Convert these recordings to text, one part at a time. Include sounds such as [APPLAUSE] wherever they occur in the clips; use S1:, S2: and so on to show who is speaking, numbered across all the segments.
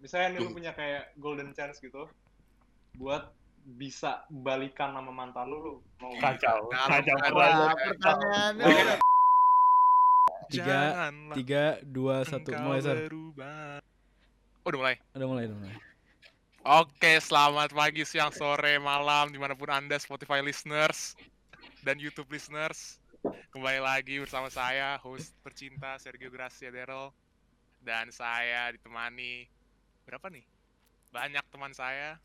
S1: misalnya nih lu punya kayak golden chance gitu buat bisa balikan nama mantan lu, lu mau
S2: Iya,
S3: Kacau.
S4: Dalam,
S3: Kacau. Oh.
S4: dalam,
S3: Wah,
S4: dalam.
S5: Wah, pertanyaannya.
S2: Tiga,
S4: Janganlah
S2: Tiga, dua, satu.
S4: engkau
S2: Mulai, Sar.
S4: berubah. Udah mulai.
S2: Udah mulai, udah mulai.
S4: Oke, selamat pagi, siang, sore, malam, dimanapun Anda, Spotify listeners dan YouTube listeners. Kembali lagi bersama saya, host tercinta Sergio Gracia Derel. Dan saya ditemani, berapa nih? Banyak teman saya.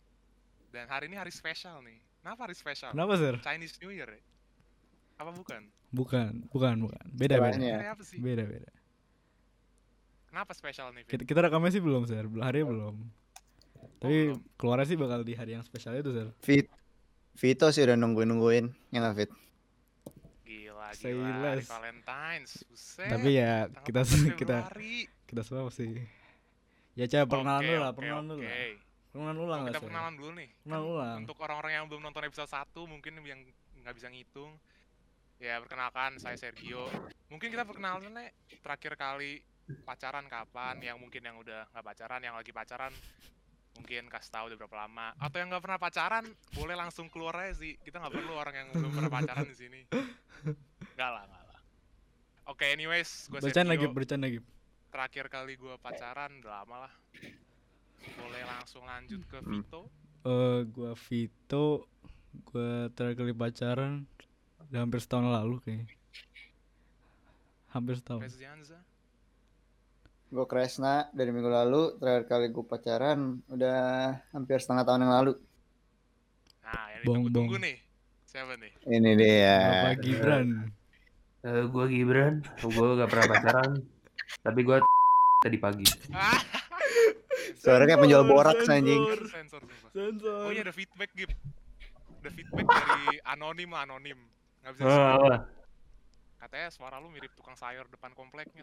S4: Dan hari ini hari spesial nih. Kenapa hari spesial?
S2: Kenapa, Sir?
S4: Chinese New Year ya? Apa bukan?
S2: Bukan, bukan, bukan. Beda, beda.
S5: Kayaknya.
S4: Hari apa sih?
S2: Beda, beda.
S4: Kenapa spesial nih, Vin?
S2: Kita, kita rekamnya sih belum, Sir. Belum- Harinya belum. Tapi
S4: Oh, belum.
S2: keluarnya sih bakal di hari yang spesial itu, Sir.
S5: Fit. Vito sih udah nungguin-nungguin, ya nggak Fit?
S4: Gila, gila.
S2: Stainless.
S4: Hari Valentine's. Buset.
S2: Tapi ya
S4: tanggal
S2: kita
S4: 14
S2: [LAUGHS] kita
S4: Februari.
S2: kita semua pasti ya coba perkenalan
S4: Oke,
S2: dulu lah,
S4: oke,
S2: perkenalan dulu lah.
S4: oke.
S2: Perkenalan ulang lah,
S4: Kita
S2: Sir.
S4: perkenalan dulu nih.
S2: Perkenalan
S4: Kan
S2: ulang.
S4: Untuk orang-orang yang belum nonton episode 1 mungkin yang nggak bisa ngitung. Ya, perkenalkan saya Sergio. Mungkin kita perkenalan nih terakhir kali pacaran kapan, yang mungkin yang udah nggak pacaran, yang lagi pacaran mungkin kasih tahu udah berapa lama atau yang nggak pernah pacaran boleh langsung keluar aja sih kita nggak perlu orang yang belum pernah pacaran di sini nggak lah nggak lah oke anyways gue
S2: Bercanda lagi, bercanda lagi.
S4: terakhir kali gue pacaran udah lama lah boleh langsung lanjut
S2: Hmm.
S4: ke Vito
S2: Eh, gua Vito, gua terakhir kali pacaran udah hampir setahun lalu kayaknya. Hampir setahun.
S4: Rezianza
S5: Gue Kresna dari minggu lalu, terakhir kali gue pacaran udah hampir setengah tahun yang lalu.
S4: nah yang
S2: Bong,
S4: ditunggu-tunggu
S2: bong.
S4: nih siapa nih
S5: Ini dia.
S2: Bapak Gibran.
S3: Eh, gue Gibran, gue gak pernah pacaran, tapi gue tadi pagi.
S4: ah
S5: [LAUGHS] Suaranya kayak penjual
S2: Sensor,
S5: borak anjing.
S2: sensor,
S4: sensor sumpah.
S2: Sensor.
S4: oh iya ada feedback Gib ada feedback dari anonim lah anonim nggak bisa
S3: Wah,
S4: disebut.
S3: wah.
S4: katanya suara lu mirip tukang sayur depan kompleknya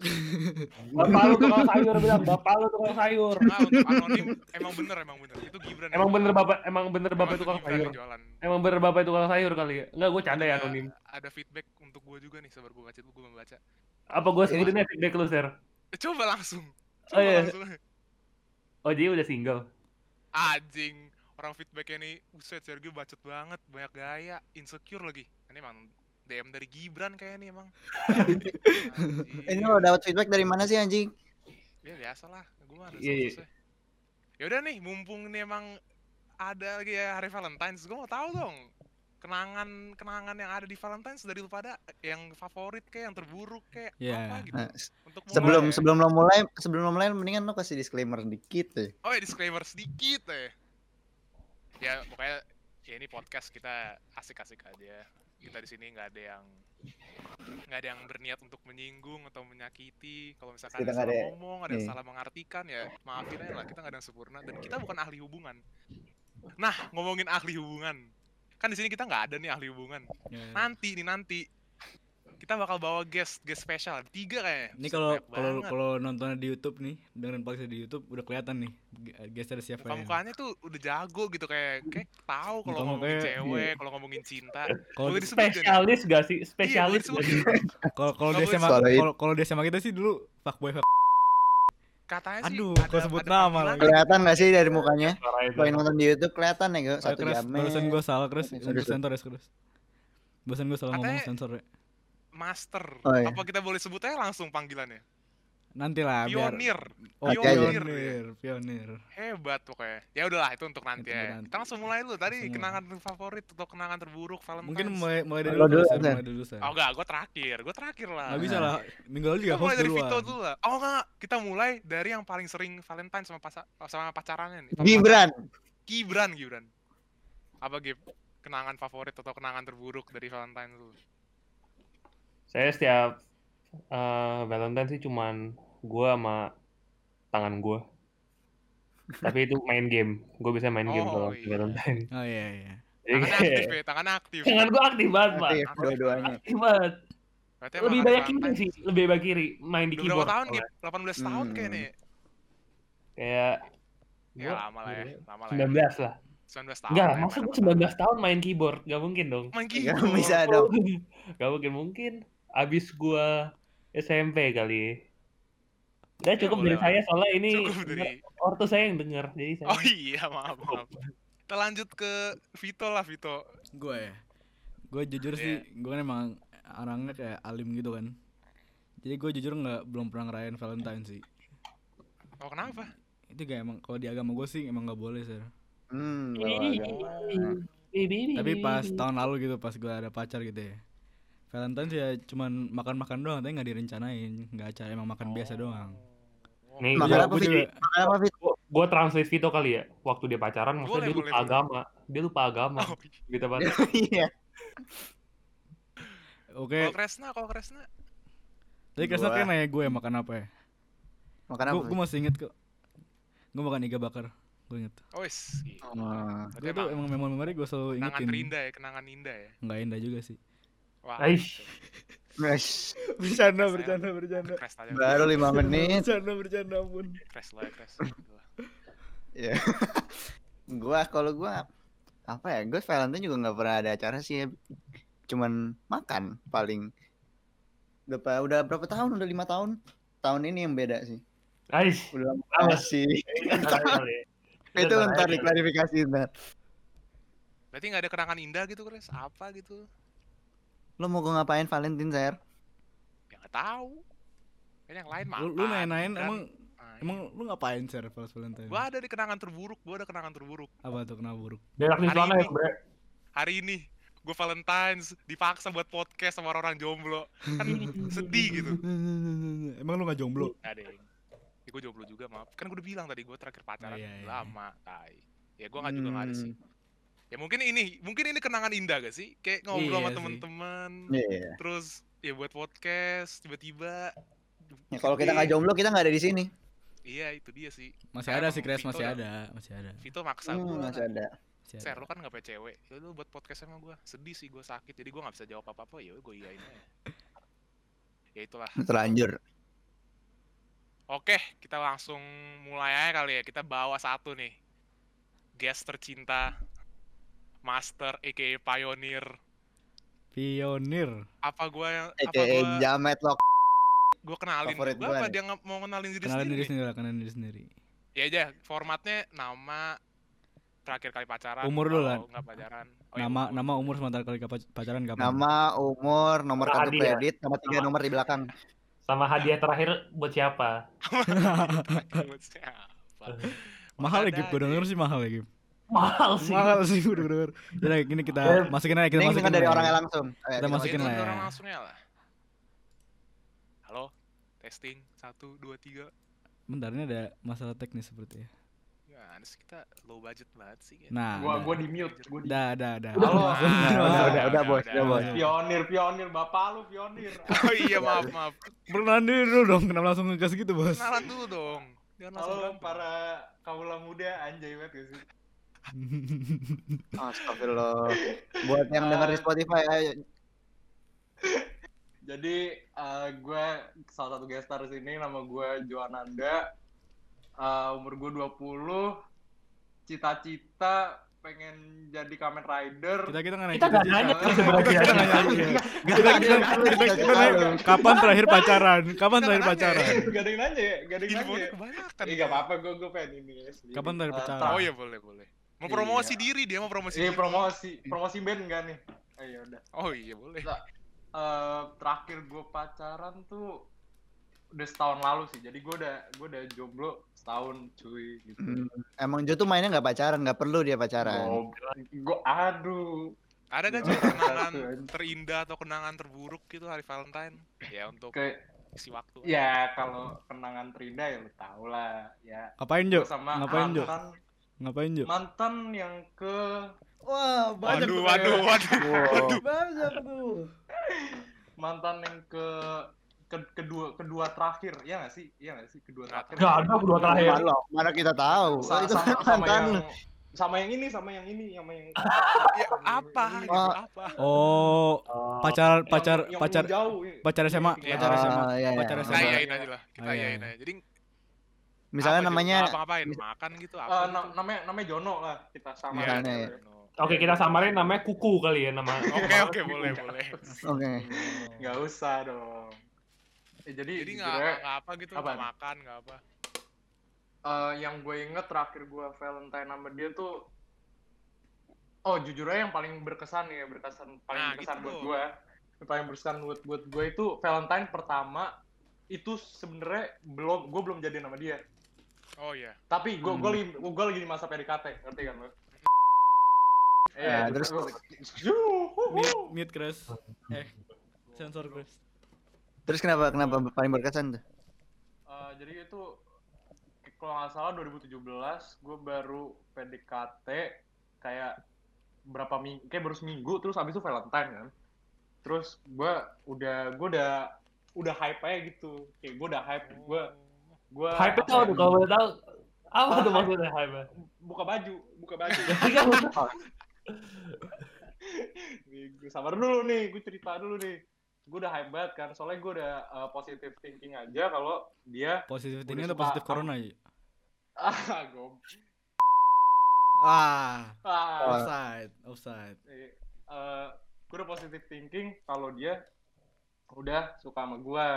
S3: Bapak lu tukang sayur bilang, bapak lu tukang sayur.
S4: nah untuk anonim emang bener emang bener itu Gibran
S3: Emang
S4: yang
S3: bener
S4: jualan.
S3: bapak, emang bener
S4: Emang
S3: bapak
S4: itu
S3: tukang
S4: Gibran
S3: sayur.
S4: yang jualan.
S3: Emang bener bapak tukang sayur kali ya? Enggak, gue canda ya
S4: Ada-
S3: anonim.
S4: ada feedback untuk gue juga nih sabar gue baca gue membaca
S3: Apa gue sebutin aja feedback lu, Ser?
S4: Eh, coba langsung coba
S3: Oh iya,
S4: langsung
S3: oh jadi udah single.
S4: anjing orang feedbacknya nih uset Sergio bacot banget banyak gaya insecure lagi ini emang DM dari Gibran kayaknya nih emang Anjing.
S5: [LAUGHS] Eh, Ini lo dapat feedback dari mana sih anjing?
S4: ya biasa lah gue mah ada
S3: Iya, iya.
S4: ya udah nih mumpung nih emang ada lagi ya hari Valentine's gue mau tahu dong kenangan kenangan yang ada di Valentine's dari lu pada yang favorit kayak yang terburuk kayak
S2: Iya.
S4: apa gitu
S5: Nah, se-
S4: untuk mulai.
S5: sebelum sebelum lo mulai, sebelum lo mulai mendingan lo kasih disclaimer dikit deh.
S4: Oh ya disclaimer sedikit eh. Ya pokoknya ya ini podcast kita asik-asik aja. Kita di sini nggak ada yang nggak ada yang berniat untuk menyinggung atau menyakiti. Kalau misalkan
S5: Kita
S4: ada
S5: nggak
S4: salah
S5: ada-
S4: ngomong, ada yang
S5: iya.
S4: salah mengartikan ya maafin aja lah. Kita nggak ada yang sempurna dan kita bukan ahli hubungan. Nah ngomongin ahli hubungan, kan di sini kita nggak ada nih ahli hubungan.
S2: Ya, ya.
S4: Nanti nih nanti kita bakal bawa guest guest spesial tiga kayaknya.
S2: Ini
S4: Buset,
S2: kalau
S4: banyak
S2: kalau
S4: banget.
S2: kalau nontonnya di YouTube nih, dengerin podcast di YouTube udah kelihatan nih ge- geser siapa
S4: muka
S2: ya.
S4: mukanya tuh udah jago gitu kayak kayak tahu kalau
S2: Muka-mukanya, iya.
S4: ngomongin
S2: Eh,
S4: cewek kalau ngomongin cinta
S2: Kalau
S4: Boleh disebutin.
S3: Spesialis gak sih? Spesialis
S4: Iya,
S3: gak
S4: boleh
S3: sih?
S4: disebutin.
S2: kalau kalau
S4: Nggak
S2: dia
S4: boleh
S2: sama
S5: disebut.
S2: kalau kalau dia sama kita sih dulu fuckboy fuck.
S4: katanya sih
S2: Aduh,
S4: ada-
S2: kok sebut
S4: ada
S2: nama
S4: panggilan
S2: lagi.
S5: Kelihatan gak sih dari mukanya?
S3: Suara itu.
S5: Kalau yang nonton di YouTube kelihatan ya gue satu
S2: Terus
S5: jamnya.
S2: barusan gua salah terus
S5: Sorry,
S2: untuk
S5: sorry.
S2: sensor ya terus. Barusan gua salah ngomong
S4: Katanya-
S2: sensor ya.
S4: master
S5: Oh, iya.
S4: apa kita boleh sebut aja langsung panggilannya
S2: Nanti lah biar
S4: pionir
S2: Oh,
S5: Hati aja.
S2: pionir, pionir, pionir.
S4: hebat pokoknya ya udahlah itu untuk
S2: Itu
S4: nanti ya
S2: nanti.
S4: kita langsung mulai dulu tadi
S2: Langsung
S4: kenangan favorit atau kenangan terburuk Valentine's
S2: Mungkin mulai mulai dari
S5: Lo
S2: dulu,
S5: dulu,
S2: Sar,
S5: Sar.
S2: mulai dulu Sar.
S4: oh enggak gue terakhir gue terakhir lah
S2: Nggak bisa lah. Minggu lalu juga
S4: kita
S2: host
S4: mulai dari
S2: duluan.
S4: Vito dulu lah oh enggak kita mulai dari yang paling sering Valentine sama pasa- sama pacarannya nih Sama
S5: Eh, Gibran.
S4: Gibran Gibran apa Gib kenangan favorit atau kenangan terburuk dari Valentine lu
S3: Saya setiap eh, Valentine sih cuman gue sama tangan gue. Tapi itu main game. Gue bisa main game
S4: Oh,
S3: kalau
S4: iya.
S3: Valentine.
S2: Oh iya iya.
S3: Jadi
S4: tangannya
S3: kayak-
S4: aktif ya tangannya aktif
S3: tangan gue aktif banget, Pak.
S5: Aktif ya, dua-duanya.
S3: Aktif banget.
S4: Berarti emang
S3: Lebih
S4: ada
S3: banyak kiri
S4: Valentine.
S3: sih, lebih banyak kiri main di
S4: Udah berapa
S3: keyboard.
S4: tahun Gib 18 tahun
S5: Hmm.
S4: kayaknya
S3: Kayak
S4: ya
S3: gua-
S4: lama lah ya lama lah ya.
S3: 19 lah.
S4: 19 tahun
S3: Enggak,
S4: lah gitu. ya,
S3: masa gue
S4: main
S3: 19 tahun main keyboard? Gak mungkin dong.
S4: main
S5: Gak
S4: keyboard
S5: Iya, [LAUGHS] bisa
S3: [LAUGHS]
S5: dong.
S3: Gak mungkin mungkin. Abis gua SMP kali. Udah cukup
S4: Ya, boleh
S3: dari
S4: lah.
S3: saya soalnya ini
S4: Cukup dari.
S3: ortu saya yang dengar jadi saya.
S4: Oh iya maaf maaf. Kita lanjut ke Vito lah Vito.
S2: gue ya gue jujur sih gue kan emang orangnya kayak alim gitu kan jadi gue jujur nggak belum pernah ngerayain Valentine sih
S4: Oh kenapa?
S2: itu kayak emang kalau di agama gue sih emang nggak boleh sih
S5: Hmm, bawa agama.
S2: tapi
S3: Iya.
S2: pas tahun lalu gitu pas gue ada pacar gitu ya Valentine sih ya cuman makan-makan doang tapi nggak direncanain nggak acara emang makan biasa doang
S4: Oh,
S3: Nih,
S5: Makan
S2: Iya,
S5: apa
S2: gua
S5: sih?
S2: juga-
S5: Makan apa sih?
S3: gue translate Vito kali ya waktu dia pacaran maksudnya
S4: Boleh,
S3: dia lupa
S4: boleh, boleh.
S3: agama dia lupa agama
S4: Oh,
S3: gitu
S4: [LAUGHS]
S3: banget
S5: [LAUGHS] Iya.
S2: oke
S4: kalau Kresna, kalau Kresna,
S2: tapi Krisna
S5: gua-
S2: kayak nanya gue makan apa ya
S5: Makan apa?
S2: gue
S5: sih?
S2: masih inget kok gue makan iga bakar gue inget
S4: oh wis. gila.
S5: Hmm.
S4: Berarti
S2: gue tuh emang
S4: emang
S2: memori-memori gue selalu
S4: kenangan
S2: ingetin
S4: terindah ya, kenangan indah ya.
S2: nggak indah juga sih
S4: Wah.
S3: Aish.
S5: Guys,
S2: [LAUGHS] bercanda
S4: bercanda,
S2: bercanda
S4: Kres aja.
S5: Baru lima
S2: [LAUGHS]
S5: menit.
S2: bercanda bercanda ampun
S4: Kres lah, Kres.
S5: Ya. gua kalau gua apa ya? Gue Valentine juga nggak pernah ada acara sih. ya. Cuman makan paling. Udah, pa- udah berapa tahun? Udah lima tahun. Tahun ini yang beda sih.
S3: Aish
S5: Udah lama
S3: Apa?
S2: Ah,
S5: banget sih.
S2: iya,
S3: Itu
S5: [LAUGHS] Itu ntar
S3: terakhir.
S5: diklarifikasi ntar.
S4: Berarti nggak ada kenangan indah gitu, Kres? Apa gitu?
S5: Lo mau gue ngapain Valentine, Zer?
S4: Ya nggak tahu. Kayaknya yang lain makan.
S2: lu, lu nanya-nayain
S4: kan?
S2: emang
S4: Ah,
S2: emang lu ngapain sih pas Valentine
S4: Gua ada di kenangan terburuk, gua ada kenangan terburuk.
S2: apa tuh kenapa buruk
S3: berak di
S4: Hari
S3: sana ya
S4: ini.
S3: bre
S4: Hari ini gue Valentine's dipaksa buat podcast sama orang-orang jomblo.
S2: [LAUGHS]
S4: Kan sedih gitu.
S2: emang lu nggak jomblo
S4: Ada yang ya, gue jomblo juga maaf. Kan gue udah bilang tadi gue terakhir pacaran
S2: Oh, iya, Hmm. iya.
S4: lama, tai. Ya gue nggak juga nggak ada sih. Ya mungkin ini, mungkin ini kenangan indah gak sih? Kayak ngobrol
S2: Iya
S4: sama
S2: sih.
S4: teman-teman,
S5: Iya.
S4: terus ya buat podcast tiba-tiba.
S5: Ya, kalau kita nggak
S4: Sedih.
S5: jomblo, kita nggak ada di sini.
S4: Iya itu dia sih.
S2: masih ada
S4: Karena emang
S2: sih Kres
S4: Vito ya.
S2: masih
S4: udah-
S2: ada masih ada
S4: Vito maksa
S5: Hmm,
S4: gue.
S5: masih ada.
S2: masih
S4: Ser,
S2: ada
S4: lu kan gak punya cewek. Ya lu buat podcast sama gue. Sedih sih gue sakit. Jadi gue gak bisa jawab apa-apa. Ya gue iyain aja. Ya itulah.
S5: Terlanjur.
S4: Oke, kita langsung mulai aja kali ya. Kita bawa satu nih. Guest tercinta. Master aka pioneer.
S2: pionir
S4: Apa gue yang apa
S5: Aka
S4: gua
S5: eh, jamet lo.
S4: gua kenalin
S5: favorit
S4: gue
S5: gua
S4: apa
S5: nih.
S4: dia nge- mau kenalin diri
S2: kenalin
S4: sendiri?
S2: diri
S4: nih?
S2: sendiri lah kenalin diri sendiri
S4: Ya aja, formatnya nama terakhir kali pacaran.
S2: Umur dulu,
S4: kalau
S2: Lan.
S4: nggak pacaran. Oh, iya,
S2: nama
S4: umur. [LAUGHS]
S2: nama umur sementara kali kapa- pacaran kapan
S5: Nama, umur, nomor
S3: Nama
S5: kartu
S3: hadiah.
S5: kredit, sama tiga
S3: Nama.
S5: nomor di belakang.
S3: sama hadiah terakhir buat siapa
S4: Siapa?
S2: mahal ya
S4: Ada
S2: Gip gue
S4: aja.
S2: denger sih mahal ya Gip
S3: mahal sih
S2: mahal sih gue denger denger jadi gini kita
S3: Ya.
S2: masukin aja kita
S5: Ini
S2: masukin
S5: dengar dari
S2: aja.
S5: orangnya langsung. Eh, Ayo,
S2: Kita
S5: kita
S2: masukin
S4: Itu
S2: lah ya.
S4: orang langsungnya lah. Halo, testing satu dua tiga.
S2: bentar ini ada masalah teknis seperti ya
S4: Ya, harus kita low budget banget sih. gitu.
S2: nah
S4: kayaknya.
S1: Gua
S2: ada.
S1: gua di mute, gua di
S2: Dah, dah, dah.
S1: Halo.
S5: udah, udah,
S4: Ah.
S5: udah, bos, udah, bos.
S1: pionir, pionir bapak lu
S2: [LAUGHS]
S1: pionir.
S4: Oh iya maaf maaf.
S2: Berkenalan diri dulu dong, kenapa langsung ngegas gitu, Bos?
S4: Kenalan dulu dong. Jangan langsung
S1: Halo
S4: berantem.
S1: para kaula muda anjay banget gak sih?
S5: Astagfirullah. Buat yang dengar di Spotify, ayo.
S1: Jadi gue salah satu guest star di sini nama gue Joananda. Eh, umur gue 20. Cita-cita pengen jadi Kamen Rider.
S2: Kita kita nggak nanya.
S3: kita gak
S2: cita-cita.
S3: nanya
S1: Kita-
S3: kita sebenarnya
S2: Kita nggak nanya. Kita kita kita kita nanya, kapan terakhir pacaran? Kapan
S4: Kita
S2: terakhir
S4: nggak nanya.
S2: pacaran?
S1: [LAUGHS] gak ada yang nanya ya? Gak ada yang nanya
S4: Infonya
S1: ya?
S4: kebanyakan.
S1: Iya gak apa-apa, gue gue pengen ini ya sendiri.
S2: Kapan tadi
S1: Eh,
S2: pacaran?
S1: tra-
S4: Oh iya boleh boleh. Mau promosi
S1: Iya.
S4: diri dia mau promosi.
S1: Iya
S4: diri.
S1: promosi, promosi band gak nih? Eh, ya udah.
S4: Oh iya boleh.
S1: Eh, terakhir gue pacaran tuh udah setahun lalu sih. Jadi gue udah gue udah jomblo setahun cuy gitu.
S5: Hmm, Emang Jo tuh mainnya nggak pacaran, nggak perlu dia pacaran.
S1: Gue aduh.
S4: Ada kan
S1: Iya.
S4: juga kenangan
S1: Satu, aja.
S4: terindah atau kenangan terburuk gitu hari Valentine? Ya untuk
S1: Kayak
S4: isi waktu. aja.
S1: ya kalau kenangan terindah ya lu tau lah ya.
S2: Ngapain, Jo?
S1: Gua sama
S2: Ngapain, Jo?
S1: mantan
S2: Ngapain, Jo?
S1: mantan yang ke
S5: Wah, banyak
S4: Waduh
S5: tuh
S4: waduh
S5: kayak-
S1: [LAUGHS]
S4: waduh.
S5: Wow. Banyak tuh.
S1: mantan yang ke, ke- kedua kedua terakhir ya gak sih ya gak sih kedua
S4: Nggak
S1: terakhir
S3: gak ada kedua terakhir
S5: Mana lo? Mana kita tahu?
S1: Sa-
S5: itu
S1: sama, ya.
S5: kan
S1: sama
S5: mantan.
S1: yang sama yang ini sama yang ini sama yang
S4: [LAUGHS] Ya apa? gitu,
S5: Oh.
S4: apa?
S2: Oh, pacar pacar
S1: yang,
S2: pacar
S1: yang jauh ya.
S2: pacar SMA,
S4: Iya.
S2: pacar SMA.
S5: Ah, iya, iya.
S2: Pacar
S4: Kita
S2: SMA.
S4: iain aja lah. Kita
S2: Oh, iya,
S4: iain
S2: iya.
S4: aja. Jadi
S5: Misalnya
S4: apa, Jo?
S5: namanya
S4: apa ngapain? Makan gitu apa?
S1: Eh,
S4: gitu?
S1: nam- namanya namanya Jono lah kita sama gitu.
S4: Iya,
S5: Misalnya
S4: iya,
S5: ya.
S4: Jono.
S3: oke kita samarin namanya kuku
S4: [LAUGHS]
S3: kali ya nama
S4: Oke oke boleh boleh.
S5: Oke.
S1: nggak usah dong Eh, jadi
S4: Jadi nggak
S1: jujurnya,
S4: nggak apa gitu,
S1: Apaan?
S4: nggak makan, nggak apa.
S1: eh, yang gue inget terakhir gue Valentine sama dia tuh oh jujur aja yang paling berkesan ya berkesan paling
S4: Nah,
S1: berkesan
S4: gitu
S1: buat
S4: dong.
S1: gue yang paling berkesan buat buat gue itu Valentine pertama itu sebenarnya belum gue belum jadi sama dia
S4: Oh iya.
S1: tapi gue
S5: Hmm.
S1: gue lagi gue lagi di masa PDKT ngerti kan Iya, lo
S5: Ya, terus-
S2: mute, mute Chris eh sensor Chris
S5: Terus kenapa kenapa paling berkesan tuh?
S1: Eh, jadi itu kalau nggak salah 2017 gue baru PDKT kayak berapa minggu kayak baru seminggu terus habis itu Valentine kan terus gue udah gue udah udah hype aja gitu kayak gue udah hype gue gue
S3: Hype itu apa tuh kalau boleh tahu? Apa tuh maksudnya hype?
S1: buka baju buka baju [LAUGHS] Nih, gua sabar dulu nih gue cerita dulu nih gue udah hype banget kan soalnya gue udah eh, positive thinking aja kalau dia [LAUGHS]
S2: positif
S1: Udah
S2: tinggi atau
S1: suka
S2: positif
S1: sama-
S2: corona ya
S1: ah gom
S2: ah
S1: ah,
S2: offside offside
S1: eh gue udah positive thinking kalau dia udah suka sama gue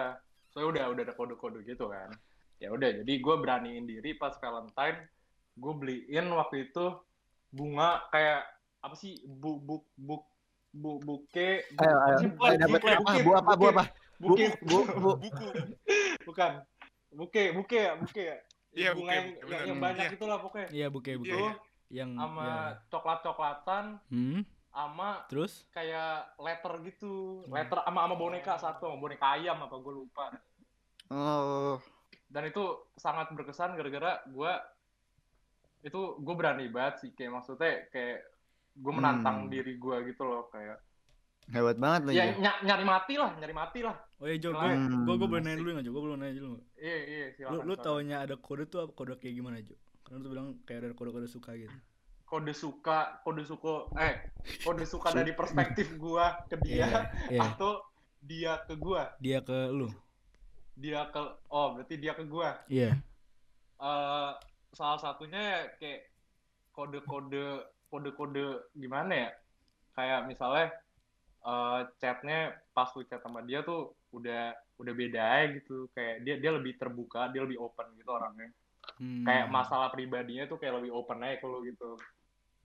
S1: soalnya udah udah ada kode-kode gitu kan ya udah jadi gue beraniin diri pas Valentine gue beliin waktu itu bunga kayak apa sih bu bu bu bu buke bu-
S5: Ayo, ayo.
S1: sih,
S5: Ayo dapat
S1: buke,
S5: apa?
S1: buke,
S5: Bu apa? Bu
S1: buke,
S5: apa? Bu,
S1: buke
S5: bu, bu.
S4: Buku.
S1: bukan buke buke ya buke ya
S4: Iya,
S1: bunga
S4: buke,
S1: yang,
S4: buke,
S1: yang,
S4: bener.
S1: yang banyak
S4: Iya.
S1: itulah pokoknya
S2: iya buke
S1: itu
S2: buke
S4: Iya, iya.
S2: yang
S1: sama
S2: ya.
S1: coklat coklatan
S2: hmm
S1: sama
S2: terus
S1: kayak letter gitu
S2: Hmm.
S1: letter sama sama boneka satu sama boneka ayam apa gue lupa
S5: Oh,
S1: dan itu sangat berkesan gara-gara gue itu gue berani banget sih kayak maksudnya kayak gue
S5: Hmm.
S1: menantang diri gue gitu loh kayak
S5: hebat
S2: Iya,
S5: banget lu.
S1: ya
S5: Ya.
S1: ny- nyari mati lah nyari mati lah
S2: oh iya Jo gue
S1: Kelar.
S2: gue gue boleh nanya dulu nggak Jo gue belum nanya dulu nggak?
S1: iya iya
S2: lu
S1: silakan
S2: lu
S1: silakan.
S2: taunya ada kode tuh apa kode kayak gimana Jo karena lu tuh bilang kayak ada kode-kode suka gitu
S1: kode suka kode suko eh kode suka dari perspektif gue ke dia
S2: iya
S1: atau dia ke gue
S2: dia ke lu
S1: dia ke oh berarti dia ke gue
S2: iya
S1: eh salah satunya ya kayak kode-kode kode-kode gimana ya kayak misalnya eh chatnya pas lu chat sama dia tuh udah udah beda aja gitu kayak dia dia lebih terbuka dia lebih open gitu orangnya
S2: Hmm.
S1: kayak masalah pribadinya tuh kayak lebih open aja kalau gitu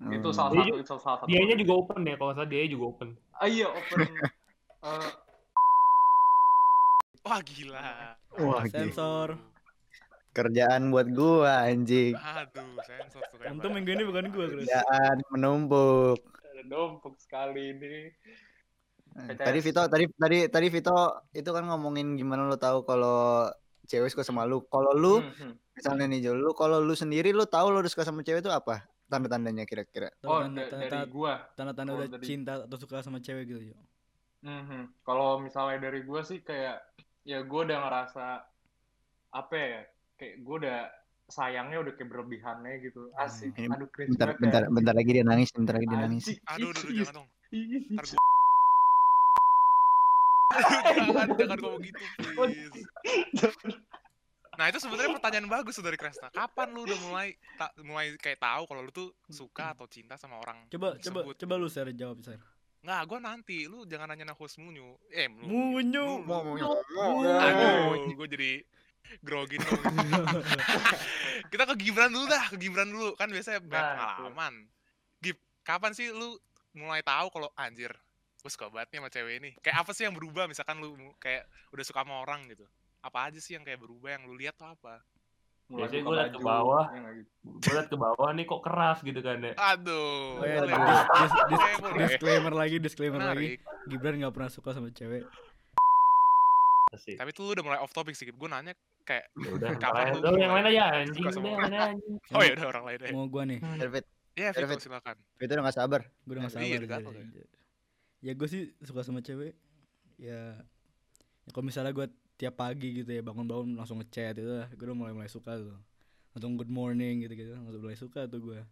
S1: itu
S5: Hmm.
S1: salah
S3: Dia
S1: satu itu salah satu
S3: Dianya juga open ya, kalau nggak salah dianya juga open.
S1: ah, iya
S5: [LAUGHS]
S1: open Eh,
S4: Wah gila.
S5: Wah, gila.
S2: sensor
S5: kerjaan buat gua anjing.
S4: Aduh, sensor tuh kayak.
S2: tentu minggu ini bukan gue Chris
S1: Iya.
S5: Kerjaan menumpuk.
S1: ada dompok sekali ini
S5: Eh,
S1: PTS.
S5: Tadi Vito, tadi tadi tadi Vito itu kan ngomongin gimana lu tahu kalau cewek suka sama lu. Kalau lu
S1: Hmm, hmm.
S5: misalnya nih Jo, lu kalau lu sendiri lu tahu lu udah suka sama cewek itu apa? Tanda-tandanya kira-kira.
S1: oh
S2: tanda
S1: da- dari gua
S2: tanda-tanda
S1: Oh,
S2: udah
S1: dari-
S2: cinta atau suka sama cewek gitu Jo
S1: Mhm. Kalau misalnya dari gue sih kayak ya gue udah ngerasa apa ya kayak gue udah sayangnya udah kayak berlebihannya gitu asik
S5: Hmm.
S1: aduh cringe
S5: Bentar, bentar,
S1: banget ya.
S5: bentar lagi dia nangis, bentar lagi dia nangis.
S1: Asik,
S4: Aduh, aduh, aduh,
S1: ih,
S4: jangan dong.
S1: ih, ih, ih.
S4: Ntar gua- jangan, jangan ngomong gitu, please. Nah itu sebenarnya pertanyaan bagus tuh dari Kresna. Kapan lu udah mulai ta- mulai kayak tahu kalau lu tuh suka atau cinta sama orang?
S2: coba coba
S4: Sebut.
S2: coba lu share jawab share
S4: Nggak, gue nanti. Lu jangan nanya host Munyu. Eh,
S2: munyu
S4: Munyu. Mau-
S1: Aduh.
S4: Aduh, gue jadi grogi dong. [LAUGHS] Kita ke Gibran dulu dah, ke Gibran dulu. Kan biasanya banyak
S1: Nah, itu.
S4: pengalaman. Gib, kapan sih lu mulai tahu kalau anjir, gue suka banget nih sama cewek ini. Kayak apa sih yang berubah misalkan lu mu- kayak udah suka sama orang gitu. Apa aja sih yang kayak berubah yang lu lihat tuh apa?
S1: Mulai buka
S3: Biasanya gua liat ke
S1: baju,
S3: bawah.
S1: ya nggak gitu.
S3: Gue liat ke bawah nih kok keras gitu kan ya.
S4: Aduh.
S2: Oh, iya,
S4: boleh,
S2: dis-
S4: boleh,
S2: dis- dis-
S4: boleh.
S2: disclaimer lagi disclaimer lagi
S4: Menarik.
S2: Gibran nggak pernah suka sama cewek
S3: Asik.
S4: Tapi tuh lu udah mulai off topic sih, Gib. Gue nanya kayak,
S3: Ya udah,
S4: Kapan
S3: yang
S4: lu
S3: lain- yang
S4: mulai
S3: lain aja anjing,
S4: suka
S3: udah
S4: sama
S3: yang lain aja anjing.
S4: oh
S1: iya,
S4: ya udah orang lain aja.
S2: mau gua nih
S5: Bentar, Vito,
S4: Iya, Vito,
S5: Vito.
S4: silakan.
S5: Vito udah gak sabar.
S2: gue udah gak
S4: Iya,
S2: sabar
S4: udah
S2: jadi. ya gue sih suka sama cewek ya, ya kalau misalnya gue tiap pagi gitu ya bangun-bangun langsung ngechat gitu gue udah mulai mulai suka tuh langsung good morning gitu gitu langsung mulai suka tuh gue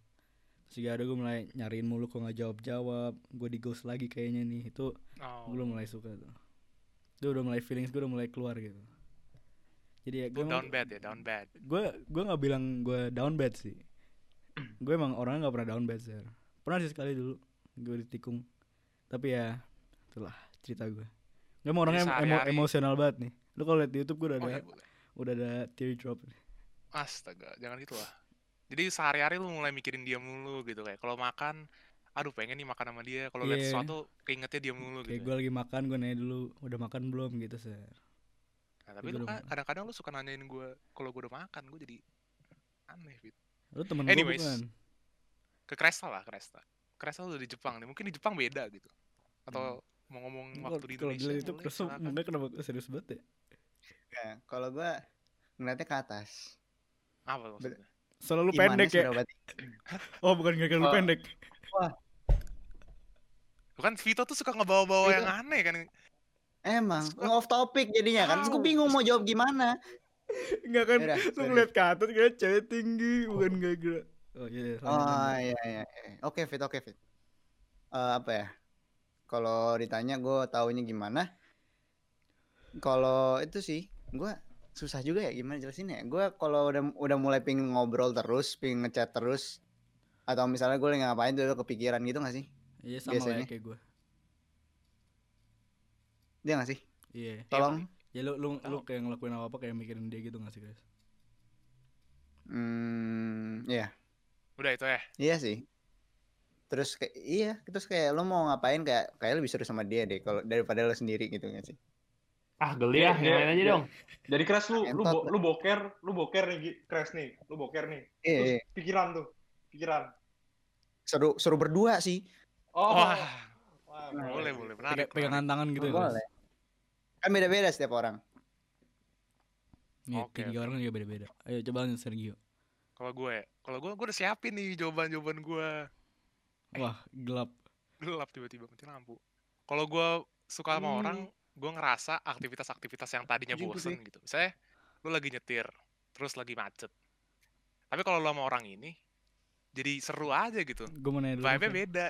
S2: terus juga ada gue mulai nyariin mulu kok nggak jawab jawab gue di ghost lagi kayaknya nih itu
S4: Oh.
S2: gue udah mulai suka tuh itu udah mulai feelings gue udah mulai keluar gitu jadi ya gue
S4: Down bad ya, down bad.
S2: gue gue nggak bilang gue down bad sih gue emang orangnya nggak pernah down bad sih pernah sih sekali dulu gue ditikung tapi ya itulah cerita gue gue emang orangnya em- emo-
S4: sehari-hari.
S2: emosional banget nih Lu kalau lihat di YouTube gue udah
S4: Oh
S2: ada
S4: iya boleh.
S2: udah ada teardrop.
S4: Astaga, jangan gitu lah. Jadi sehari-hari lu mulai mikirin dia mulu gitu kayak kalau makan, aduh pengen nih makan sama dia. Kalau lihat
S2: Iya.
S4: sesuatu keingetnya dia mulu
S2: Kayak
S4: gitu.
S2: gue lagi makan gue nanya dulu udah makan belum gitu sih.
S4: Nah, tapi
S2: gue
S4: lu
S2: udah
S4: ka- kadang-kadang lu suka nanyain gue kalau gue udah makan, gue jadi aneh gitu.
S2: Lu temen gue
S4: Anyways.
S2: bukan?
S4: Ke Kresta lah, Kresta. Kresta udah di Jepang nih. Mungkin di Jepang beda gitu. Atau mau ngomong
S2: Lu
S4: waktu di
S2: Hmm. Kalau
S4: Indonesia
S2: dilihat itu
S4: boleh,
S2: terus
S4: silakan.
S2: mukanya kenapa serius banget ya?
S5: Nggak, kalau gua ngeliatnya ke atas.
S4: Apa maksudnya?
S2: Soalnya lu
S5: Imannya
S2: pendek ya.
S5: sudah berarti-
S2: Oh bukan gara-gara lu
S1: Oh.
S2: pendek. [LAUGHS]
S4: Bukan Kan Vito tuh suka ngebawa-bawa
S5: Vito.
S4: yang
S2: Iya.
S4: aneh kan.
S5: Emang,
S4: Terus gua-
S5: off topic jadinya kan. Terus gua
S4: Tahu.
S5: bingung mau jawab gimana.
S2: Enggak kan?
S5: Yaudah,
S2: Lu
S5: sorry.
S2: ngeliat ke atas kira cewek tinggi bukan gara-gara. Oh iya.
S5: Oh
S2: lanjut,
S5: iya iya. iya. Oke Fit, oke Fit. Eh, apa ya? Kalau ditanya gue taunya gimana? Kalau itu sih, gue susah juga ya gimana jelasinnya. Gue kalau udah udah mulai pingin ngobrol terus, pingin ngechat terus, atau misalnya gue lagi ngapain tuh kepikiran gitu gak sih?
S2: lanjut. Iya sama lah ya
S5: biasanya.
S2: kayak gue.
S5: Dia gak sih?
S2: Iya.
S5: Tolong.
S2: Ya lu lu lu
S4: Tahu.
S2: kayak ngelakuin apa apa kayak mikirin dia gitu gak sih guys?
S5: Hmm, iya.
S4: Udah itu ya.
S5: Iya sih. Terus kayak iya, terus kayak lo mau ngapain kayak kayak lebih seru sama dia deh kalau daripada lo sendiri gitu gak sih?
S3: Ah, geli ah,
S1: Iya,
S3: nyamain
S1: iya,
S3: aja
S1: iya.
S3: dong.
S1: Jadi crash lu lu
S5: Entot.
S1: bo- lu boker, lu boker nih Gi. crash nih, lu boker nih.
S5: Iya,
S1: Terus
S5: iya.
S1: pikiran tuh, pikiran.
S5: seru seru berdua sih.
S1: Oh.
S4: Wah,
S1: Wah,
S4: boleh boleh menarik.
S2: Pega- pegangan tangan gitu ya.
S5: Boleh.
S2: Guys?
S5: Kan beda-beda setiap orang.
S2: Iya,
S4: Oke,
S2: tiga orang juga beda-beda. Ayo coba lanjut Sergio.
S4: menarik. Kalau gue, kalau gue gue udah siapin nih jawaban-jawaban gue.
S2: Wah, gelap.
S4: Gelap tiba-tiba mati lampu. Kalau gue suka sama orang, gue ngerasa aktivitas-aktivitas yang tadinya
S5: Gitu
S4: bosen gitu. Misalnya lu lagi nyetir, terus lagi macet. Tapi kalau lu sama orang ini, jadi seru aja gitu.
S2: Gue mau nanya dulu.
S4: Vibe-nya
S2: Fer.
S4: beda.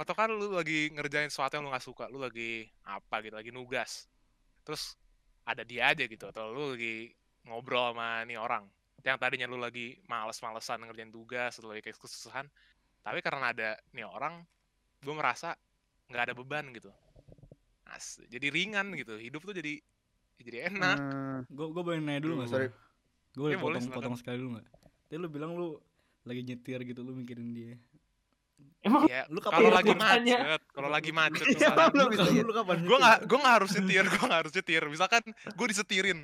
S4: Atau kan lu lagi ngerjain sesuatu yang lu nggak suka, lu lagi apa gitu, lagi nugas. Terus ada dia aja gitu, atau lu lagi ngobrol sama nih orang. Yang tadinya lu lagi males-malesan ngerjain tugas, atau lagi kesusahan. Tapi karena ada nih orang, gue merasa nggak ada beban gitu. As, jadi ringan gitu, hidup tuh jadi jadi enak.
S5: Hmm,
S2: Gue gue boleh nanya dulu nggak?
S5: Sorry.
S2: Gue boleh
S4: Iya, boleh,
S2: potong
S4: silakan.
S2: potong sekali dulu nggak? Tadi lu bilang lu lagi nyetir gitu, lu mikirin dia.
S3: Emang
S4: Ya,
S2: Lu kapan
S4: kalau
S2: lu
S4: lagi
S3: tanya?
S4: macet, kalau lagi
S2: [LAUGHS]
S4: macet
S5: Iya,
S4: misalnya,
S5: Lu
S2: Lu,
S5: bisa
S2: kapan-
S5: gitu.
S2: lu kapan?
S4: gue nggak gue nggak harus setir gue nggak harus setir misalkan gue disetirin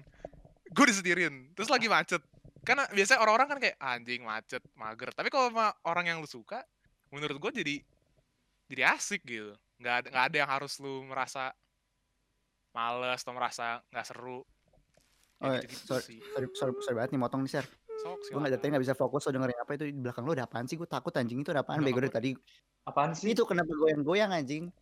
S4: gue disetirin terus lagi macet karena biasanya orang-orang kan kayak anjing macet mager tapi kalau sama orang yang lu suka menurut gue jadi jadi asik gitu nggak ada nggak ada yang harus lu merasa males atau merasa nggak seru
S5: Oh,
S4: ya,
S5: iya. sorry,
S4: sih
S5: sorry, sorry, sorry banget nih motong nih, Ser.
S4: sok
S5: Gue nggak tadi nggak bisa fokus lo dengerin apa itu di belakang lo ada apaan sih? Gue takut anjing itu ada apaan
S4: Belakang
S5: bego dari tadi.
S1: Apaan sih?
S5: Itu kenapa goyang-goyang anjing?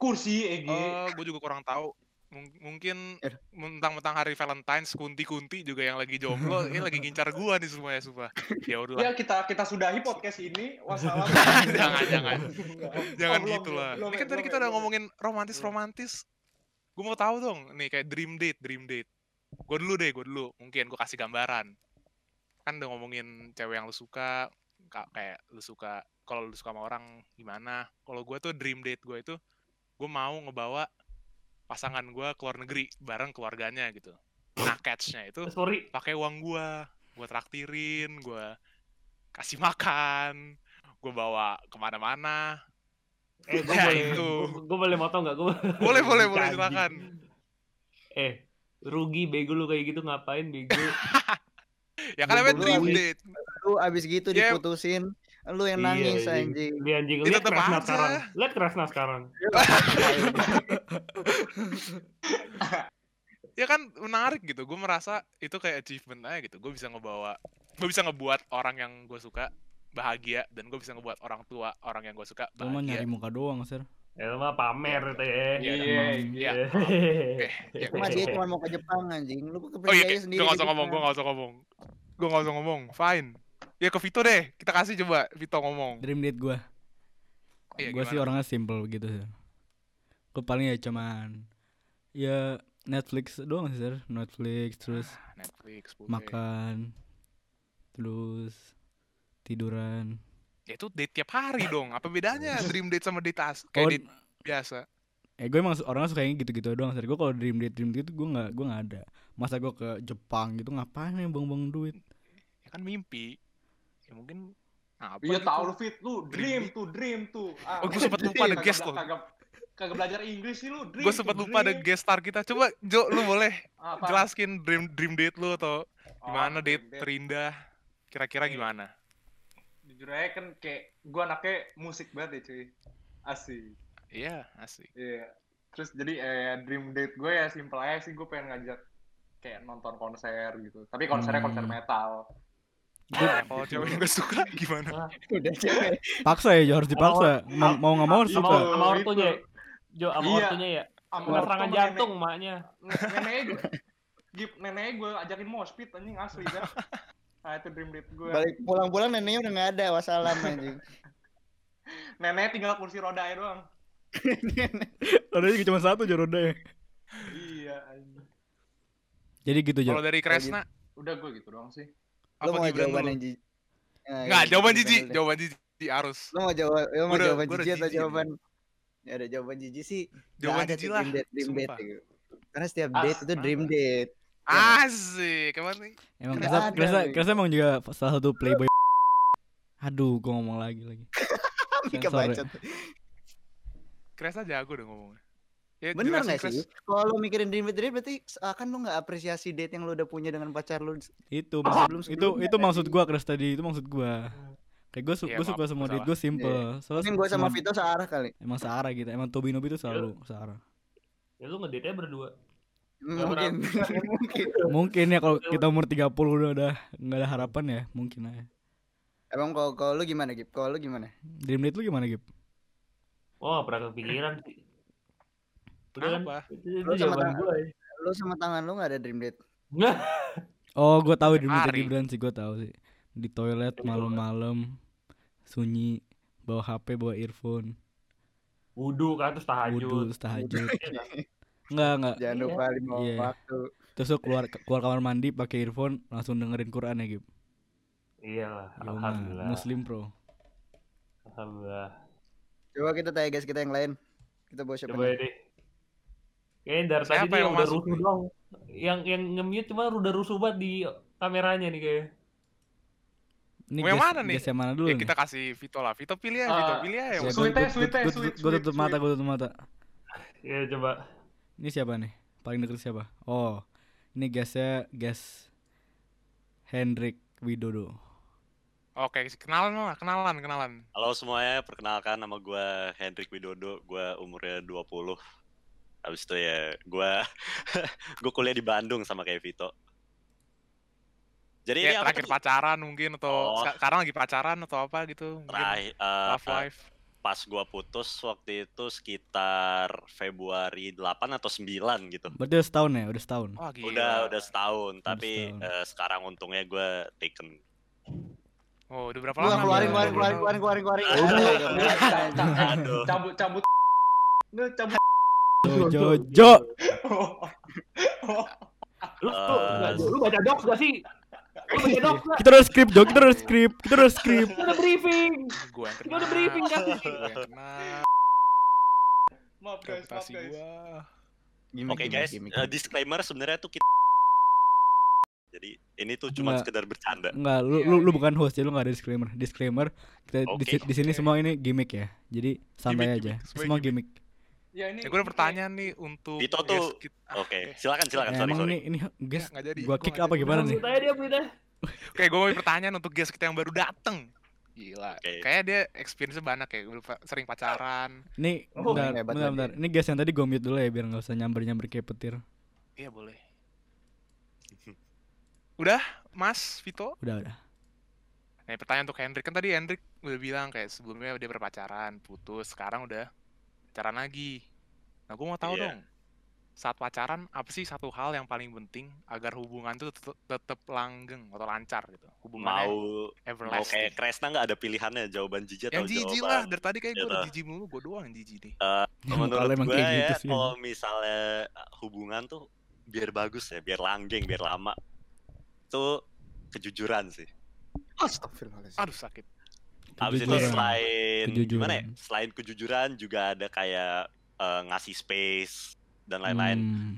S1: kursi eh, EG.
S5: Iya. Oh,
S4: gue Eh, juga kurang tahu Mung- mungkin
S5: Yaudah.
S4: mentang-mentang hari Valentine's kunti-kunti juga yang lagi
S5: [LAUGHS]
S4: jomblo ini lagi ngincar gua nih semuanya sumpah ya udah
S5: Iya,
S1: Ya kita kita sudahi podcast ini. Wassalamualaikum.
S4: [LAUGHS] Jangan, jangan. Jangan
S1: Oh, belum,
S4: gitu
S1: belum,
S4: lah.
S1: belum,
S4: Ini kan
S1: belum,
S4: tadi kita udah
S1: belum.
S4: ngomongin romantis-romantis. Gue mau tahu dong, nih kayak dream date, dream date. Gue dulu deh, gue dulu. Mungkin gue kasih gambaran. Kan udah ngomongin cewek yang lu suka, ka- kayak lu suka, kalau lu suka sama orang gimana. Kalau gue tuh dream date gue itu, gue mau ngebawa pasangan gue ke luar negeri bareng keluarganya gitu. Nah, catch-nya itu
S3: sorry.
S4: pakai uang gua gua traktirin gua kasih makan gua bawa kemana-mana
S2: [LAUGHS]
S3: Eh, gue
S4: Ya,
S3: boleh,
S4: itu.
S3: gue boleh motong nggak? Gua...
S4: boleh boleh boleh
S3: Janji.
S4: silakan
S3: Eh, rugi bego lu kayak gitu ngapain bego?
S4: ya kan namanya
S5: Gua
S4: dream
S5: bawa-
S4: date
S5: Lu abis gitu
S4: Ya.
S5: diputusin, lu yang
S3: Iya,
S5: nangis
S3: anjing.
S5: anjing.
S3: Li
S4: [LAUGHS]
S3: anjing
S4: Itu
S3: lihat
S4: tetep
S3: Kresna
S4: aja.
S3: sekarang. Lihat Kresna sekarang.
S4: ya kan menarik gitu gua merasa itu kayak achievement aja gitu gua bisa ngebawa gua bisa ngebuat orang yang gua suka bahagia dan gua bisa ngebuat orang tua orang yang gua suka
S2: Lu mah nyari
S4: bahagia
S2: muka doang, Sir.
S3: Ya lu mah pamer itu ya. Eh.
S1: Iya,
S4: iya.
S1: iya.
S4: Oke,
S3: [LAUGHS]
S4: ya,
S5: Cuma dia cuma mau ke Jepang anjing. Lu
S4: oh
S5: kepercaya
S4: iya gue
S5: sendiri.
S4: nggak
S2: gitu,
S5: ke
S4: usah ngomong gue
S5: Jepang.
S4: nggak usah ngomong gue nggak usah ngomong fine ya ke Vito deh kita kasih coba Vito ngomong
S2: Dream date gue.
S4: Iya,
S2: gue sih
S4: gimana?
S2: orangnya simple gitu sih gue paling ya cuman ya Netflix doang sih Sir.
S4: Ah,
S2: Netflix terus
S4: Netflix boleh.
S2: makan terus tiduran
S4: Ya itu date tiap hari dong. Apa bedanya dream date sama date as
S2: Oh,
S4: kayak date biasa?
S2: eh gue emang su- orangnya suka yang gitu-gitu doang Serius gue kalau dream date dream date gue nggak gue nggak ada masa gue ke Jepang gitu ngapain ya bang-bang duit
S4: ya kan mimpi ya mungkin apa
S1: Iya
S4: gitu.
S1: tahu lu fit lu dream tuh dream tuh. Ah,
S4: Oh, gua
S1: [LAUGHS]
S4: sempet lupa ada
S1: kagak-
S4: guest tuh.
S1: Kagak kagak belajar Inggris sih lu. Dream
S4: gue
S1: tuh,
S4: sempat lupa ada
S1: dream.
S4: guest star kita coba Jo lu boleh
S1: Apa?
S4: jelaskin dream dream date lu atau
S1: Oh,
S4: gimana date
S1: dream
S4: terindah kira-kira
S1: Iya.
S4: gimana
S1: Jujur aja kan kayak gua anaknya musik banget ya cuy. Asik.
S4: iya asik
S1: Iya. Terus jadi eh, dream date gue ya simple aja sih gue pengen ngajak kayak nonton konser gitu. Tapi konsernya
S2: Hmm.
S1: konser metal.
S4: Nah, kalau cewek yang gak suka [LAUGHS] gimana
S5: Udah cewek.
S2: paksa ya Jo, harus dipaksa mau mau nggak mau harus
S1: Sama
S2: suka
S1: lu
S3: Sama
S1: itu.
S3: ortunya ya? Jo, sama
S1: Iya.
S3: ortunya ya?
S1: Sama
S3: Kena
S1: waktu
S3: serangan
S1: sama
S3: jantung
S1: nenek-
S3: maknya.
S1: Neneknya gue Gip, neneknya gue ajakin moshpit anjing asli kan. Nah itu dream date gue.
S5: [LAUGHS] Balik pulang-pulang neneknya udah nggak ada wassalam anjing.
S1: Neneknya tinggal kursi roda aja doang.
S2: rodanya juga cuma satu Jo rodanya
S1: iya anjing.
S2: jadi gitu Jo
S4: kalau dari Kresna
S1: Udah gue gitu doang sih.
S5: Lu
S4: apa
S5: mau
S4: Gibran
S5: jawaban
S4: lu
S5: yang jijik? Nah,
S4: nggak
S5: iya,
S4: jawaban
S5: Gibran
S4: jiji
S5: dulu deh.
S4: jawaban jiji harus
S5: Lu mau jawaban lu mau
S4: Gua udah-
S5: jawaban
S4: gua
S5: jijik atau
S4: udah jijik nih.
S5: jawaban Ya ada jawaban jijik sih. nggak
S4: jawaban
S5: ada
S4: jiji
S5: tuh
S4: lah
S5: Dream date, dream date
S4: sumpah.
S5: gitu. Karena setiap
S1: Ah,
S5: date itu dream date.
S4: asik kemana nih
S2: Emang
S5: Nggak
S2: Kresa,
S5: ada,
S2: Kresa,
S5: Wi.
S2: Kresa emang juga salah satu playboy. Aduh, gua ngomong lagi lagi.
S4: Kan
S5: Mika
S2: Sensor ya.
S5: bacot.
S4: Kresna jago dong ngomongnya ya,
S5: Bener
S4: jelasin,
S5: gak
S4: Kres.
S5: sih? Kalau lu mikirin dream date dream berarti akan lu gak apresiasi date yang lu udah punya dengan pacar lu
S2: Itu maksud, itu
S5: Sebelum- sebelumnya
S2: itu maksud gua Kres tadi, itu maksud gua. Kayak gue
S4: Iya, maaf,
S2: suka sama
S4: gua
S2: date
S4: salah.
S2: gue simple. Soalnya
S5: Mungkin gue sama
S2: semua-
S5: Vito searah kali.
S2: Emang searah gitu, emang Tobi Nobi itu selalu searah.
S3: Ya lu ngedate berdua.
S5: Hmm, Mungkin. mungkin.
S2: Mungkin ya kalau kita umur 30 udah udah nggak ada harapan ya, mungkin aja.
S5: Emang kalau kalau lu gimana, Gib? Kalau lu gimana?
S2: Dream date lu gimana, Gib?
S3: Wah, Oh, nggak pernah kepikiran sih. Udah kan?
S4: Apa?
S3: Itu, itu
S5: Lu sama
S3: jawaban ya.
S5: tangan.
S3: gue.
S5: Lu sama tangan lu gak ada dream date.
S1: ya?
S3: Nggak.
S2: Oh, gua tahu dream date
S4: Mari.
S2: Gibran sih, gua tahu sih. Di toilet malam-malam sunyi bawa HP, bawa earphone,
S3: [LAUGHS] Wudu kan terus
S2: wudhu,
S3: tahajud.
S2: terus
S4: [LAUGHS]
S2: tahajud. Enggak, enggak.
S5: Jangan
S3: Iya.
S5: lupa lima
S2: Iya.
S5: waktu.
S2: Terus lu keluar keluar kamar mandi pakai earphone langsung dengerin Quran ya Gib.
S3: Iya lah,
S2: Yo,
S3: alhamdulillah.
S2: Muslim pro.
S3: Alhamdulillah.
S5: Coba kita tanya guys kita yang lain. Kita bawa siapa?
S3: Coba
S5: nih?
S3: ya deh. Kayaknya dari
S4: Siapa
S3: tadi nih
S4: yang
S3: yang udah
S4: masuk
S3: rusuh
S4: nih?
S3: dong. Yang yang nge-mute cuma udah rusuh banget di kameranya nih kayaknya.
S2: Ini
S4: Mau yang
S2: guys-
S4: mana nih?
S2: guys yang mana dulu
S4: ya,
S2: nih?
S4: kita kasih Vito lah Vito pilih ya
S1: Ah,
S4: Vito pilih ya
S2: Ya,
S1: Sweet
S2: gua-
S1: ya,
S2: gua-
S1: sweet ya,
S2: gua-
S1: sweet,
S2: gua tutup
S1: sweet,
S2: mata, gua tutup mata.
S3: Ya coba.
S2: Ini siapa nih? Paling deket siapa? Oh, ini guysnya guys Hendrik Widodo.
S4: oke kenalan lah kenalan kenalan
S6: Halo semuanya, perkenalkan nama gue Hendrik Widodo, gue umurnya 20 Habis itu ya, gue [LAUGHS] gue kuliah di Bandung sama kayak Vito Jadi ini
S4: ya
S6: apa
S4: terakhir
S6: tadi?
S4: pacaran mungkin atau
S6: Oh.
S4: seka- sekarang lagi pacaran atau apa gitu mungkin
S6: Terakhir, eh,
S4: love
S6: eh,
S4: life
S6: pas gue putus waktu itu sekitar Februari 8 atau 9 gitu
S2: Berarti udah setahun ya, udah setahun.
S4: wah gila
S6: Udah udah setahun, tapi
S2: setahun.
S6: eh, sekarang untungnya gue taken
S4: oh udah berapa
S5: Lu
S4: lama
S5: keluarin,
S4: nih?
S5: keluarin,
S4: Udah
S5: keluarin, keluarin,
S4: berapa
S5: keluarin, keluarin.
S6: Aduh,
S1: Cabut cabut. Nggak cabut. [LAUGHS]
S2: Jojo. Jo.
S3: Lu tuh
S6: Eh,
S3: enggak, Jo. lu baca docs gak sih? Lu baca docs gak?
S2: Kita udah skrip, Jo. Kita udah skrip. Kita udah skrip.
S3: Lu udah briefing.
S4: Gua yang
S3: Lu udah briefing kan?
S4: Gua yang kena
S1: Maaf guys, maaf
S4: reputasi
S1: guys.
S4: gua
S6: Oke guys, eh, disclaimer sebenarnya tuh kita jadi ini tuh cuma
S2: Nggak.
S6: sekedar bercanda.
S2: Enggak, lu lu, lu bukan host, jadi lu enggak ada disclaimer. Disclaimer, kita di,
S6: Oke.
S2: di sini semua ini gimmick ya. Jadi santai
S4: Gimmick,
S2: aja.
S4: gimmick. Semua
S2: Semua gimmick.
S1: Ya ini.
S4: ya gua ada pertanyaan nih untuk
S6: Vito
S4: guest
S6: tuh- Oh,
S4: kita. Ah,
S6: Oke, silakan silakan.
S2: Eh,
S6: Sorry
S2: emang
S6: sorry.
S2: ini ini guys,
S4: nggak jadi,
S2: gua
S4: gua
S2: kick
S4: nggak
S2: apa
S4: jadi.
S2: gimana nih?
S3: Lanjut aja dia berita.
S4: Oke, gue mau pertanyaan untuk guest kita yang baru dateng. Gila.
S6: Oke.
S4: Kayaknya dia experience-nya banyak ya. Udah pa- sering pacaran.
S2: Ini
S5: Oh,
S2: bentar,
S5: hebat
S2: bentar,
S5: lagi.
S2: bentar. Ini guys yang tadi gue mute dulu ya biar nggak usah nyamber-nyamber kayak petir.
S4: Iya boleh. [LAUGHS] Udah, Mas Vito.
S2: Udah, udah.
S4: Nah, pertanyaan untuk Hendrik kan tadi Hendrik udah bilang kayak sebelumnya dia berpacaran, putus, sekarang udah pacaran lagi. Nah, gue mau tahu
S6: Iya.
S4: dong. Saat pacaran apa sih satu hal yang paling penting agar hubungan tuh tetep, tetep langgeng atau lancar gitu? Hubungannya
S6: Mau mau
S4: everlasting.
S6: kayak Kresna nggak ada pilihannya jawaban jijik atau
S4: yang jijik lah,
S6: jawaban.
S4: dari tadi kayak gue udah
S6: Gitu.
S4: jijik mulu, gue doang yang jijik nih.
S2: Muka lu
S6: Menurut
S2: emang
S6: gue
S2: kayak
S6: ya,
S2: gitu sih.
S6: kalau misalnya eh, hubungan tuh biar bagus ya, biar langgeng, biar lama, tuh kejujuran sih. Iya
S5: Astagfirullahaladzim.
S4: Aduh sakit.
S6: Abis itu
S2: Kejujuran.
S6: selain
S2: Kejujuran.
S6: gimana ya? Selain kejujuran juga ada kayak eh, ngasih space dan lain-lain.
S2: Hmm.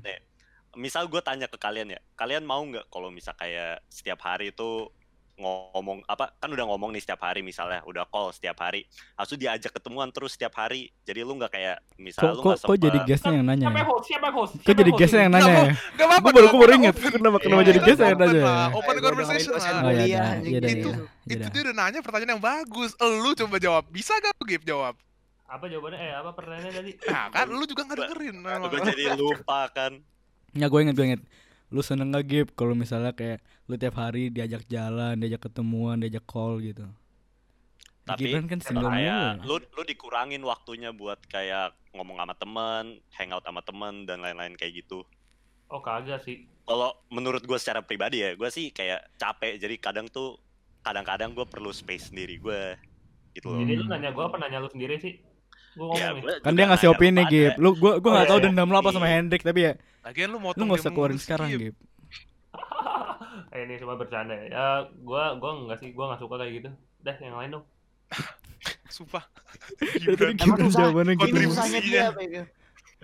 S6: Misal gue tanya ke kalian ya, kalian mau nggak kalau misal kayak setiap hari itu ngomong apa kan udah ngomong nih setiap hari misalnya udah call setiap hari harus diajak ketemuan terus setiap hari jadi lu nggak kayak
S2: Kok,
S6: misal lu
S2: kok,
S6: nggak
S2: kok jadi
S6: [LAUGHS] sempet-
S2: guestnya yang nanya
S3: Siapa
S2: ya?
S3: yang host? Siapa yang host?
S2: Kok
S3: Siapa
S2: jadi
S3: yang
S2: guestnya yang nanya ya?
S4: Gak apa-apa.
S2: Gue baru, gue
S4: kenapa
S2: baru inget
S4: open?
S2: kenapa, kenapa
S6: Iya,
S2: jadi
S6: iya,
S2: guestnya yang
S4: open
S2: nanya ya?
S4: lah, Open conversation
S2: Oh
S4: lah.
S2: iya,
S5: Iya,
S2: dah, iya, dah,
S4: Itu-
S2: iya, dah, iya,
S4: Itu
S2: dah.
S4: dia udah nanya pertanyaan yang bagus. Lu coba jawab. Bisa gak lu Gip jawab?
S3: Apa jawabannya? Eh, apa pertanyaannya tadi?
S4: Nah kan lu juga gak dengerin.
S6: Aduh,
S4: emang.
S6: gue jadi lupa kan
S2: Ya gue inget, gue inget Lu seneng gak Gip kalau misalnya kayak Lu tiap hari diajak jalan, diajak ketemuan, diajak call gitu
S6: Tapi,
S2: Gibran kan single mulu ya.
S6: kayak lu lu dikurangin waktunya buat kayak ngomong sama temen, hangout sama temen dan lain-lain kayak gitu.
S3: Oh, kagak sih.
S6: Kalau menurut gue secara pribadi ya, gue sih kayak capek jadi kadang tuh kadang-kadang gue perlu space sendiri gue gitu loh.
S3: Jadi
S2: Hmm.
S3: lu nanya gue apa nanya lu sendiri sih? Gue
S6: Ya,
S3: ngomong nih.
S6: gua
S2: Kan
S6: juga
S2: dia ngasih
S6: nanya
S2: opini
S6: kepada-
S2: Gip Lu, gue gua
S3: Oh,
S2: gak tau
S6: iya.
S2: dendam lu apa sama
S6: Iya.
S2: Hendrik Tapi ya
S4: Lagian lu
S2: Lu
S4: motong
S2: gak usah
S4: dia
S2: keluarin
S4: mulu,
S2: sekarang
S4: Gip.
S2: Gip
S3: [LAUGHS] Eh, ini cuma bercanda ya. ya. Gua gua enggak sih, gua enggak suka kayak gitu. Dah, yang lain dong.
S2: [LAUGHS]
S4: Sumpah.
S2: Tadi
S4: Gibran
S2: Gibran
S5: susah-
S2: jawabannya gitu
S4: kontribusi.
S5: Kontribusinya dia apa itu?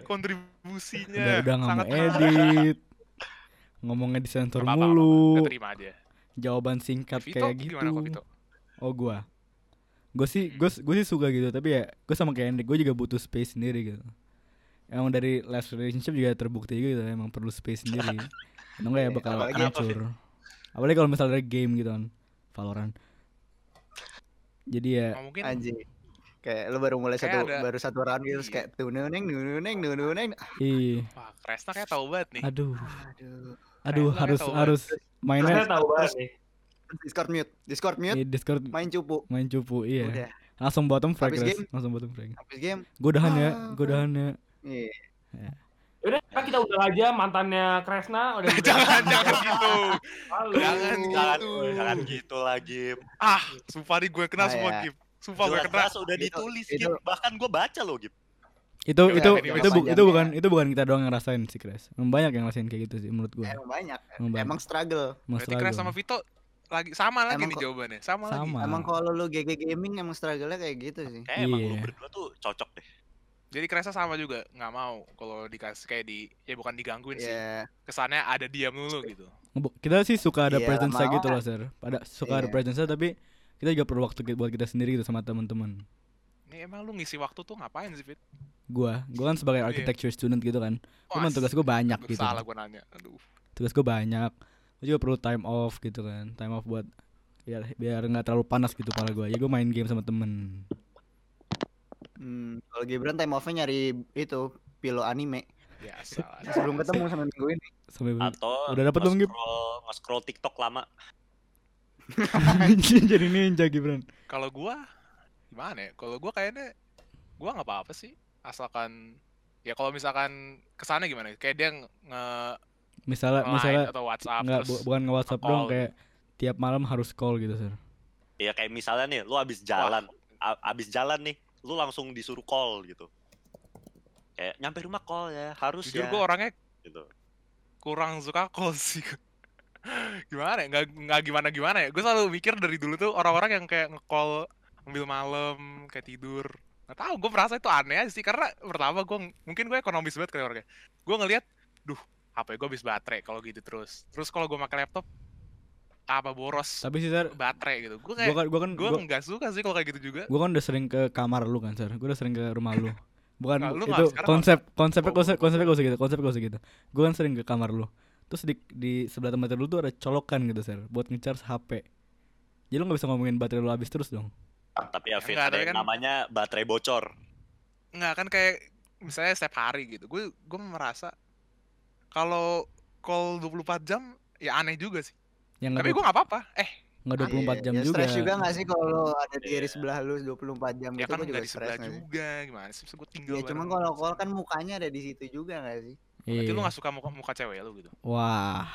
S4: kontribusinya
S2: Udah, udah gak mau
S4: Iya, sangat
S2: edit Ngomongnya disensor
S4: Apa-apa,
S2: mulu
S4: Kita terima aja.
S2: Jawaban singkat
S4: Vito
S2: kayak gitu
S4: gimana kok Vito?
S2: Oh gua Gue sih gue gue sih suka gitu tapi ya gue sama kayak Hendrik gue juga butuh space sendiri gitu. Emang dari last relationship juga terbukti juga gitu emang perlu space
S4: [LAUGHS]
S2: sendiri. Emang gak ya
S5: Iya,
S2: bakal
S5: apalagi-
S2: hancur. Apalagi kalau misalnya ada game gitu kan Valorant. Jadi ya
S4: Oh, mungkin
S5: Anjing. Kayak lu baru mulai satu
S4: Kayak ada-
S5: baru satu round gitu terus
S4: Iya.
S5: kayak tununeng nununeng nununeng.
S2: ih
S4: wah Kresna kayak tahu banget
S2: [LAUGHS]
S4: nih.
S2: aduh
S5: Aduh.
S2: aduh
S4: Kayaknya
S2: harus
S4: tahu
S2: harus
S3: Saya
S2: mainnya
S3: tahu banget nih.
S5: Discord mute. Discord mute.
S2: di Discord
S5: Main cupu.
S2: main cupu iya.
S5: Udah.
S2: Langsung bottom frag
S5: Habis
S2: Res.
S5: game.
S2: langsung bottom frag.
S5: Habis game.
S2: Gue udahan ya,
S5: Ah.
S2: gue udahan ya.
S5: Iya.
S3: Udah, kan kita udah aja mantannya Kresna
S4: [LAUGHS]
S3: udah
S4: jangan jangan gitu.
S3: Halo.
S4: Jangan
S6: Jangan,
S4: gitu.
S6: jangan gitu lagi.
S4: Ah, sumpah nih gue
S5: Ah,
S4: kena semua
S5: ya.
S4: Gip. Sumpah gue kena.
S6: Jelas-jelas udah
S5: Itu-
S6: ditulis
S5: itu-
S6: Gip. Bahkan gue baca loh Gip.
S2: Itu
S4: Ya,
S2: itu
S4: ini
S2: itu, bu-
S5: panjang
S2: itu
S5: ya.
S2: bukan itu bukan kita doang yang rasain sih Kres. Emang Banyak yang rasain kayak gitu sih menurut gue.
S5: Emang banyak.
S2: Emang banyak.
S5: Emang struggle.
S2: Mas
S4: Eh, Berarti Kres sama Vito lagi sama lagi
S5: Emang
S4: nih
S5: kok-
S4: jawabannya. Sama, lagi.
S2: Sama.
S5: Emang kalau lu GG gaming emang struggle-nya kayak gitu sih.
S6: Kayak emang lu
S2: Iya.
S6: berdua tuh cocok deh.
S4: Jadi Kresna sama juga nggak mau kalau dikasih kayak di ya bukan digangguin sih.
S5: Iya.
S4: Kesannya ada diam dulu gitu.
S2: Bu- kita sih suka ada
S5: Iya,
S2: presence
S5: lama-lama
S2: gitu loh Sir. Ada suka ada
S5: Iya.
S2: presence tapi kita juga perlu waktu ki- buat kita sendiri gitu sama teman-teman.
S4: Ini emang lu ngisi waktu tuh ngapain sih Fit?
S2: Gua, gua kan sebagai architecture student gitu kan.
S4: Iya. Wah,
S2: Cuman tugas gua banyak
S4: gua
S2: gitu.
S4: Salah gue nanya. Aduh.
S2: Tugas gua banyak. Gua juga perlu time off gitu kan. Time off buat biar biar nggak terlalu panas gitu kepala gua. Ya gua main game sama temen
S5: Hmm, kalau Gibran time off-nya nyari itu pilo anime.
S4: [LAUGHS] Ya salah.
S5: Sebelum ketemu sama minggu ini.
S2: sampai
S6: Atau
S2: Udah dapet belum, Gip?
S6: nge-scroll- nge-scroll TikTok lama.
S2: jadi ninja Gibran.
S4: Kalau gua gimana ya? Kalau gua kayaknya gua nggak apa-apa sih. Asalkan ya kalau misalkan kesannya gimana? Kayak dia nge
S2: Misalnya
S4: line
S2: misalnya
S4: atau WhatsApp
S2: nggak
S4: terus
S2: bu- bukan nge WhatsApp
S4: nge-call gitu.
S2: doang kayak tiap malam harus call gitu Sir.
S6: Ya kayak misalnya nih, lu abis jalan, A- abis jalan nih, lu langsung disuruh call gitu. Kayak nyampe rumah call ya, harus
S4: jujur
S6: ya.
S4: gua orangnya
S6: Gitu.
S4: kurang suka call sih. gimana ya? Nggak, nggak gimana gimana ya? Gue selalu mikir dari dulu tuh orang-orang yang kayak nge-call ambil malam kayak tidur. Nggak tahu, gue merasa itu aneh aja sih karena pertama gue mungkin gue ekonomis banget kayak orangnya. Gue ngelihat, duh HP gue habis baterai kalau gitu terus. Terus kalau gue pakai laptop apa boros
S2: Tapi sih Sir,
S4: baterai gitu. Gue
S2: gua
S4: kayak
S2: kan gua kan
S4: gue
S2: gua-
S4: nggak suka sih kalau kayak gitu juga.
S2: gue kan udah sering ke kamar lu kan sir gue udah sering ke rumah lu bukan
S4: Nah,
S2: itu
S4: lu nggak sekarang
S2: konsep konsepnya
S4: Oh,
S2: konsep konsepnya gue segitu konsepnya gue segitu gue kan sering ke kamar lu terus di di sebelah tempat lu tuh ada colokan gitu sir buat ngecharge hp jadi lu nggak bisa ngomongin baterai lu habis terus dong
S6: Tapi ya,
S4: Ya
S6: Fit,
S4: enggak,
S6: ada
S4: tapi
S6: yang
S4: kan-
S6: namanya baterai bocor.
S4: nggak kan kayak misalnya setiap hari gitu gue gue merasa kalau call 24 jam ya aneh juga sih
S2: yang
S4: tapi
S2: nggak
S4: gue nggak apa-apa eh
S2: du- nggak [LAUGHS] dua puluh empat
S5: Iya,
S2: jam
S5: ya
S2: juga,
S5: Stres juga gak sih kalau ada di
S6: Iya.
S5: sebelah lu 24 jam
S4: ya
S5: gitu
S4: kan
S5: gua juga
S4: nggak di
S5: stres
S4: sebelah
S5: nggak sih?
S4: juga gimana sih Maksud gue tinggal
S5: Ya cuman kalau call kan mukanya ada di situ juga gak sih?
S4: berarti
S2: Iya.
S4: lu nggak suka muka muka cewek lu gitu [LAUGHS]
S2: wah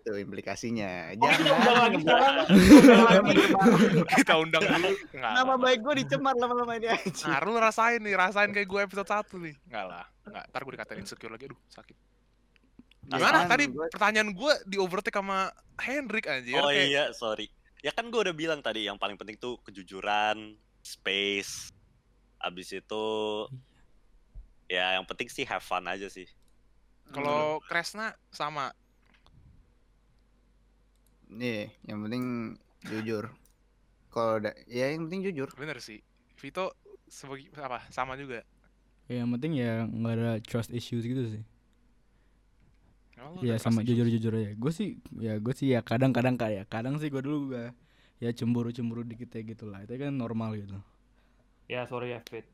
S5: Itu implikasinya.
S3: Oh, kita
S5: Jangan.
S3: udah lagi sekarang.
S5: [LAUGHS]
S4: kita undang
S5: Iya.
S4: dulu nggak
S5: Nama
S4: nggak, nggak.
S5: baik gue dicemar lama-lama ini aja.
S4: nah lu rasain nih rasain kayak gue episode 1 nih nggak lah nggak ntar gue dikatain insecure lagi aduh sakit
S5: Iya, kan?
S4: gimana tadi pertanyaan gue di overtake sama Hendrik anjir
S6: Oh
S4: Kayak-
S6: iya, sorry. Ya kan gue udah bilang tadi yang paling penting tuh kejujuran, space, abis itu ya yang penting sih have fun aja sih
S4: Kalau Kresna sama.
S5: Nih, yang penting jujur. Kalau da- ya yang penting jujur.
S4: Bener sih. Vito sebagai apa? Sama juga.
S2: Ya, yang penting ya nggak ada trust issues gitu sih.
S4: Emang lu
S2: Ya
S5: Iya,
S4: udah
S2: sama
S4: kasih-
S2: jujur-jujur aja. Gue sih ya gue sih ya kadang-kadang kayak kadang sih gue dulu gue ya cemburu-cemburu dikit ya gitu lah. Itu kan normal gitu.
S3: Ya sorry ya Fit.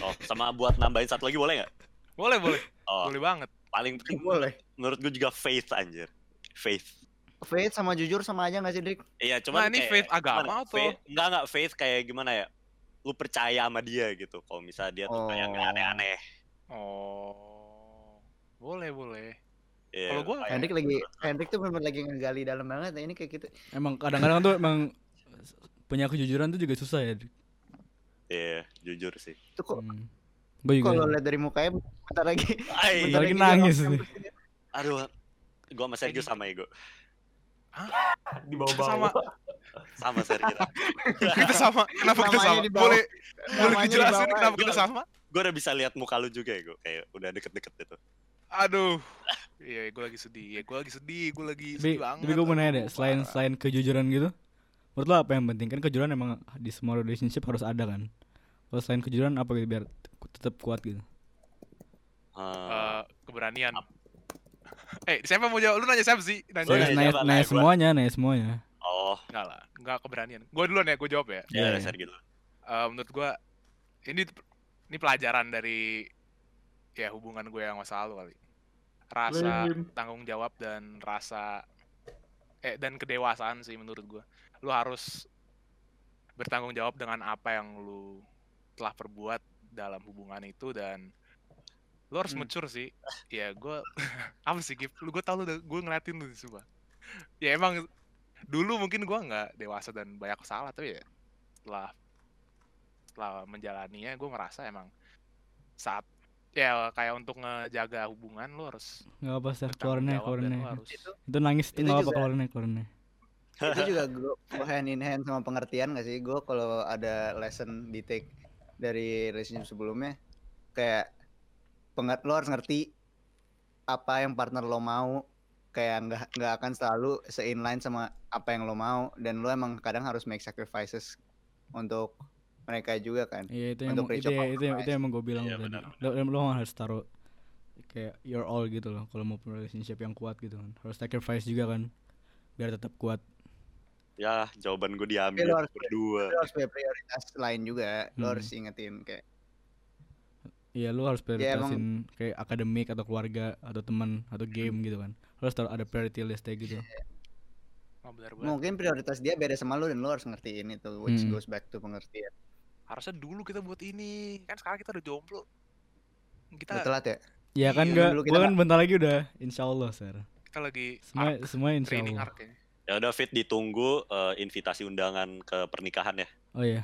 S6: oh sama buat nambahin satu lagi boleh nggak
S4: Boleh boleh.
S6: oh
S4: Boleh banget.
S6: paling penting
S5: Boleh.
S6: menurut gue juga faith anjir faith
S5: Faith sama jujur sama aja gak sih, Dik?
S6: Iya,
S4: Nah,
S6: cuman
S4: ini
S6: kayak-
S4: faith agama
S6: gimana? ya?
S4: atau-
S6: Faith- enggak enggak faith kayak gimana ya? Lu percaya sama dia gitu. Kalau misalnya dia tuh kayak nggak
S5: Oh.
S6: aneh-aneh.
S4: Oh. Boleh boleh.
S6: Iya,
S4: Kalau gua-
S6: kayak-
S5: Hendrik lagi Hendrik tuh benar lagi ngegali dalam banget. Ini kayak gitu.
S2: Emang kadang-kadang tuh emang punya kejujuran tuh juga susah ya.
S6: Iya, jujur sih.
S5: Tuh kok
S2: Hmm. Gue
S5: kalau
S2: juga.
S5: lihat dari mukanya bentar lagi.
S6: Ay,
S2: Bentar Iya, lagi
S5: bentar lagi dia
S2: nangis
S5: ngomong.
S2: nih.
S6: aduh. Gua sama Sergio sama Ego.
S3: Di
S4: Sama.
S3: bawah-bawah.
S6: Sama Sergio.
S4: Kita sama. Kenapa kita
S5: Namanya
S4: sama?
S5: di bawah.
S4: Boleh boleh
S5: Namanya
S4: dijelasin
S5: dibawa.
S4: kenapa kita sama?
S6: gua udah bisa lihat muka lu juga Ego. Kayak udah deket-deket gitu.
S4: Aduh. Iya, gue lagi sedih. Iya, gue lagi sedih. Gue lagi
S2: Tapi,
S4: sedih banget.
S2: tapi gue mau nanya deh,
S4: Aduh,
S2: selain
S4: parah.
S2: selain kejujuran gitu, menurut lo apa yang penting? Kan kejujuran emang di semua relationship harus ada kan. Kalau selain kejujuran apa gitu biar tetap kuat gitu?
S6: Hmm.
S4: Eh, keberanian. eh, siapa mau jawab? Lu nanya siapa sih?
S6: Lu
S2: Serius,
S4: Nanya.
S6: nanya
S2: nanya, nanya
S6: siapa? Nanya gua.
S2: semuanya, nanya semuanya.
S6: oh,
S4: Enggak lah, enggak keberanian. Gue duluan ya, gue jawab ya.
S2: Iya,
S6: ya
S2: iya.
S6: Sergio dulu.
S4: Eh, menurut gue, ini ini pelajaran dari ya hubungan gue yang masa lalu kali. Rasa tanggung jawab dan rasa eh dan kedewasaan sih menurut gue. Lu harus bertanggung jawab dengan apa yang lu telah perbuat dalam hubungan itu dan lu harus
S5: Hmm.
S4: mature sih. Ya gue [LAUGHS] apa sih Gif? Lu gue tau lu gue ngeliatin lu sumpah. Ya emang dulu mungkin gue nggak dewasa dan banyak salah tapi ya setelah setelah menjalaninya gue merasa emang saat ya kayak untuk ngejaga hubungan lu harus
S2: Gak apa sih, keluarinnya,
S4: bertanggung jawab dan
S2: keluarinnya.
S4: lu harus
S2: Itu nangis tuh
S5: Itu
S2: gak apa
S5: juga-
S2: keluarinnya, keluarinnya.
S5: itu juga gue hand in hand sama pengertian gak sih gue kalau ada lesson di take dari relationship sebelumnya kayak pengat lo harus ngerti apa yang partner lo mau kayak nggak nggak akan selalu seinline sama apa yang lo mau dan lo emang kadang harus make sacrifices untuk mereka juga kan
S2: Iya itu yang
S5: Untuk
S2: itu
S5: reach
S2: ya,
S5: out
S2: itu yang, itu
S5: compromise.
S2: yang gue bilang
S6: Iya,
S2: tadi.
S6: benar,
S2: Lo, lo harus taruh kayak your all gitu loh kalau mau relationship yang kuat gitu kan. Harus sacrifice juga kan biar tetap kuat.
S6: Ya, jawaban gue
S5: Tapi lu
S6: diambil
S5: harus-
S6: berdua.
S5: lo harus punya prioritas lain juga lo
S2: Hmm.
S5: harus ingetin kayak
S2: Iya lu harus
S5: Ya, emang-
S2: prioritasin kayak akademik atau keluarga atau teman atau game gitu kan. Lo harus taruh ada priority list kayak gitu.
S4: Oh, benar banget.
S5: mungkin prioritas dia beda sama lo dan lo harus ngertiin itu which
S2: Hmm.
S5: goes back to pengertian
S4: harusnya dulu kita buat ini kan sekarang kita udah jomblo
S5: Gua
S4: kita
S5: telat ya
S2: Ya kan gak,
S5: Iya, dulu
S2: gue
S5: kita
S2: kan bentar lagi udah insya Allah Sar.
S4: kita lagi
S2: Semua,
S4: arc,
S2: semua insya
S4: training
S2: Allah.
S4: arc ya
S6: Ya udah Fit ditunggu eh, invitasi undangan ke pernikahan ya.
S2: Oh iya.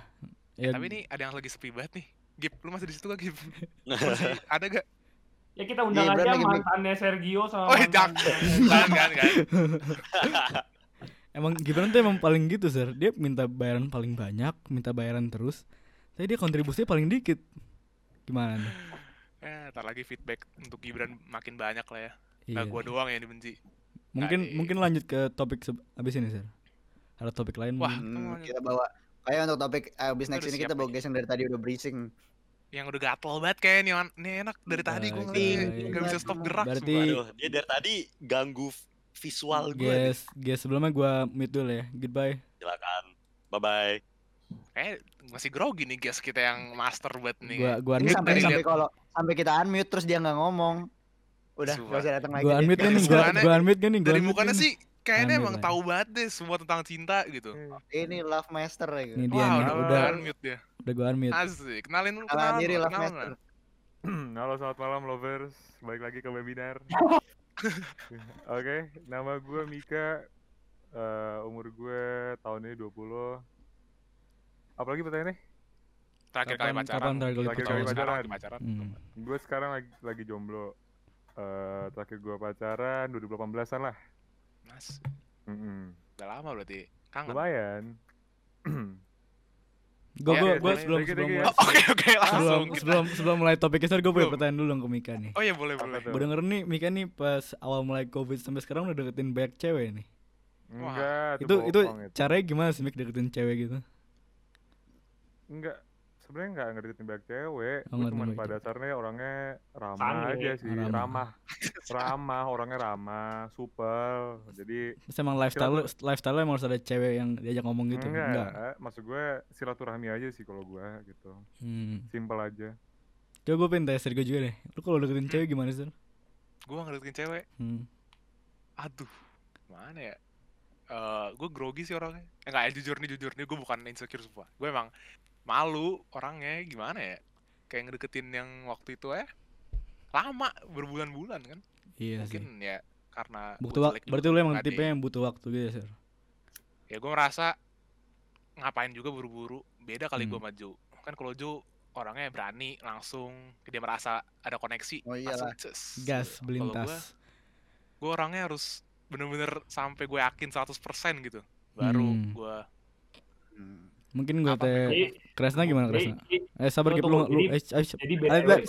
S2: Ya,
S4: tapi ini ada yang lagi sepi banget nih Gip lu masih di situ gak Gip masih ada gak
S3: Ya kita undang
S5: Gibran
S3: aja
S5: lagi make-
S3: mantannya Sergio
S4: Iya, Oh,
S3: sama mantan-
S4: jangan. kan kan kan
S2: Emang Gibran tuh emang paling gitu Sar. Dia minta bayaran paling banyak, minta bayaran terus. Tapi dia kontribusinya paling dikit. Gimana? nih?
S4: eh, ntar lagi feedback untuk Gibran makin banyak lah ya
S2: Iya.
S4: Nah, gua doang yang dibenci
S2: Mungkin
S4: Tadi.
S2: mungkin lanjut ke topik seb- abis ini, Sir. Ada topik lain
S4: Wah.
S2: mungkin?
S5: Hmm,
S4: Teman.
S7: gitu.
S5: kita bawa kayak untuk topik eh, abis
S4: Kita
S5: next
S4: udah
S5: ini
S4: siap
S5: kita bawa
S4: aja.
S5: geseng dari tadi udah breaching.
S4: yang udah gatel banget kayak nih on- nih enak dari
S2: Iya,
S4: tadi gue
S2: Baik.
S4: nggak bisa stop gerak
S2: iya. Berarti-
S4: sumpah.
S6: Aduh, dia dari tadi ganggu visual gue. nih.
S2: Guys, guys sebelumnya gua mute dulu ya. Goodbye.
S6: Silakan. Bye bye.
S4: kayak masih grogi nih guys kita yang master buat nih
S2: Gua gua
S5: Ini
S2: unmute
S5: sampai
S2: nih.
S5: sampai kalau sampai kita unmute terus dia nggak ngomong. Udah
S4: Sumpah.
S5: nggak usah datang lagi.
S2: Gua
S5: deh.
S2: unmute
S4: Dari
S2: nih, gua
S4: mukanya-
S2: gua unmute gak nih, gua
S4: dari
S2: unmute
S4: mukanya
S2: nih.
S4: sih kayaknya
S2: Aneh
S4: emang
S2: lah.
S4: tahu banget deh semua tentang cinta gitu
S5: Ini love master ya.
S2: Ini
S5: Ini
S2: dia
S4: Wah,
S2: nih,
S4: udah,
S2: Iya, udah
S4: unmute dia.
S2: udah gua unmute.
S4: Asik. Kenalin lu,
S5: Salah
S4: kenalan
S5: diri
S4: lu,
S5: love
S4: kenalan
S5: master.
S4: lu.
S7: Hmm, Halo selamat malam lovers, balik lagi ke
S2: [LAUGHS]
S7: webinar. Oke, nama gue Mika, Eh, umur gue tahun ini 20. Apalagi pertanyaannya?
S4: Terakhir kali
S2: Kapan-
S4: pacaran.
S2: kapan terakhir kali pacaran?
S7: Terakhir kali pacaran.
S4: Sekarang pacaran.
S2: Hmm.
S7: Gue sekarang lagi, lagi jomblo. Eh, terakhir gue pacaran 2018an lah.
S4: Mas,
S7: Mm-mm.
S2: Hmm.
S7: [CLEARS THROAT]
S4: udah lama berarti. Kangen.
S7: Lumayan.
S2: Gue
S4: Ya,
S2: gue gue
S4: ya, boleh.
S2: sebelum
S7: Thank you,
S2: sebelum
S7: thank you.
S2: mulai-
S4: Oh, Oke oke
S2: sebelum
S4: langsung kita.
S2: sebelum sebelum mulai topik kita gue punya
S4: Belum.
S2: pertanyaan dulu ke Mika nih.
S4: Oh iya boleh boleh.
S7: tuh?
S2: Gue denger nih Mika nih pas awal mulai covid sampai sekarang udah deketin banyak cewek nih.
S7: Enggak,
S2: Itu itu
S7: bohong itu.
S2: caranya gimana sih Mik deketin cewek gitu?
S7: Enggak, sebenarnya enggak ngerti banyak cewek.
S2: Oh,
S7: Gue
S2: ngerti
S7: cuma
S2: banyak
S7: pada
S2: cewek.
S7: dasarnya orangnya ramah
S3: Sange.
S7: aja sih,
S2: Ah, ramah.
S7: ramah.
S4: [LAUGHS]
S7: ramah, orangnya ramah, supel. Jadi
S2: Terus emang lifestyle lifestyle emang harus ada cewek yang diajak ngomong gitu.
S7: enggak,
S2: Enggak.
S7: maksud gue silaturahmi aja sih kalau gue gitu.
S2: Hmm.
S7: Simpel aja.
S2: Coba gue pengen tanya gue juga deh. Lu kalau deketin cewek gimana sih?
S4: Gue ngedeketin cewek.
S2: Hmm.
S4: Aduh. Mana ya? Eh, gue grogi sih orangnya. Enggak ya jujur nih jujur nih gue bukan insecure semua. Gue emang malu orangnya gimana ya? Kayak ngedeketin yang waktu itu ya. Lama berbulan-bulan kan.
S2: Iya
S4: Mungkin
S2: sih.
S4: ya karena gua
S2: Butuh wak-
S4: jelek
S2: berarti
S4: dulu,
S2: lu emang
S4: nggak
S2: tipe
S4: di-
S2: yang butuh waktu gitu ya, Sir.
S4: ya gue merasa ngapain juga buru-buru beda kali
S2: Hmm.
S4: gue maju kan kalau Jo orangnya berani langsung dia merasa ada koneksi
S5: Oh iyalah.
S4: langsung ces.
S2: Gas
S4: Kalau
S2: belintas.
S4: gue gue orangnya harus bener-bener sampai gue yakin 100% gitu baru
S2: Hmm.
S4: gue
S5: Hmm.
S2: Mungkin gue
S4: Apa?
S2: tanya
S3: Jadi,
S2: Kresna Nah, gimana
S3: jadi,
S2: Kresna? Eh sabar
S3: Tunggu,
S2: gitu lu
S3: tunggu.
S2: lu
S3: Jadi-
S2: eh, eh,
S3: jadi
S2: Ayo,
S3: BTW,
S2: coba.
S3: jadi
S2: eh,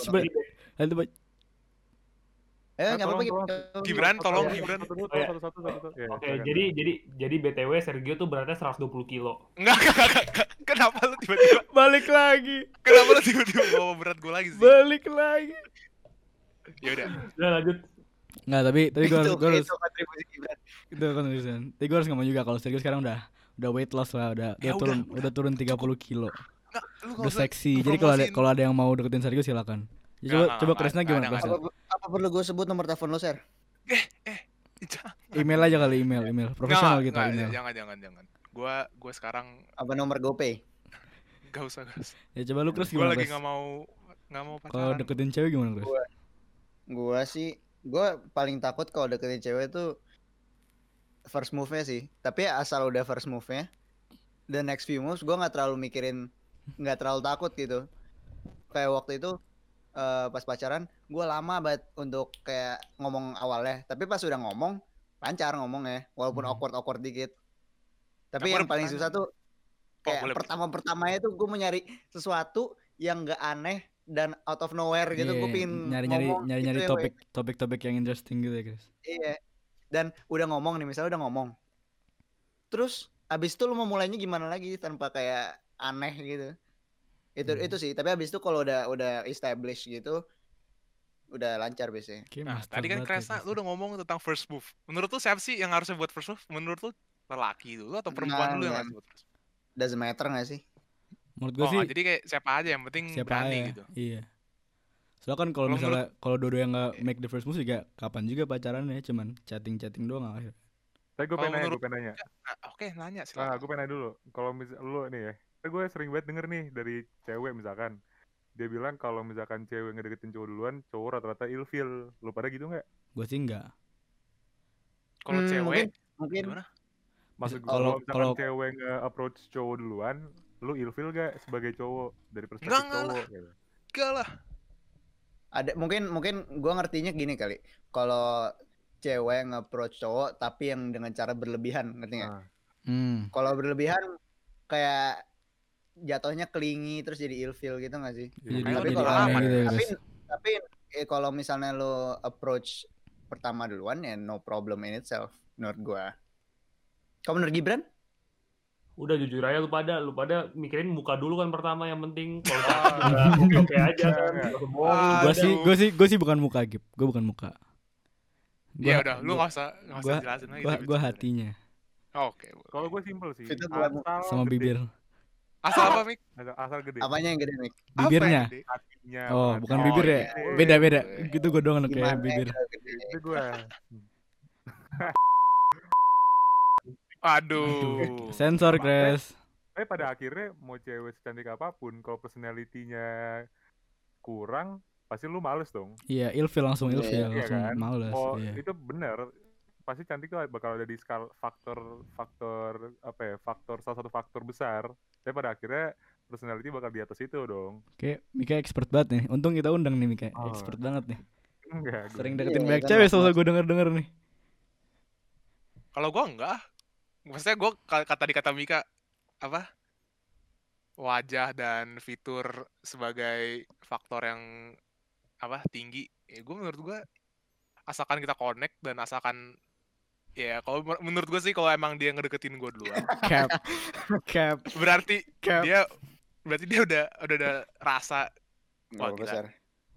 S2: coba.
S5: Eh,
S7: Eh,
S5: nggak apa-apa
S7: tolong,
S5: Gib.
S4: Gibran tolong
S7: Satu-
S4: Gibran
S7: Satu dulu,
S3: Oh, iya.
S7: satu satu satu. satu. Iya,
S3: Oke,
S7: silakan.
S3: jadi jadi jadi BTW Sergio tuh beratnya 120 kilo.
S4: enggak enggak enggak, enggak. kenapa lu tiba-tiba
S2: Balik lagi.
S4: kenapa lu tiba-tiba bawa berat gue lagi sih
S2: Balik lagi.
S4: ya udah
S3: Udah lanjut.
S2: Enggak, tapi tapi gue harus
S5: Itu-
S2: gue eh, harus
S5: itu kontribusi Gibran.
S2: itu kan seriusan. Tapi gue harus ngomong juga kalau serius sekarang udah udah weight loss lah, udah udah
S4: Ya udah,
S2: turun
S4: udah.
S2: udah turun 30 kilo.
S4: enggak lu nggak
S2: Udah
S4: usah
S2: seksi. Jadi kalau ada
S4: promosiin.
S2: kalau ada yang mau deketin serius silakan. Ya,
S4: Nggak,
S2: coba
S4: nggak,
S2: coba
S4: nggak,
S2: Kresna
S4: nggak
S2: gimana
S4: ada, nggak
S2: Kresna?
S5: Apa, apa perlu gue sebut nomor telepon lo, Ser?
S2: Email aja kali email, email profesional
S4: Nggak,
S2: gitu
S4: nggak,
S2: email.
S4: jangan jangan jangan gue gue sekarang
S5: Apa nomor GoPay?
S4: gak usah gak usah
S2: Ya coba lu Kres
S4: gue
S2: gimana?
S4: lagi
S2: Kres?
S4: nggak mau nggak mau
S2: Kalau
S4: pacaran
S2: deketin cewek gimana Kres?
S5: Gua sih, gua paling takut kalau deketin cewek tuh first move-nya sih. Tapi asal udah first move-nya, the next few moves gua nggak terlalu mikirin, nggak terlalu takut gitu. Kayak waktu itu eh, pas pacaran, gua lama banget untuk kayak ngomong awalnya. Tapi pas udah ngomong, lancar ngomongnya, walaupun
S2: Hmm.
S5: awkward awkward dikit.
S4: Aku
S5: Tapi
S4: ada
S5: yang paling susah
S4: pertanyaan.
S5: tuh
S4: Oh,
S5: kayak
S4: boleh, boleh.
S5: pertama-pertamanya tuh gue mau nyari sesuatu yang gak aneh dan out of nowhere gitu
S2: Iya,
S5: gue pingin
S2: nyari nyari
S5: ngomong
S2: nyari
S5: gitu
S2: nyari
S5: ya,
S2: topik topik topik yang interesting gitu ya Kres.
S5: Wei. iya dan udah ngomong nih misalnya udah ngomong terus abis itu lu mau mulainya gimana lagi tanpa kayak aneh gitu itu
S2: Hmm.
S5: itu sih tapi abis itu kalau udah udah established gitu udah lancar biasanya
S2: Oke,
S4: Nah,
S2: master
S4: tadi
S2: banget
S4: kan
S2: ya,
S4: Kresna lu
S2: Kresna.
S4: udah ngomong tentang first move. Menurut lu siapa sih yang harusnya buat first move? Menurut lu lelaki dulu atau perempuan
S5: Nah,
S4: dulu yang
S5: nah.
S4: harus buat first move?
S5: doesn't matter gak sih
S2: Menurut gue
S4: Oh,
S2: sih
S4: jadi kayak siapa aja yang penting
S2: siapa
S4: berani
S2: aja.
S4: gitu.
S2: Iya. Soalnya kan kalau
S4: Kalau
S2: misalnya kalau dodo yang nggak
S4: Iya.
S2: make the first move juga kapan juga pacarannya cuman chatting chatting doang akhir.
S7: Tapi gue pengen nanya,
S4: Kalau
S7: gue
S4: menurut-
S7: pengen
S3: ya.
S7: nanya.
S4: Nah, oke, nanya
S7: Ah,
S4: silakan.
S7: gue pengen nanya dulu. Kalau misal lu nih ya, gue sering banget denger nih dari cewek misalkan. Dia bilang kalau misalkan cewek ngedeketin cowok duluan, cowok rata-rata ilfil. Lu pada gitu nggak?
S2: Gue sih enggak.
S4: Kalau
S5: Hmm,
S4: cewek
S5: mungkin
S4: gimana?
S7: Maksud gue,
S2: Kalau-
S7: kalau misalkan
S2: kalau-
S7: cewek nge-approach cowok duluan, lu ilfil gak sebagai cowok dari perspektif
S4: Nggak, nggak
S7: cowok?
S2: Iya,
S7: gitu?
S4: Enggak lah.
S5: ada mungkin mungkin gua ngertinya gini kali kalau cewek nge-approach cowok tapi yang dengan cara berlebihan ngerti nggak
S7: Ah.
S2: Hmm.
S5: kalau berlebihan kayak jatuhnya kelingi terus jadi ilfil gitu nggak sih
S2: Jadi,
S4: makanya
S2: jadi
S4: kalau
S2: aneh
S4: aman,
S2: gitu ya,
S5: tapi
S2: Kres.
S5: tapi eh, kalau misalnya lo approach pertama duluan ya no problem in itself menurut gua kamu menurut Gibran
S3: Udah jujur aja lu pada lu pada mikirin muka dulu kan pertama yang penting.
S4: [LAUGHS]
S3: Kalau cakep juga oke aja kan. Nggak bohong.
S2: Gue Oh, sih
S4: Aduh.
S2: gue sih gue sih bukan muka gip. Gue bukan muka. Gua-
S4: Ya udah,
S2: gua-
S4: lu enggak usah enggak usah
S2: gua-
S4: jelasin lagi.
S2: gua,
S4: gitu.
S2: gua hatinya
S4: Oke. boleh.
S7: Kalau gue simpel sih.
S5: Kita gua-
S4: Oh,
S7: asal
S2: sama
S7: gede.
S2: bibir.
S4: Asal apa, Mik?
S7: Asal, asal gede.
S5: apanya yang gede nih
S4: Apa
S2: Bibirnya.
S4: yang gede?
S7: Hatinya,
S2: Oh,
S7: hati.
S2: bukan
S4: Oh,
S2: bibir ya.
S4: iya.
S2: Beda beda.
S4: Iya.
S2: Gitu gue doang
S5: gimana
S2: kayak bibir.
S5: yang gede?
S7: Itu gue.
S4: Aduh.
S2: Sensor Kres.
S7: Tapi pada akhirnya mau cewek secantik apapun, kalau personalitinya kurang, pasti lu males dong.
S2: Iya, ilfil langsung
S5: Iya,
S2: ilfil
S7: iya
S2: langsung
S7: kan?
S2: males.
S7: Oh,
S2: iya.
S7: itu bener. Pasti cantik tuh bakal ada di skala faktor faktor apa ya? Faktor salah satu faktor besar. Tapi pada akhirnya personality bakal di atas itu dong.
S2: Oke, Mika expert banget nih. Untung kita undang nih Mika,
S7: Oh.
S2: expert banget nih.
S7: Enggak.
S2: Sering
S7: gue-
S2: deketin
S5: Iya,
S2: banyak
S5: kan
S2: cewek
S5: mas-
S2: soalnya gue denger-denger
S4: [LAUGHS]
S2: nih.
S4: Kalau gua enggak. Maksudnya gua ka- kata di kata Mika apa? wajah dan fitur sebagai faktor yang apa tinggi ya gue menurut gue asalkan kita connect dan asalkan ya kalau mer- menurut gue sih kalau emang dia ngedeketin gue
S2: [LAUGHS]
S4: duluan
S2: cap cap
S4: berarti
S2: cap
S4: dia berarti dia udah udah ada rasa
S5: Nggak
S4: Wah,
S5: apa-apa,
S4: gila.
S5: Sar.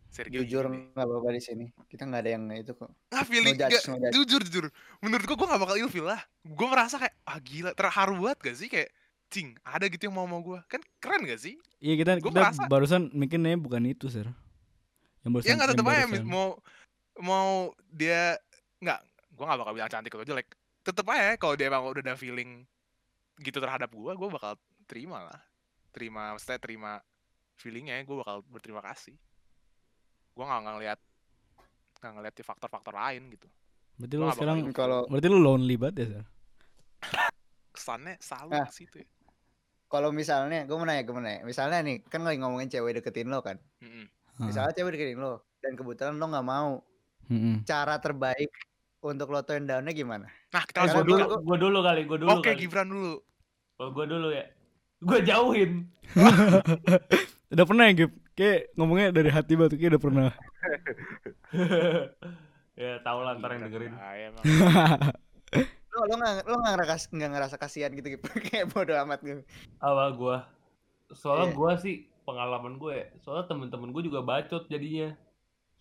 S4: Sergio
S5: Jujur
S4: gini.
S5: nggak apa-apa di sini. Kita nggak ada yang itu kok. No
S4: ah feeling
S5: judge,
S4: nggak-
S5: no judge.
S4: jujur jujur menurut gue gue gak bakal ilfil lah gue merasa kayak ah gila terharu banget gak sih kayak cing ada gitu yang mau mau gue kan keren gak sih
S2: iya kita
S4: Gua
S2: kita
S4: merasa-
S2: barusan mikirnya bukan itu sir yang barusan
S4: ya nggak tetep aja mis-
S2: barusan.
S4: mau mau dia nggak gue nggak bakal bilang cantik atau jelek tetep aja kalau dia emang udah ada feeling gitu terhadap gue gue bakal terima lah terima maksudnya terima feelingnya gue bakal berterima kasih gue nggak nggak ngeliat nggak ngeliat di faktor-faktor lain gitu
S2: berarti
S4: Gua
S2: lu
S4: nggak
S2: sekarang
S4: bakal
S5: Kalau
S2: berarti lu lonely banget ya sir
S4: kesannya selalu
S5: Ah.
S4: ke situ ya
S5: kalau misalnya, gue mau nanya, gue mau nanya. Misalnya nih, kan lagi ngomongin cewek deketin lo kan.
S4: Mm-mm.
S2: Ah,
S5: Misalnya cewek deketin lo dan kebetulan lo nggak mau.
S2: mm-mm.
S5: Cara terbaik untuk lo tone down-nya gimana?
S4: nah kita harus
S3: Eh, gue
S5: Karena
S3: dulu,
S4: berdoa
S5: gua-
S3: gue dulu kali, gue dulu
S4: oke
S3: kali.
S4: Gibran dulu
S3: Gue dulu ya. Gue jauhin.
S2: udah pernah ya Gib kayak ngomongnya dari hati batu kayak udah pernah
S3: [LAUGHS] ya tau lah ntar yang
S4: Gibran,
S3: dengerin.
S4: ah, ya emang.
S5: Lo lo nggak lo nggak ngerasa nggak ngerasa kasihan gitu gitu [LAUGHS] kayak bodo amat gitu.
S3: Awal gue. Soalnya
S5: Iya.
S3: gue sih pengalaman gue. Soalnya temen-temen gue juga bacot jadinya.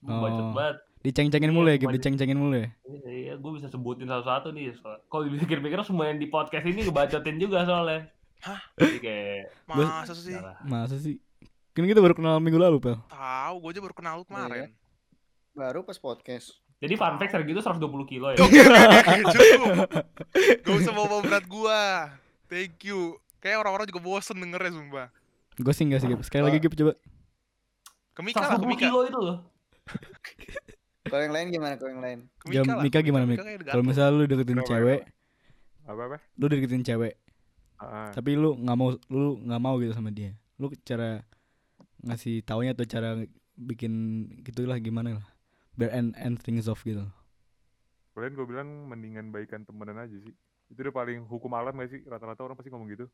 S3: Gua Bacot
S2: Oh.
S3: banget.
S2: [LAUGHS] diceng-cengin
S3: Iya,
S2: mulu ya Gib
S3: gua-
S2: diceng-cengin mulu ya
S3: Iya, gue bisa sebutin satu-satu nih. soalnya. Kalau dipikir-pikir semua yang di podcast ini ngebacotin juga soalnya.
S4: Hah?
S3: Jadi kayak,
S2: Gua-
S4: [LAUGHS] masa sih
S3: ya lah.
S2: masa sih kan kita baru kenal minggu lalu [LAUGHS] pel
S4: tahu gue aja baru kenal lu kemarin
S5: Baru pas podcast.
S3: Jadi fun fact Sergio itu 120 kilo ya.
S4: Oke, oke, oke, oke, cukup. Gak usah bawa berat gua. Thank you. Kayak orang-orang juga bosen dengernya sumpah.
S2: gue sih enggak sih Gib sekali lagi Gib coba
S4: Kemika lah,
S3: 120
S4: kemika.
S3: kilo itu loh.
S5: Kalau yang lain gimana? Kalau yang lain?
S4: Kemika
S2: jam
S4: lah,
S2: Mika gimana Mik
S4: kayak
S2: kalau
S4: gatel.
S2: misalnya lu deketin
S7: Kenapa,
S2: cewek
S7: Apa apa?
S2: lu deketin cewek tapi lu nggak mau lu nggak mau gitu sama dia lu cara ngasih taunya atau cara bikin gitulah gimana lah biar end end things off gitu
S7: Kalian gue bilang mendingan baikan temenan aja sih. Itu udah paling hukum alam gak sih? Rata-rata orang pasti ngomong gitu.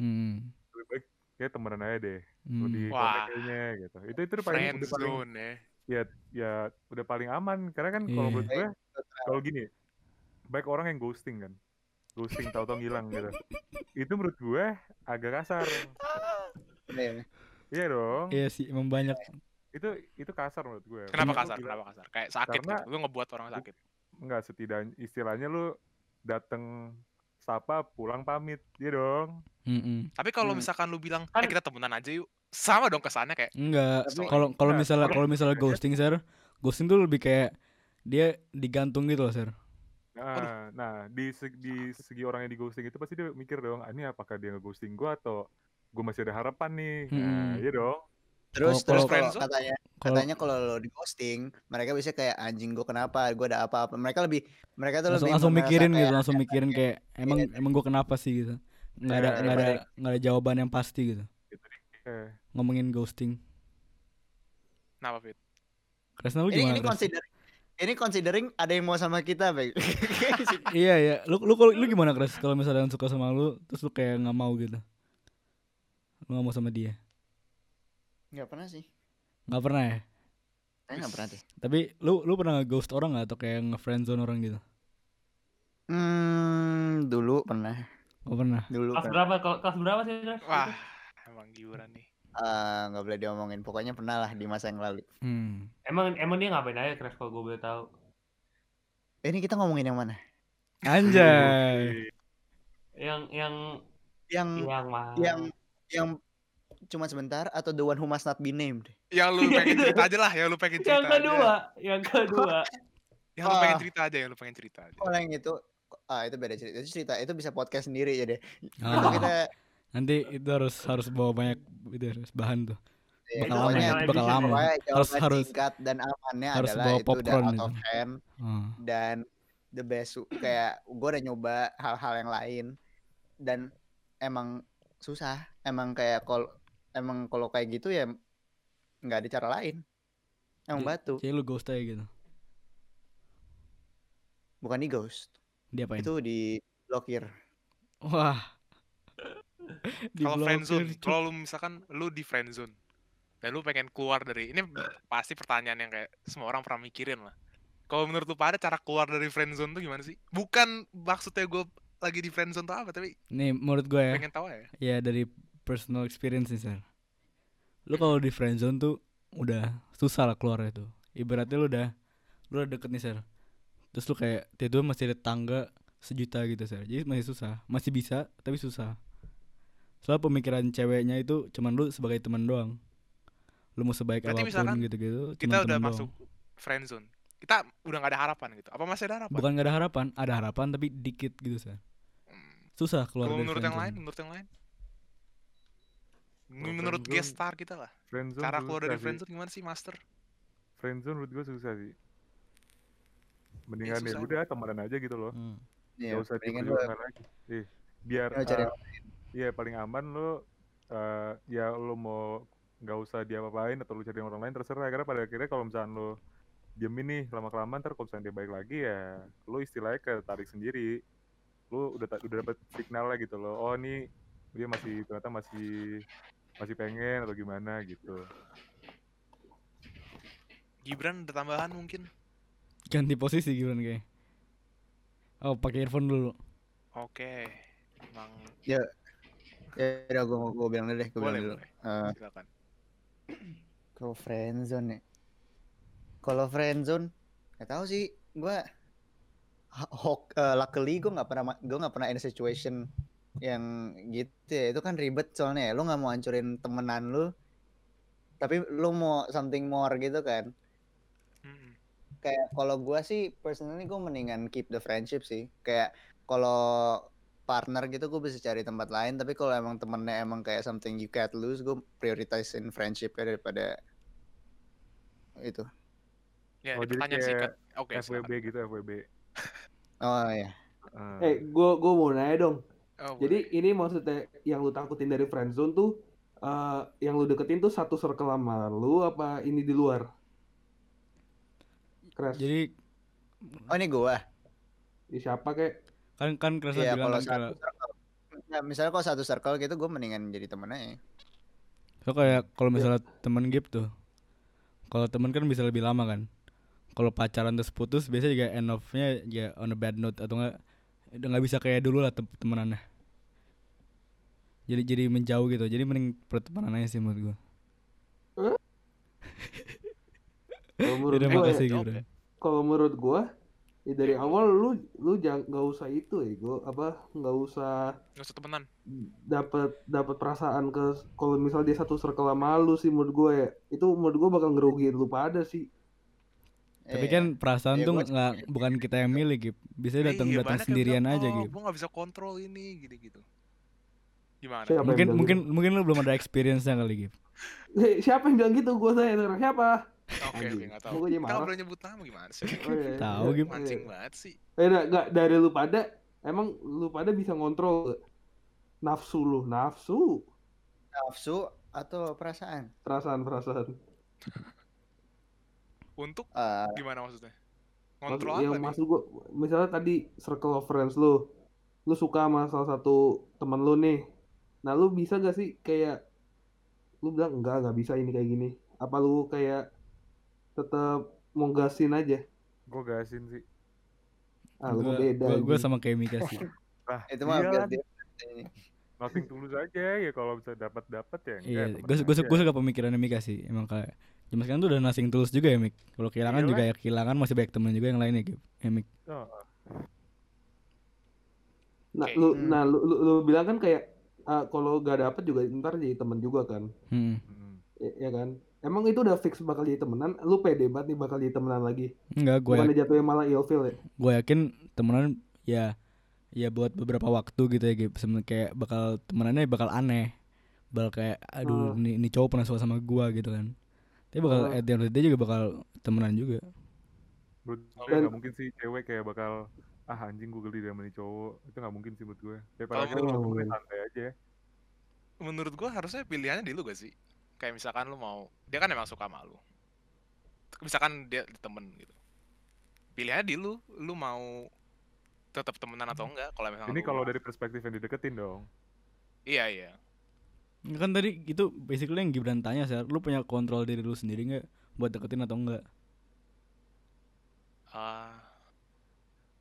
S2: hmm.
S7: Lebih baik kayak temenan aja deh.
S2: Hmm.
S7: Lebih
S4: Wah.
S7: connect kayaknya gitu. Itu itu udah paling
S4: Friend
S7: udah paling
S4: zone ya.
S7: ya udah paling aman karena kan kalau
S2: Iya.
S7: menurut gue
S5: Baik.
S7: kalau gini baik orang yang ghosting kan ghosting tahu-tahu ngilang gitu itu menurut gue agak kasar
S5: Iya.
S7: iya dong
S2: iya sih emang banyak
S7: itu itu kasar menurut gue Menurut
S4: Kenapa
S7: lu
S4: kasar?
S7: bilang-
S4: Kenapa kasar? Kayak sakit
S7: Karena-
S4: gitu. Lu ngebuat orang sakit.
S7: nggak setidaknya istilahnya lu dateng sapa pulang pamit iya dong
S2: Mm-mm.
S4: Tapi kalau
S5: Hmm.
S4: misalkan lu bilang, eh
S3: Kan-
S4: kita temenan aja yuk. Sama dong kesannya kayak,
S2: enggak
S5: Tapi-
S2: kalau kalau
S7: Nah,
S2: misalnya
S7: kalau-
S2: kalau
S5: [LAUGHS]
S2: misalnya ghosting sir ghosting tuh lebih kayak dia digantung gitu loh sir
S7: nah, nah, di se- di segi orang yang di ghosting itu pasti dia mikir dong "Ah, ini apakah dia nge-ghosting gue atau gue masih ada harapan nih
S4: Hmm.
S7: nah,
S2: Mm-mm.
S7: iya dong
S5: Terus
S2: Kalau-
S5: terus
S4: kalau-
S5: kalau katanya
S2: kalau
S5: katanya kalau lo di ghosting, mereka bisa kayak anjing gue kenapa? Gue ada apa-apa. Mereka lebih mereka tuh
S2: langsung
S5: lebih
S2: langsung
S5: merasa
S2: mikirin
S5: kayak
S2: gitu langsung mikirin kayak emang
S5: Iya.
S2: emang gue kenapa sih gitu nggak ada
S7: Iya,
S2: nggak ada
S5: daripada-
S2: nggak ada jawaban yang pasti gitu
S7: eh,
S2: ngomongin ghosting
S4: kenapa Fit?
S2: Kresna lu
S5: ini
S2: gimana
S5: ini
S2: Kresna?
S5: considering ini considering ada yang mau sama kita,
S2: [LAUGHS]
S5: baik.
S2: Iya ya, lu lu kalau- lu gimana Kres? Kalau misalnya suka sama lu, terus lu kayak nggak mau gitu, lu nggak mau sama dia,
S5: Gak pernah sih.
S2: nggak pernah ya?
S5: Saya gak pernah deh.
S2: Tapi lu lu pernah ghost orang nggak atau kayak ngefriendzone orang gitu?
S5: Hmm, dulu pernah.
S2: Gak pernah.
S5: Dulu
S3: Kelas
S5: pernah.
S3: berapa? Kalau kelas berapa sih? Dra?
S4: kan. Wah, emang giuran nih.
S5: Ah, nggak boleh diomongin. Pokoknya pernah lah di masa yang lalu.
S2: Hmm.
S3: Emang emang dia ngapain aja crash kalau gue boleh tahu?
S5: Eh, Ini kita ngomongin yang mana?
S2: Anjay.
S3: Yang yang
S4: Hmm.
S5: Yang
S3: yang mah.
S2: Iya.
S5: yang yang cuma sebentar atau the one who must not be named?
S4: Yang Ya lu
S3: Iya,
S4: pengen
S3: itu.
S4: cerita aja lah, yang lu pengen cerita
S3: yang
S4: aja.
S3: kedua, yang kedua.
S4: Yang Ya, lu pengen
S5: Ah.
S4: cerita aja, yang lu pengen cerita
S2: Oh,
S4: aja.
S5: Kalau yang itu ah itu beda cerita. Itu cerita itu bisa podcast sendiri ya deh. Itu
S2: Ah,
S5: kita ya,
S2: nanti itu harus harus bawa banyak itu harus bahan tuh.
S5: ya,
S2: Bakal
S5: pokoknya-
S2: lama,
S3: Edition,
S2: bakal
S3: edition.
S2: lama.
S5: pokoknya
S2: Harus-
S5: jawaban
S2: harus-
S5: singkat dan amannya
S2: harus
S5: adalah
S2: bawa
S5: itu udah
S2: popcorn gitu.
S5: out
S2: itu.
S5: of hand
S2: Ah.
S5: dan the best kayak gue udah nyoba hal-hal yang lain dan emang susah emang kayak kalau emang kalau kayak gitu ya nggak ada cara lain emang batu
S2: Jadi lu ghost aja gitu.
S5: bukan di ghost
S2: Dia apain?
S5: itu di blokir
S2: Wah.
S4: Kalau
S2: Diblokir,
S4: friendzone,
S2: cu-
S4: kalau lu misalkan lu di friendzone dan lu pengen keluar dari ini pasti pertanyaan yang kayak semua orang pernah mikirin lah. Kalau menurut lu pada cara keluar dari friendzone tuh gimana sih? Bukan maksudnya gue lagi di friendzone tuh apa, tapi
S2: Nih menurut gue ya,
S4: pengen tahu ya.
S2: ya dari personal experience nih, Sar. Lu kalau di friendzone tuh udah susah lah keluar itu. Ibaratnya lu udah lu udah deket nih, Sar. Terus lu kayak tidur masih ada tangga sejuta gitu, Sar. Jadi masih susah. Masih bisa, tapi susah. Soalnya pemikiran ceweknya itu cuman lu sebagai teman doang. Lu mau sebaik
S4: Berarti misalkan
S2: apapun gitu-gitu. cuman
S4: Kita udah
S2: teman doang.
S4: masuk friendzone. Kita udah nggak ada harapan gitu. Apa masih ada harapan?
S2: Bukan gak ada harapan, ada harapan tapi dikit gitu, Sar.
S4: Hmm.
S2: Susah keluar
S4: Kalau
S2: dari
S4: menurut yang
S2: friendzone.
S4: lain, menurut yang lain.
S7: Kalau
S4: Menurut
S7: friendzone-
S4: guest star kita lah.
S7: friendzone
S4: Cara keluar dari
S7: susah sih.
S4: friendzone gimana sih, Master?
S7: friendzone menurut gue susah sih mendingan ya
S4: Iya, susah.
S7: udah temenan aja gitu loh
S2: Hmm.
S5: Iya,
S7: Gak usah
S5: mendingan lu-
S7: diperjuangkan lagi Ih, biar
S5: lu Ya, cari
S7: eh, iya paling aman lo eh, ya lo mau nggak usah dia apain atau lu cari orang lain terserah karena pada akhirnya kalau misalnya lo diemin nih lama kelamaan ntar kalau misalnya dia baik lagi ya lo istilahnya ketarik sendiri lo udah ta- udah dapet signal lah gitu loh oh nih dia masih ternyata masih masih pengen atau gimana gitu
S4: Gibran ada tambahan mungkin?
S2: ganti posisi gimana kayak oh pakai earphone dulu
S4: Oke. Emang
S5: ya udah gue gue bilang dulu deh gue bilang
S4: boleh,
S5: dulu
S4: boleh.
S5: Eh,
S4: Silakan.
S5: Kalau friendzone ya. Kalau friendzone, nggak tahu sih. Gue hok eh, luckily gue nggak pernah gue nggak pernah in a situation yang gitu ya. Itu kan ribet soalnya ya. Lu nggak mau hancurin temenan lu, tapi lu mau something more gitu kan.
S4: Mm-mm.
S5: Kayak kalau gue sih personally gue mendingan keep the friendship sih. Kayak kalau partner gitu gue bisa cari tempat lain tapi kalau emang temennya emang kayak something you can't lose gue prioritizein friendship ya daripada itu
S4: Ya,
S7: Oh, jadi
S4: ini pertanyaan
S7: kayak
S4: singkat. Oke, silakan.
S7: FWB gitu FWB
S5: Oh iya.
S7: Eh,
S8: Eh, gue gue mau nanya dong.
S4: Oh,
S8: Jadi
S4: boleh.
S8: ini maksudnya yang lu takutin dari friendzone tuh eh yang lu deketin tuh satu circle sama lu apa ini di luar? Crash. Jadi
S2: jadi
S5: Oh ini gua.
S8: siapa kayak
S2: kan kan kerasa
S5: Iya
S2: bilang
S5: kalau
S2: kan
S5: satu
S2: kalau
S5: circle. Nah, misalnya kalau satu circle gitu gua mendingan jadi temennya. ya.
S2: so kayak
S5: Iya.
S2: kalau misalnya temen gap tuh kalau temen kan bisa lebih lama kan kalau pacaran terus putus biasanya juga end of-nya ya on a bad note atau enggak udah nggak bisa kayak dulu lah tem- temenannya jadi jadi menjauh gitu jadi mending pertemanan aja sih menurut gua
S8: kalau menurut
S2: jadi
S8: gua ya,
S2: makasih
S4: jawab
S2: gitu
S5: Eh,
S8: kalau menurut gua ya dari awal lu lu jangan nggak usah itu ya gua apa nggak usah
S4: Nggak usah temenan.
S8: dapat dapat perasaan ke kalau misal dia satu circle sama lu sih menurut gua ya itu menurut gua bakal ngerugiin lu pada sih [LAUGHS]
S2: tapi
S5: Iya.
S2: kan perasaan
S5: Iya,
S2: tuh
S5: gua-
S2: nggak bukan kita yang milih gitu
S8: Iya, Eh,
S2: bisa datang
S8: kan
S2: datang sendirian aja
S8: "Oh,
S2: gitu
S4: Gue nggak bisa kontrol ini, gitu-gitu. Gimana?
S8: siapa
S2: mungkin
S8: yang bilang
S2: mungkin mungkin lu belum ada experience-nya kali gitu
S8: gitu? Eh, siapa yang bilang gitu gua tanya sekarang siapa
S4: Oke, oke, nggak tahu.
S8: Gua jadi
S4: Kita nggak
S8: marah.
S4: boleh nyebut nama gimana sih?
S8: Oh, iya,
S2: Tahu,
S8: iya,
S2: Gim.
S8: iya.
S4: Mancing banget sih.
S8: Eh, nggak- nggak, dari lu pada emang lu pada bisa ngontrol nggak? nafsu lu nafsu
S5: nafsu atau perasaan?
S8: perasaan perasaan
S4: Untuk
S5: Eh,
S4: gimana maksudnya?
S8: Maksud-
S4: Kontrol
S8: yang
S4: apa nih?
S8: maksud gua misalnya tadi circle of friends lu lu suka sama salah satu teman lu nih nah lu bisa gak sih kayak lu bilang enggak nggak bisa ini kayak gini apa lu kayak tetap mau gasin aja
S7: gue gasin sih
S8: ah lu
S2: Gua-
S8: mah beda
S2: gua- gua
S8: anjing.
S2: sama kayak Mika sih
S7: Lah,
S2: Iya
S5: itu mah
S7: iyalah,
S5: biar dia ini.
S7: Ah, iya, nothing tulus aja ya kalau bisa dapat dapat ya enggak,
S2: Iya,
S7: temenan
S2: gue gue
S7: aja.
S2: gue suka pemikirannya Mika sih. Emang kayak zaman sekarang tuh udah nothing tools juga ya Mik. Kalau kehilangan juga ya kehilangan masih banyak temen juga yang lainnya gitu. Ya Mik.
S7: Oh,
S8: nah
S4: Oke.
S8: lu
S5: Hmm.
S8: nah lu, lu, lu bilang kan kayak ah, kalau gak dapet juga ntar jadi temen juga kan
S2: Hmm.
S7: mm.
S8: I- ya kan emang itu udah fix bakal jadi temenan lu pede banget nih bakal jadi temenan lagi
S2: Enggak, gue
S8: bukan jatuhnya malah ilfil ya
S2: gue yakin temenan ya ya buat beberapa waktu gitu ya gitu. Semen- kayak bakal temenannya bakal aneh. Bakal kayak aduh
S8: Oh.
S2: ini, ini cowok pernah suka sama gua gitu kan. Tapi bakal
S8: Oh.
S2: at the end of the day juga bakal temenan juga.
S7: Menurut gue
S8: Dan-
S7: nggak mungkin sih cewek kayak bakal ah anjing gue geli sama nih cowok itu nggak mungkin sih menurut gue ya pada
S4: Kalau
S7: akhirnya kalau
S8: menurut-
S7: temennya santai aja ya.
S4: Menurut gue harusnya pilihannya di lu gak sih? Kayak misalkan lu mau, dia kan emang suka sama lu. Misalkan dia temen gitu. Pilihannya di lu, lu mau tetap temenan atau enggak? Hmm. Kalau misalkan
S7: ini
S4: lu
S7: kalau dari perspektif yang dideketin dong
S4: Iya iya.
S2: Ya kan tadi itu basically yang Gibran tanya sih lu punya kontrol diri lu sendiri nggak buat deketin atau enggak
S4: Ah,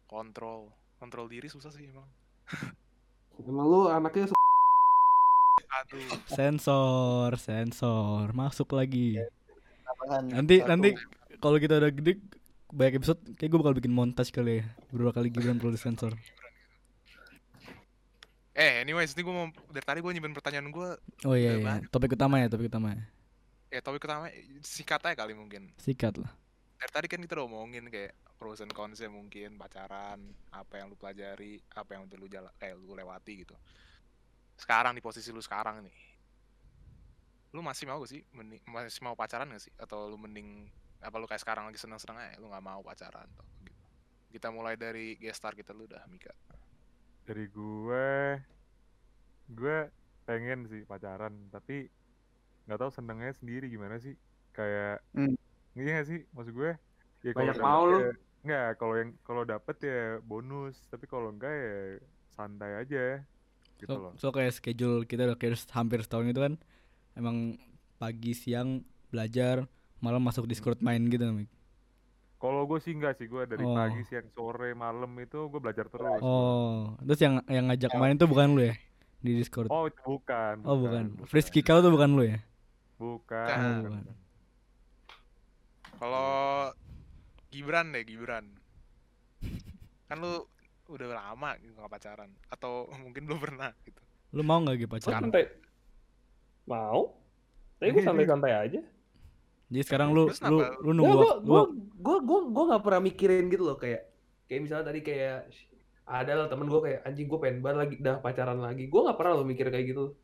S4: kontrol kontrol diri susah sih emang.
S9: Emang lu anaknya suka
S4: Aduh.
S2: sensor sensor masuk lagi
S5: Apaan?
S2: Nanti-
S5: Satu.
S2: nanti- kalau kita udah gede banyak episode kayak gue bakal bikin montage kali ya beberapa kali Gibran perlu sensor
S4: Eh anyways ini gue mau dari tadi gue nyimpen pertanyaan gue
S2: oh iya, iya.
S4: Udah
S2: topik utama ya topik utama ya
S4: ya topik pertama sikat aja kali mungkin.
S2: sikat lah
S4: Dari tadi kan kita udah omongin kayak pros and cons mungkin pacaran apa yang lu pelajari apa yang udah lu jala, eh, lu lewati gitu. Sekarang di posisi lu sekarang nih, lu masih mau gak sih Mending- masih mau pacaran gak sih atau lu mending apa lu kayak sekarang lagi seneng-seneng aja lu nggak mau pacaran atau gitu. Kita mulai dari gestar kita lu dah Mika.
S7: dari gue gue pengen sih pacaran tapi nggak tahu senengnya sendiri gimana sih kayak
S5: Hmm.
S7: iya nggak sih maksud gue ya dapet
S9: Banyak mau lu.
S7: ya- nggak kalau yang kalau dapet ya bonus tapi kalau enggak ya santai aja gitu
S2: so,
S7: loh
S2: so kayak schedule kita udah kayak hampir setahun itu kan emang pagi siang belajar malam masuk Discord main gitu Mik.
S7: kalau gue sih enggak sih gue dari
S2: Oh.
S7: pagi siang sore malam itu gue belajar terus
S2: oh terus yang yang ngajak main tuh bukan lu ya di Discord
S7: oh itu bukan
S2: oh bukan Frisky kau tuh bukan lu ya
S7: bukan,
S4: Oh,
S7: bukan,
S2: bukan.
S7: bukan.
S4: Kalau Gibran deh, Gibran. Kan lu udah lama gitu gak pacaran atau mungkin belum pernah gitu.
S2: lu mau nggak gitu
S3: Gua
S2: pacaran
S3: santai. Mau? Tapi gue santai-santai aja.
S2: jadi sekarang lu
S4: Terus
S2: lu lu
S4: kenapa?
S9: Nggak,
S2: nunggu
S9: gua,
S2: wak-
S9: gua,
S2: wak-
S9: gua, gua, gua gak pernah mikirin gitu loh kayak kayak misalnya tadi kayak sh- ada lah temen gue kayak anjing gue pengen banget lagi dah pacaran lagi gue nggak pernah loh mikir kayak gitu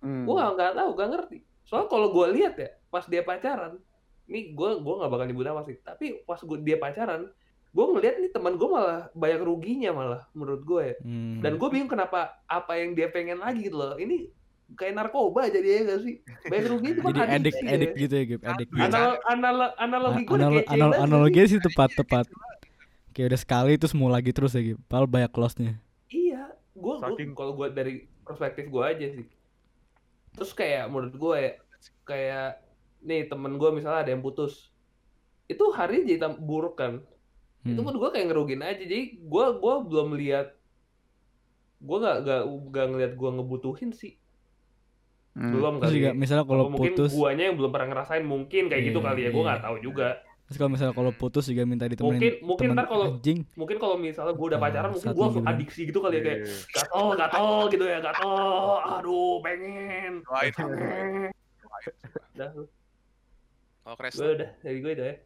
S5: Hmm.
S9: gue nggak nggak tahu nggak ngerti soalnya kalau gue lihat ya pas dia pacaran ini gue gua nggak bakal nyebut apa sih tapi pas gua, dia pacaran gue ngeliat nih teman gue malah banyak ruginya malah menurut gue ya
S2: Hmm.
S9: dan gue bingung kenapa apa yang dia pengen lagi gitu loh ini kayak narkoba jadi ya gak sih banyak ruginya cuma
S2: jadi edik
S9: adiksi
S2: edik
S9: ya.
S2: gitu ya Gib edik
S4: Aduh,
S9: Analo, analo, analogi gue udah
S2: Anal-
S9: kece
S2: anal-
S9: banget gak sih?
S2: analoginya sih tepat tepat kayak udah sekali terus mau lagi terus ya Gib padahal banyak lossnya
S9: Iya, gue
S7: Saking-
S9: kalau gue dari perspektif gue aja sih. Terus kayak menurut gue kayak nih temen gue misalnya ada yang putus, itu hari jadi tam- buruk kan. Itu
S2: hmm.
S9: menurut gue kayak ngerugin aja. Jadi gue gua belum lihat gue gak, gak, gak ngeliat gue ngebutuhin sih
S5: Hmm.
S9: belum
S2: terus
S9: kali
S2: juga
S9: ya.
S2: misalnya kalau
S9: Apa mungkin
S2: putus
S9: guanya yang belum pernah ngerasain mungkin kayak gitu
S2: Iya,
S9: kali ya gue
S2: iya.
S9: nggak tahu juga
S2: Terus kalau misalnya kalau putus juga minta ditemenin
S9: Hmm. Mungkin- mungkin
S2: temen
S9: ntar kalau-
S2: anjing.
S9: mungkin kalau misalnya gue udah pacaran mungkin
S2: Bangsat
S9: gue
S2: nih
S9: langsung
S2: Gibran.
S9: adiksi gitu kali ya kayak
S7: Iya.
S9: gatel gatel gitu ya gatel aduh pengen
S4: Doain.
S9: Dah,
S4: Kalau Crash
S9: gue udah dari gue udah ya.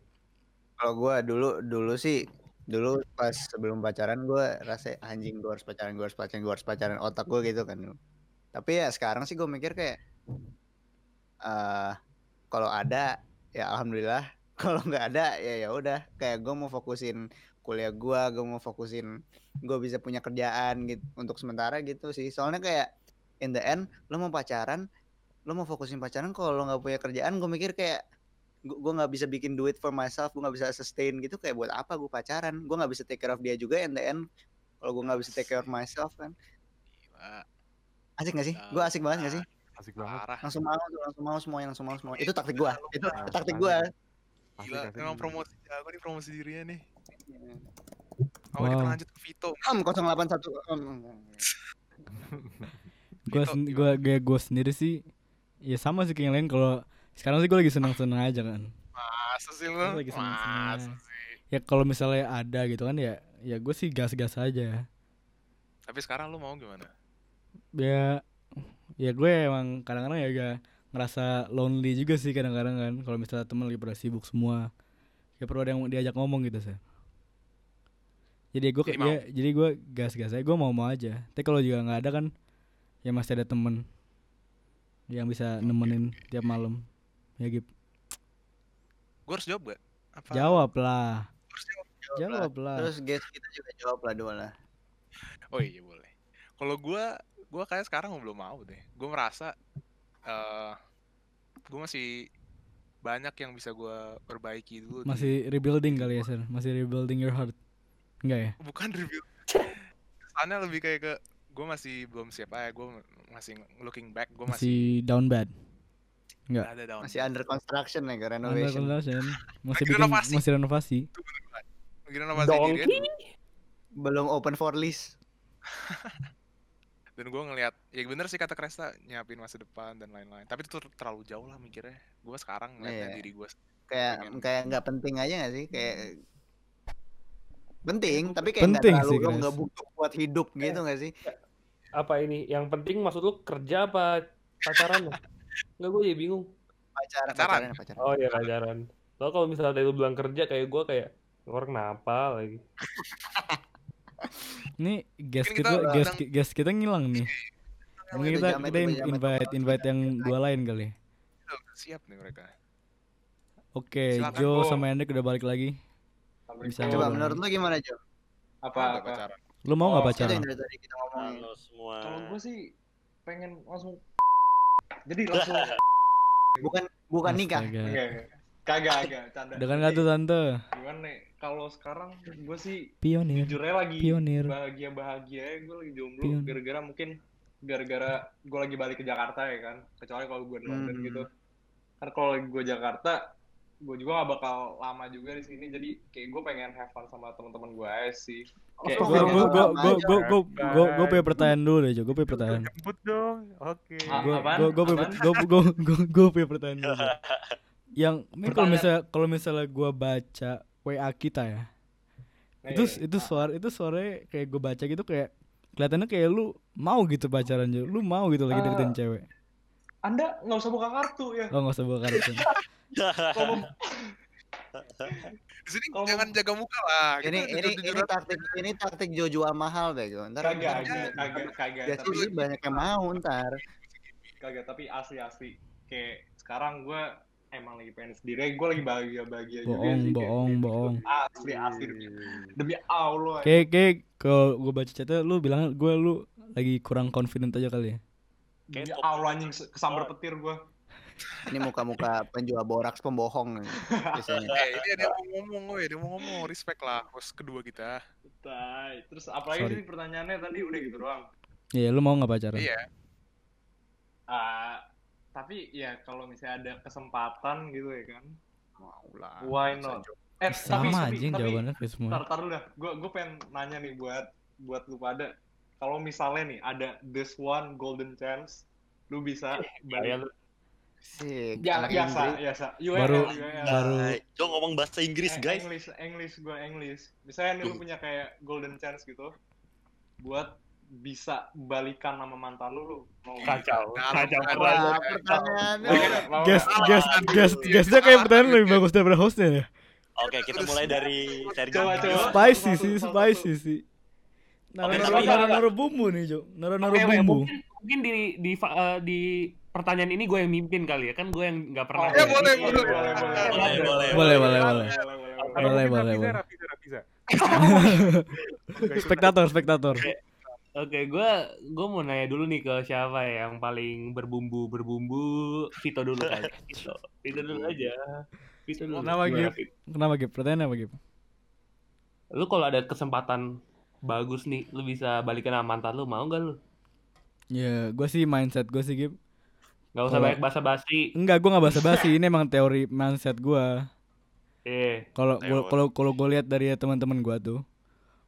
S5: Kalau gue dulu dulu sih dulu pas sebelum pacaran gue rasa anjing gue harus pacaran gue harus pacaran gue harus pacaran otak gue gitu kan. Tapi ya sekarang sih gue mikir kayak eh kalau ada ya alhamdulillah [LAUGHS] kalau nggak ada ya ya udah kayak gue mau fokusin kuliah gue gue mau fokusin gue bisa punya kerjaan gitu untuk sementara gitu sih soalnya kayak in the end lo mau pacaran lo mau fokusin pacaran kalau lo nggak punya kerjaan gue mikir kayak gue gue nggak bisa bikin duit for myself gue nggak bisa sustain gitu kayak buat apa gue pacaran gue nggak bisa take care of dia juga in the end kalau gue nggak bisa take care of myself kan
S4: Gila,
S5: asik gak sih gue asik banget gak sih
S2: Ah,
S7: asik banget
S4: Nah, parah.
S5: langsung mau tuh, langsung mau semuanya Iya, langsung mau semuanya itu taktik gue itu taktik gue
S7: asik,
S4: Gila,
S7: asik.
S4: emang promosi jago nih promosi dirinya nih. Oh,
S2: Wow.
S4: kita lanjut ke Vito.
S5: am 081 [LAUGHS] Am.
S2: Gue
S4: Gitu,
S2: sen- gua, gua, gua sendiri sih ya sama sih kayak yang lain kalau sekarang sih gue lagi senang-senang aja kan.
S4: Masa sih lu?
S2: Lu lagi senang-senang.
S4: Masa sih.
S2: Ya kalau misalnya ada gitu kan ya ya gue sih gas-gas aja.
S4: Tapi sekarang lu mau gimana?
S2: Ya ya gue emang kadang-kadang ya agak ngerasa lonely juga sih kadang-kadang kan kalau misalnya temen lagi pada sibuk semua ya perlu ada yang diajak ngomong gitu sih jadi gue
S4: Jadi
S2: ya, jadi gue gas-gas aja gue mau-mau aja tapi kalau juga nggak ada kan ya masih ada temen yang bisa nemenin tiap malam ya gitu
S4: Gue harus jawab gak? Apa?
S2: jawab lah
S4: Gua harus jawab.
S2: jawab lah
S5: terus guys kita juga jawab lah dua lah
S4: Oh iya boleh. Kalau gue, gue kayak sekarang belum mau deh. Gue merasa eh gue masih banyak yang bisa gue perbaiki dulu. gitu. di-
S2: masih rebuilding kali ya sir masih rebuilding your heart enggak ya
S4: bukan review kesannya lebih kayak ke gue masih belum siap aja gue masih looking back gue masih
S2: masih down bad nggak.
S4: ada down
S5: Masih under construction ya, ke
S2: Under
S5: renovation.
S2: construction. masih
S4: Lagi
S2: bikin,
S4: renovasi.
S2: masih renovasi
S4: Gila nama diri ya,
S5: Belum open for lease.
S4: dan gue ngelihat ya bener sih kata Kresta nyiapin masa depan dan lain-lain tapi itu ter- terlalu jauh lah mikirnya gue sekarang ngeliatnya
S5: Iya.
S4: diri gue
S5: Kayak
S4: Pengen.
S5: kayak nggak penting aja nggak sih? Kayak penting, tapi kayak nggak
S2: Penting
S5: terlalu
S2: sih,
S5: lo
S2: Chris.
S5: nggak butuh buat hidup gitu nggak sih?
S3: Apa ini? Yang penting maksud lu kerja apa pacaran? ya? Enggak gue jadi bingung.
S5: Pacaran,
S4: Pacaran.
S5: pacaran, pacaran.
S3: Oh iya pacaran. Lo kalau misalnya tadi lu bilang kerja kayak gue kayak orang kenapa lagi?
S2: ini guest kita
S4: Mungkin kita Iya.
S2: guest,
S4: kadang-
S2: ki- guest kita ngilang nih mungkin kita
S5: jamet,
S2: kita
S5: kita
S2: in-
S5: jamet.
S2: invite
S5: iya,
S2: invite yang dua lain kali
S4: siap nih mereka
S2: oke
S4: Silakan,
S2: Joe
S1: Bo.
S2: sama Hendrik udah balik lagi Bisa
S5: Coba
S2: Jamet.
S5: menurut lo gimana Jo?
S1: apa,
S4: Udah
S1: apa?
S4: pacaran
S2: lu mau nggak
S1: Oh,
S5: Itu
S2: pacaran
S5: yang dari tadi kita ngomongin.
S6: Halo semua.
S1: Kalau gue sih pengen langsung jadi langsung
S5: Bukan bukan nikah. Iya.
S2: Astaga. Iya.
S1: enggak enggak. kagak kagak canda.
S2: dengan kartu tante
S1: Gimana nih? Kalau sekarang gue sih
S2: pionir
S1: jujurnya lagi
S2: Pionir.
S1: bahagia bahagia gue lagi jomblo
S2: Pion.
S1: gara-gara mungkin gara-gara gue lagi balik ke Jakarta ya kan kecuali kalau gue di London
S5: Hmm.
S1: gitu kan kalau gue Jakarta gue juga gak bakal lama juga di sini jadi kayak gue pengen have fun sama teman-teman gue aja sih kayak
S2: gue
S1: pengen-
S2: gue gue
S5: sama
S2: gue
S5: aja.
S2: gue gue gue punya pertanyaan dulu deh Jo gue punya pertanyaan
S7: Jemput dong. Oke.
S1: Ah,
S2: gue
S1: apaan?
S2: gue gue
S1: Apaan?
S2: gue gue gue punya pertanyaan dulu Jo.
S4: [LAUGHS]
S2: yang ini kalau
S1: Pertanyaan.
S2: misalnya kalau misalnya gue baca WA kita ya
S1: Nih,
S2: itu itu suara itu suaranya kayak gue baca gitu kayak kelihatannya kayak lu mau gitu pacaran Jo lu mau gitu lagi
S1: Eh,
S2: deketin cewek
S1: anda nggak usah buka kartu ya
S2: oh nggak usah bawa
S1: [LAUGHS]
S2: kartu
S1: iya, kalau
S6: [LAUGHS]
S4: di sini
S2: Oh.
S1: Kalau-
S4: jangan jaga muka lah
S5: Ini
S4: Kita
S5: ini
S4: jujur-jujuran.
S5: ini taktik ini taktik jojuan mahal deh Jo. [LAUGHS] Ntar
S1: kagak
S5: ntar-
S1: kagak kagak kagak
S5: Ya
S1: tapi
S5: sih banyak yang mau ntar.
S1: kagak tapi asli asli kayak sekarang gue emang lagi pengen sendiri gue lagi bahagia bahagia juga
S2: bohong
S1: sih kayak-
S2: bohong bohong
S1: iya, asli asli demi,
S7: Iya.
S1: demi Allah
S2: kayak kayak kalau gue baca chatnya lu bilang gue lu lagi kurang confident aja kali ya
S1: Demi Allah anjing se- kesambar petir gue
S5: Ini muka-muka penjual boraks pembohong nih, biasanya.
S4: eh ini ada yang mau ngomong woi ada yang mau ngomong respect lah host kedua kita
S1: Tai. terus apalagi
S2: Sorry.
S1: sih pertanyaannya tadi udah gitu doang
S2: Iya, lu mau nggak pacaran?
S4: iya
S1: Ah, tapi ya kalau misalnya ada kesempatan gitu ya kan
S5: Mau lah.
S1: why
S5: masa
S1: not eh tapi
S2: Sama
S1: tapi,
S2: aja yang
S1: tapi
S2: jawabannya kayak semua.
S1: tar tar dulu dah gue gue pengen nanya nih buat buat lu pada kalau misalnya nih ada this one golden chance lu bisa balik
S5: Sih,
S1: ya
S5: anak
S1: biasa
S5: Inggris.
S1: biasa
S2: Baru-
S1: UNL, UNL.
S2: baru-
S6: Jo ngomong bahasa Inggris,
S1: Eh,
S6: guys.
S1: English, English, gue English. Misalnya nih lu punya kayak golden chance gitu, buat bisa balikan sama mantan lu, lu mau
S3: Kacau.
S4: Dalam
S3: Kacau.
S4: keadaan
S3: banget.
S5: Wah,
S4: Wah,
S1: Mau
S5: pertanyaannya.
S1: nggak? Mau
S2: Guest,
S1: nggak?
S2: guest, guest, guestnya kayak pertanyaan lebih bagus daripada hostnya ya.
S6: Oke, kita mulai dari Sergio.
S1: Coba, coba.
S2: Spicy
S1: Satu,
S2: sih,
S1: satu,
S2: spicy sih. Naruh,
S6: Oke,
S2: naruh,
S6: tapi-
S2: naruh, naruh bumbu nih, Jo. Naruh, naruh
S3: Oke, oke,
S2: bumbu.
S3: Eh,
S2: [LAUGHS]
S3: mungkin mungkin di di fa- eh, di pertanyaan ini gue yang mimpin kali ya kan gue yang nggak
S1: Oh,
S3: pernah.
S4: Ya,
S1: iya,
S4: boleh,
S1: iya,
S4: boleh.
S1: boleh, boleh,
S6: Boleh, boleh.
S2: Boleh, boleh, boleh.
S7: Kalau
S2: Boleh,
S7: mungkin
S2: boleh,
S7: Rafiza,
S2: boleh.
S7: Rafiza, Rafiza.
S2: Spektator, spektator.
S3: Oke, gue gue mau nanya dulu nih ke siapa yang paling berbumbu berbumbu Vito dulu kan. Vito, Vito dulu aja. Vito dulu.
S2: Kenapa,
S3: Gimana,
S2: Gip?
S3: Vito?
S2: Kenapa, Gip? Pertanyaan apa, Gip?
S3: Lu kalau ada kesempatan bagus nih, lu bisa balikin sama mantan lu mau gak lu?
S2: Ya, gue sih mindset gue sih, Gip.
S3: Gak usah
S2: Kalau-
S3: banyak basa-basi.
S2: Enggak, gue nggak basa-basi. Ini emang teori mindset gue.
S3: Eh,
S2: Kalau gua-
S6: Teori.
S2: kalau kalau gue lihat dari teman-teman gue tuh,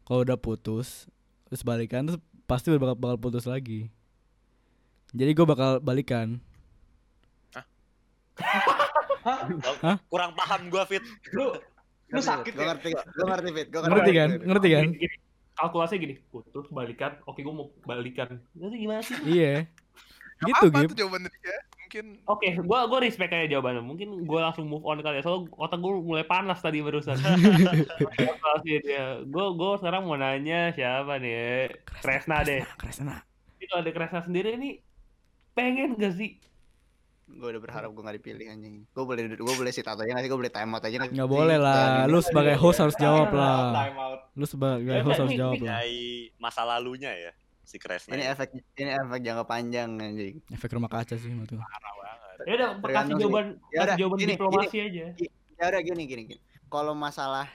S2: kalau udah putus terus balikan terus pasti bakal bakal putus lagi. Jadi gue bakal balikan.
S6: Kurang paham gua, Fit.
S1: Lu, lu sakit
S5: Gue
S1: ya?
S5: ngerti, gue ngerti Fit. Gua
S2: Ngerti kan? Ngerti kan?
S3: gini, gini. Kalkulasinya gini, putus balikan. Oke, gue mau balikan. Nanti gimana sih?
S2: Iya.
S4: Gak
S2: Gitu,
S4: apa-apa
S2: Gip.
S4: tuh jawaban dari dia mungkin
S3: Oke, gue gua respect aja jawabannya. Mungkin gue langsung move on kali ya. Soalnya otak gue mulai panas
S5: [LAUGHS]
S3: tadi barusan.
S2: [LAUGHS]
S3: gue gua sekarang mau nanya siapa nih? Kresna deh.
S2: Kresna.
S3: Ini Kalau ada Kresna sendiri nih, pengen gak sih?
S5: Gue udah berharap gue gak dipilih anjing. Gue boleh gue boleh sit out aja nggak sih? Gue boleh time out aja nggak sih?
S2: Nggak boleh lah. Lu sebagai host harus jawab lah.
S1: Time out.
S2: Lu sebagai host harus jawab lah.
S6: Dari masa lalunya ya, si Kresna.
S5: Ini efek ini efek jangka panjang anjing.
S2: Efek rumah kaca sih menurut gua.
S3: Ya udah, kasih
S5: Tergantung sih.
S3: jawaban,
S5: Ya
S3: kasih
S5: udah,
S3: jawaban
S5: gini,
S3: diplomasi aja.
S5: Ya udah gini gini gini. Kalau masalah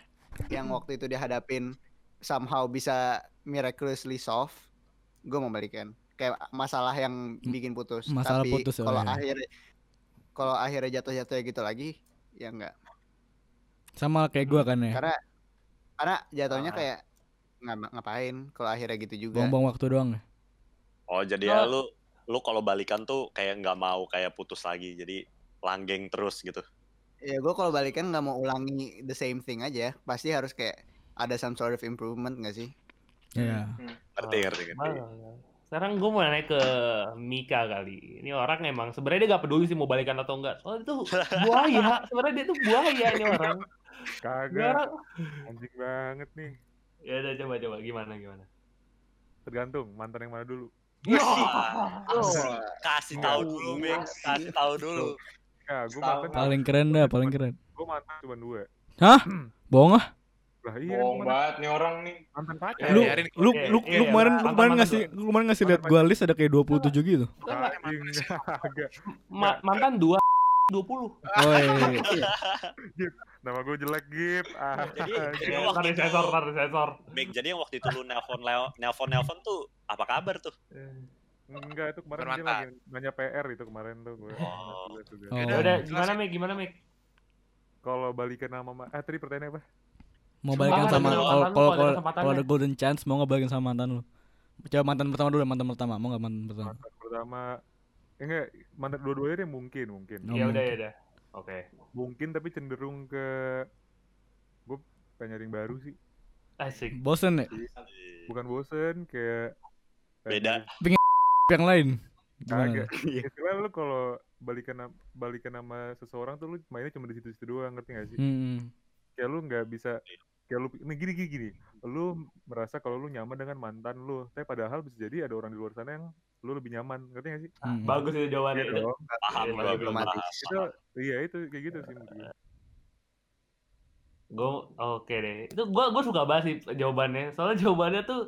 S5: yang waktu itu dihadapin somehow bisa miraculously solve, gue mau balikan kayak masalah yang bikin putus
S2: masalah
S5: tapi
S2: putus, oh
S5: kalau
S2: iya.
S5: akhirnya kalau akhirnya jatuh-jatuh ya gitu lagi ya enggak
S2: sama kayak gua kan ya
S5: karena karena jatuhnya
S3: Ah.
S5: kayak ngapa- ngapain kalau akhirnya gitu juga
S2: buang-buang waktu doang ya
S6: Oh jadi ya lu lu kalau balikan tuh kayak nggak mau kayak putus lagi jadi langgeng terus gitu.
S5: ya gue kalau balikan nggak mau ulangi the same thing aja pasti harus kayak ada some sort of improvement nggak sih
S2: Iya.
S6: Ngerti
S3: Ah,
S6: ngerti ngerti.
S3: Malah. Sekarang gue mau nanya ke Mika kali. Ini orang emang sebenarnya dia gak peduli sih mau balikan atau enggak. Soalnya itu buaya. Sebenarnya dia tuh buaya ini
S5: [LAUGHS]
S3: orang. Ini
S7: Kagak,
S3: orang.
S7: anjing banget nih.
S3: Ya udah coba coba gimana gimana.
S5: Ya.
S7: Tergantung mantan yang mana dulu.
S2: Iya.
S6: Kasih tahu dulu, Ming. Kasih tahu dulu.
S7: Ya, gue
S1: Tahu.
S7: mantan,
S2: paling keren dah
S3: Iya,
S2: paling keren
S7: gue mantan cuma dua.
S2: bohong ah
S7: Lah iya,
S1: Bohong
S7: gua
S1: banget nih orang nih.
S7: mantan pacar.
S3: Ya,
S2: lu
S3: biarin.
S2: lu
S3: Iya,
S2: lu
S3: iya,
S2: lu kemarin
S3: Bang.
S2: lu kemarin
S3: Mantan-mantan
S2: ngasih lu kemarin ngasih lihat gua list ada kayak 27 gitu
S7: Anjing, [LAUGHS] kagak.
S3: Ma- mantan dua 20.
S2: oh iya, iya.
S7: Nama gue jelek, Gip. Ah,
S6: Jadi
S3: Ya,
S6: lu
S3: ntar
S6: waktu
S3: disensor,
S6: itu,
S3: ntar disensor.
S6: Ming, jadi yang waktu itu lu nelpon Leo, nelpon nelpon tuh apa kabar tuh?
S5: Ya.
S7: enggak, itu kemarin dia
S4: Bermantan.
S7: lagi nanya PR itu kemarin tuh gue.
S6: Oh.
S7: Jelas juga.
S2: Oh.
S3: Ya udah gimana Mik? Gimana Mik?
S7: Kalau balikan nama Ma- ah tadi pertanyaannya
S2: Hmm.
S7: apa?
S2: mau
S3: Coba
S2: balikan
S3: mantan
S2: sama
S3: lu,
S2: kalau
S3: mantan lu
S2: kalau
S3: kalau ada
S2: kalau- kalau ada
S3: kesempatannya.
S2: golden chance mau nggak balikan sama mantan lu coba mantan pertama dulu mantan pertama mau nggak mantan pertama
S7: Mantan pertama eh, enggak mantan dua-duanya deh mungkin mungkin
S2: Oh,
S6: Iya,
S3: Ya udah
S2: mungkin.
S3: ya udah. Oke.
S7: mungkin tapi cenderung ke gue pengen nyari yang baru sih
S3: Asik.
S2: bosen ya
S7: bukan bosen kayak eh,
S6: Beda.
S2: [LAUGHS] yang lain gimana
S7: Kagak.
S1: Iya.
S7: Istilah lu kalau balikan nam- balikan nama seseorang tuh lu mainnya cuma di situ-situ doang, ngerti gak sih?
S2: hmm.
S7: Kayak lu nggak bisa
S6: Iya.
S7: kayak lu ini gini gini gini. Lu merasa kalau lu nyaman dengan mantan lu, tapi padahal bisa jadi ada orang di luar sana yang lu lebih nyaman, ngerti gak sih?
S2: hmm.
S3: Bagus itu jawabannya.
S7: Iya
S3: Itu
S7: dong.
S6: Paham
S3: Iya,
S6: gua
S3: belum
S6: belum paham.
S5: mati.
S7: Itu iya itu kayak gitu sih menurut gue.
S3: Gue oke deh. Itu gue gue suka banget sih jawabannya. Soalnya jawabannya tuh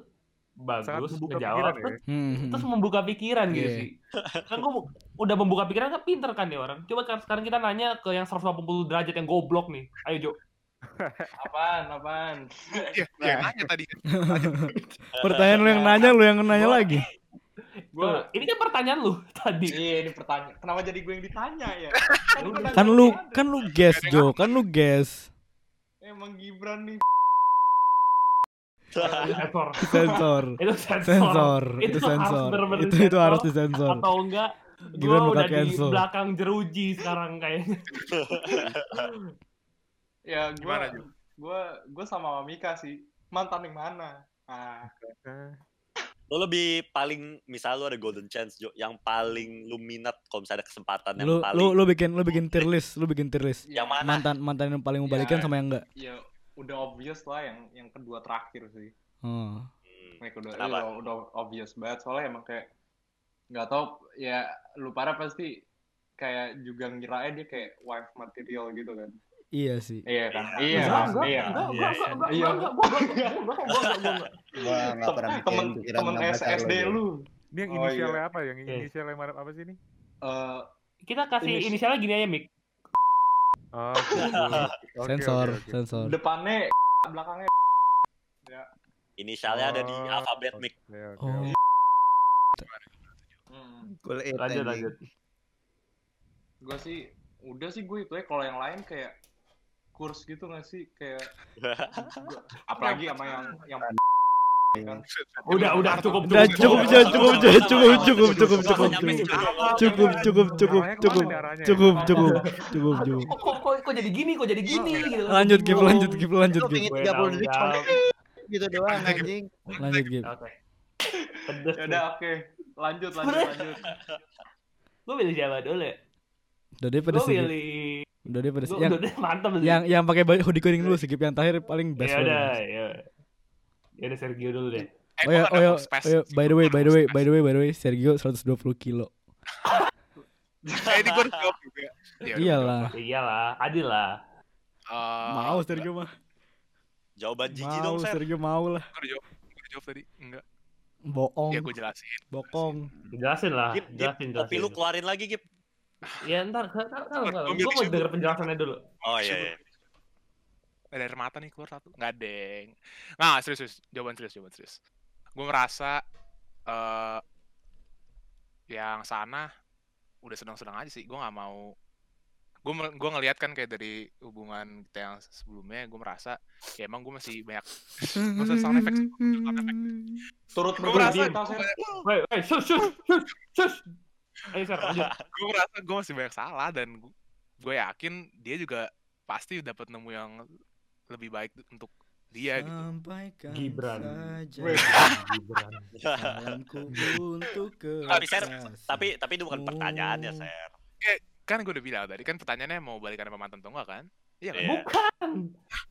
S7: Sangat
S6: Eh,
S3: bagus,
S7: membuka pikiran
S3: ngejawab,
S7: ya.
S3: terus,
S2: Hmm, hmm. [LAUGHS]
S3: terus membuka pikiran gitu
S2: Iya.
S3: sih. Kan gue udah membuka pikiran kan pinter kan ya orang. Coba kan sekarang kita nanya ke yang 180 derajat yang goblok nih. Ayo Jo.
S1: Apaan, apaan?
S4: Iya, dia nanya tadi.
S2: pertanyaan lu yang nanya lu yang nanya lagi
S3: Tuh, ini kan pertanyaan lu [LAUGHS] tadi.
S1: Iya, ini pertanyaan. Kenapa jadi gue yang ditanya ya?
S3: Lu-
S1: pernah
S2: kan lu
S1: nanya
S2: kan lu guess Jo kan lu guess
S1: Andre. Emang Gibran nih.
S3: Sensor.
S2: sensor
S3: Itu sensor.
S2: sensor itu
S3: Itu harus
S2: sensor
S3: bener-bener
S2: itu itu harus
S3: sensor.
S2: disensor
S3: atau enggak gue
S2: Gibran bakal
S3: udah di
S2: cancel.
S3: belakang jeruji sekarang kayaknya
S1: Ya, gue
S4: Gimana, Ju?
S1: gue gue sama Mika sih. Mantan yang mana? Ah,
S7: Nah,
S6: [LAUGHS] Lu lebih paling misal lu ada golden chance, Jo, yang paling lu minat kalau misalnya ada kesempatan yang
S2: lu
S6: paling
S2: lu lu bikin lu bikin tier list lu bikin tier list
S6: yang mana?
S2: mantan mantan yang paling mau balikan
S1: Ya.
S2: sama yang enggak
S1: ya udah obvious lah yang yang kedua terakhir sih.
S2: oh.
S6: Hmm.
S1: Mereka udah,
S6: Kenapa?
S1: iya, udah obvious banget soalnya emang kayak nggak tahu ya lu parah pasti kayak juga ngiranya dia kayak wife material gitu kan.
S2: iya sih
S1: Iya kan? Iya,
S3: enggak
S1: kan?
S3: enggak
S1: iya.
S2: Ah,
S3: enggak
S1: kan?
S3: enggak enggak
S1: Iya.
S3: enggak enggak gua- gua- gua- gua- gua- gua- gua- gua-
S5: gua nggak pernah
S1: Temen,
S5: mikirin pikiran
S1: temen
S5: tentang pacar
S1: SSD
S5: Jo.
S1: lu.
S7: ini yang
S1: Oh,
S7: inisialnya apa? Yang
S3: Iya.
S7: inisialnya Maret apa
S6: [LAUGHS]
S7: sih ini?
S1: Eh,
S3: kita kasih
S1: Ini-
S3: inisialnya gini aja Mik
S7: Oh, gitu. Oke, oke,
S2: sensor
S7: oke.
S2: sensor
S1: depannya belakangnya
S6: Inisialnya ada di
S7: Oh,
S6: alfabet
S7: oke,
S6: Mik.
S7: oke,
S2: oh
S7: oke.
S1: hmm,
S5: Kulit
S3: lanjut
S5: anjing.
S3: lanjut
S1: gue sih udah sih gue itu ya kalau yang lain kayak kurs gitu nggak sih
S3: [LAUGHS]
S1: kayak gua- apalagi sama yang yang kan.
S3: udah udah
S2: [LAUGHS]
S3: cukup
S2: udah cukup Jo, cukup Jo, cukup cukup cukup
S6: Nggak
S2: cukup
S6: nyampe sih,
S2: cukup
S6: Kak.
S2: cukup cukup cukup
S7: Arahnya
S2: cukup
S7: kemana nih arahnya?
S2: cukup cukup cukup cukup
S3: Kok- kok kok kok jadi gini kok jadi gini gitu
S2: Oh, iya. lanjut gip lanjut gip lanjut
S5: lu
S2: gip
S5: pingin
S3: Gue
S5: 30 detik
S3: tahu,
S5: cuma gitu doang anjing
S2: lanjut gip
S3: oke pedes
S1: ya udah oke lanjut lanjut lanjut
S3: gue pilih siapa dulu ya
S2: udah deh pada
S3: gue
S2: segip
S3: pilih
S2: udah deh pada
S3: gue
S2: segip yang
S3: udah mantep sih
S2: yang yang pakai baju hoodie kuning dulu segip yang terakhir paling best
S3: ya udah
S2: banget
S3: ya ya udah Sergio dulu deh
S4: Eh,
S2: Oh ya, oh ya, oh ya, by the way, by the way, by the way, by the way, Sergio 120 kilo.
S4: Eh, ini gue
S2: [LAUGHS]
S4: udah jawab juga. Ya udah,
S2: Iyalah.
S3: Ya iyalah adil lah
S4: Eh,
S2: Mau Sergio mah.
S6: Jawaban Jiji
S2: Mau
S6: dong, Ser.
S2: Sergio mau lah.
S4: Gua udah jawab, gua udah jawab tadi. Enggak.
S2: Boong,
S4: Ya gue jelasin.
S2: bokong.
S3: Jelasin lah,
S6: Gip, Gip,
S3: Ah, jelasin,
S6: kopi
S3: jelasin.
S6: lu keluarin lagi, Gip.
S3: Ya ntar, ntar, ntar, ntar, ntar.
S4: Gua ambil
S3: Gue mau
S4: tisu.
S3: denger penjelasannya dulu.
S6: Oh iya, iya.
S4: Ada air mata nih keluar satu. Enggak, Deng. Nah, serius, serius. Jawaban serius, jawaban serius. Gue merasa eh eh yang sana udah sedang-sedang aja sih. Gue nggak mau. Gue gue ngeliat kan kayak dari hubungan kita yang sebelumnya, gue merasa ya emang gue masih banyak. [LAUGHS] Gak usah sound effect, sound effect.
S1: Turut
S4: Gua
S1: berdua
S4: merasa
S1: diem.
S4: gua banyak-
S3: Woi, woi, shush, shush, shush, shush. Ayo, Sar, lanjut.
S4: gue merasa gue masih banyak salah dan gue yakin dia juga pasti dapat nemu yang lebih baik untuk dia gitu.
S2: Sampaikan
S3: Gibran.
S2: saja
S1: Weh.
S3: Gibran.
S2: salamku untuk ke
S6: [LAUGHS] Tapi, Ser, tapi tapi itu bukan
S2: Oh.
S6: pertanyaannya ser
S3: Eh,
S4: Kan gue udah bilang tadi kan pertanyaannya mau balikan sama mantan atau enggak kan? Iya kan?
S6: Iya.
S3: Bukan.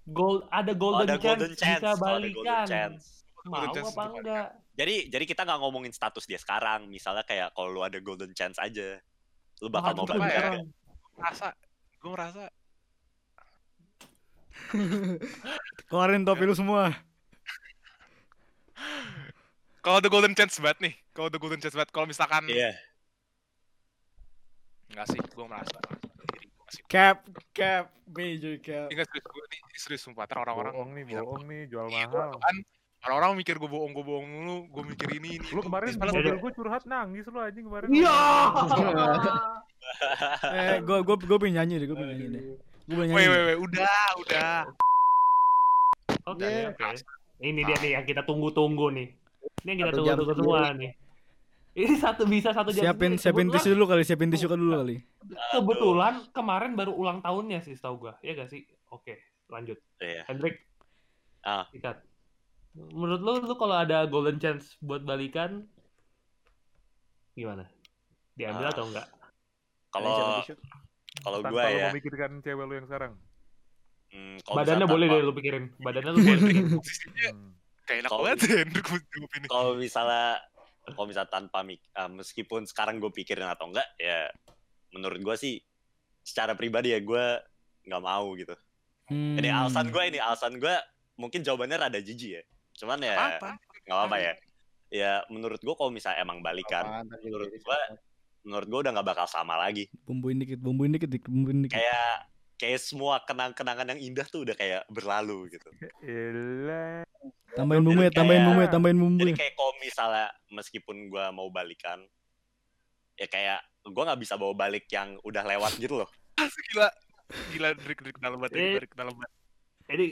S3: Gold ada
S6: Oh,
S3: golden,
S6: ada golden chance,
S3: bisa
S6: oh, ada golden
S3: balikan.
S6: chance.
S3: Mau
S4: Golden chance
S3: apa
S4: untuk
S3: enggak?
S6: Jadi jadi kita nggak ngomongin status dia sekarang. Misalnya kayak kalau lu ada golden chance aja, lu bakal
S3: Mahal
S6: mau
S4: apa
S3: juga
S4: ya?
S6: balikan.
S3: orang.
S4: Merasa gue merasa
S2: keluarin topi lu semua
S4: kalau the golden chance banget nih, kalau the golden chance banget kalau misalkan
S6: Iya.
S4: enggak sih, gue merasa diri gue masih
S2: cap cap major cap
S4: Ingat serius gue nih, ini serius sumpah, ntar orang-orang
S7: bohong nih,
S4: bilang,
S7: bohong nih, jual
S4: "Ih,
S7: mahal.
S4: gua apaan?" Orang-orang mikir gue bohong, gue bohong mulu, gue mikir ini, ini.
S7: Lu
S4: itu.
S7: kemarin
S6: Iya.
S4: Terus
S2: Iya.
S7: di
S4: malah
S7: mobil gue curhat nangis lu anjing kemarin.
S2: Ya!
S1: Iya.
S2: eh gue gue gue pengen nyanyi deh gue pengen nyanyi deh gue pengen
S4: Weh,
S2: nyanyi
S4: weh, weh, udah, udah.
S3: Oke, oke. Ini dia nih yang kita tunggu-tunggu nih. Ini yang kita
S5: Satu jam
S3: tunggu-tunggu semua nih. Ini satu bisa satu jam.
S2: siapin
S3: sendiri.
S2: siapin
S3: Kebetulan-
S2: tisu dulu kali siapin tisu dulu kali
S3: Kebetulan kemarin baru ulang tahunnya sih setahu gua. Iya gak sih? Oke, lanjut.
S6: Iya.
S3: Hendrik.
S6: Ah.
S3: Sikat. Menurut lu lu kalau ada golden chance buat balikan gimana? Diambil
S6: Ah.
S3: atau enggak?
S6: Kalau kalau
S7: Tanpa
S6: gue
S7: lu
S6: ya,
S7: memikirkan cewek lu yang sekarang.
S6: hmm, kalau
S3: Badannya
S6: misalkan-
S3: boleh deh lu pikirin. Badannya lu boleh pikirin.
S6: Iya.
S4: Posisinya
S7: Hmm.
S4: kayak enak
S6: Kalau-
S4: banget ya, Hendrik gua jawab ini.
S6: Kalau misalnya kalau misalnya tanpa mik, eh, meskipun sekarang gue pikirin atau enggak, ya menurut gue sih secara pribadi ya gue nggak mau gitu.
S2: Hmm.
S6: Ini alasan gue ini alasan gue mungkin jawabannya rada jijik ya. Cuman ya
S4: Apa?
S6: nggak apa-apa ya. Ya menurut gue kalau misalnya emang balikan,
S5: Apaan, tadi
S6: menurut
S5: diri
S6: gua-
S5: sendiri.
S6: menurut gue udah nggak bakal sama lagi.
S2: bumbuin dikit bumbuin dikit Dik, bumbuin dikit
S6: Kayak kayak semua kenang-kenangan yang indah tuh udah kayak berlalu gitu.
S7: Elah.
S2: tambahin bumbu ya
S6: Jadi
S2: tambahin
S6: kayak-
S2: bumbu ya tambahin bumbu
S6: Jadi
S2: ya
S6: kayak kalau misalnya meskipun gue mau balikan, ya kayak gue nggak bisa bawa balik yang udah lewat gitu loh.
S4: Asik, gila. Gila, Hendrik, Hendrik, dalam banget, Hendrik,
S3: Eh.
S4: Hendrik, dalam banget,
S3: Jadi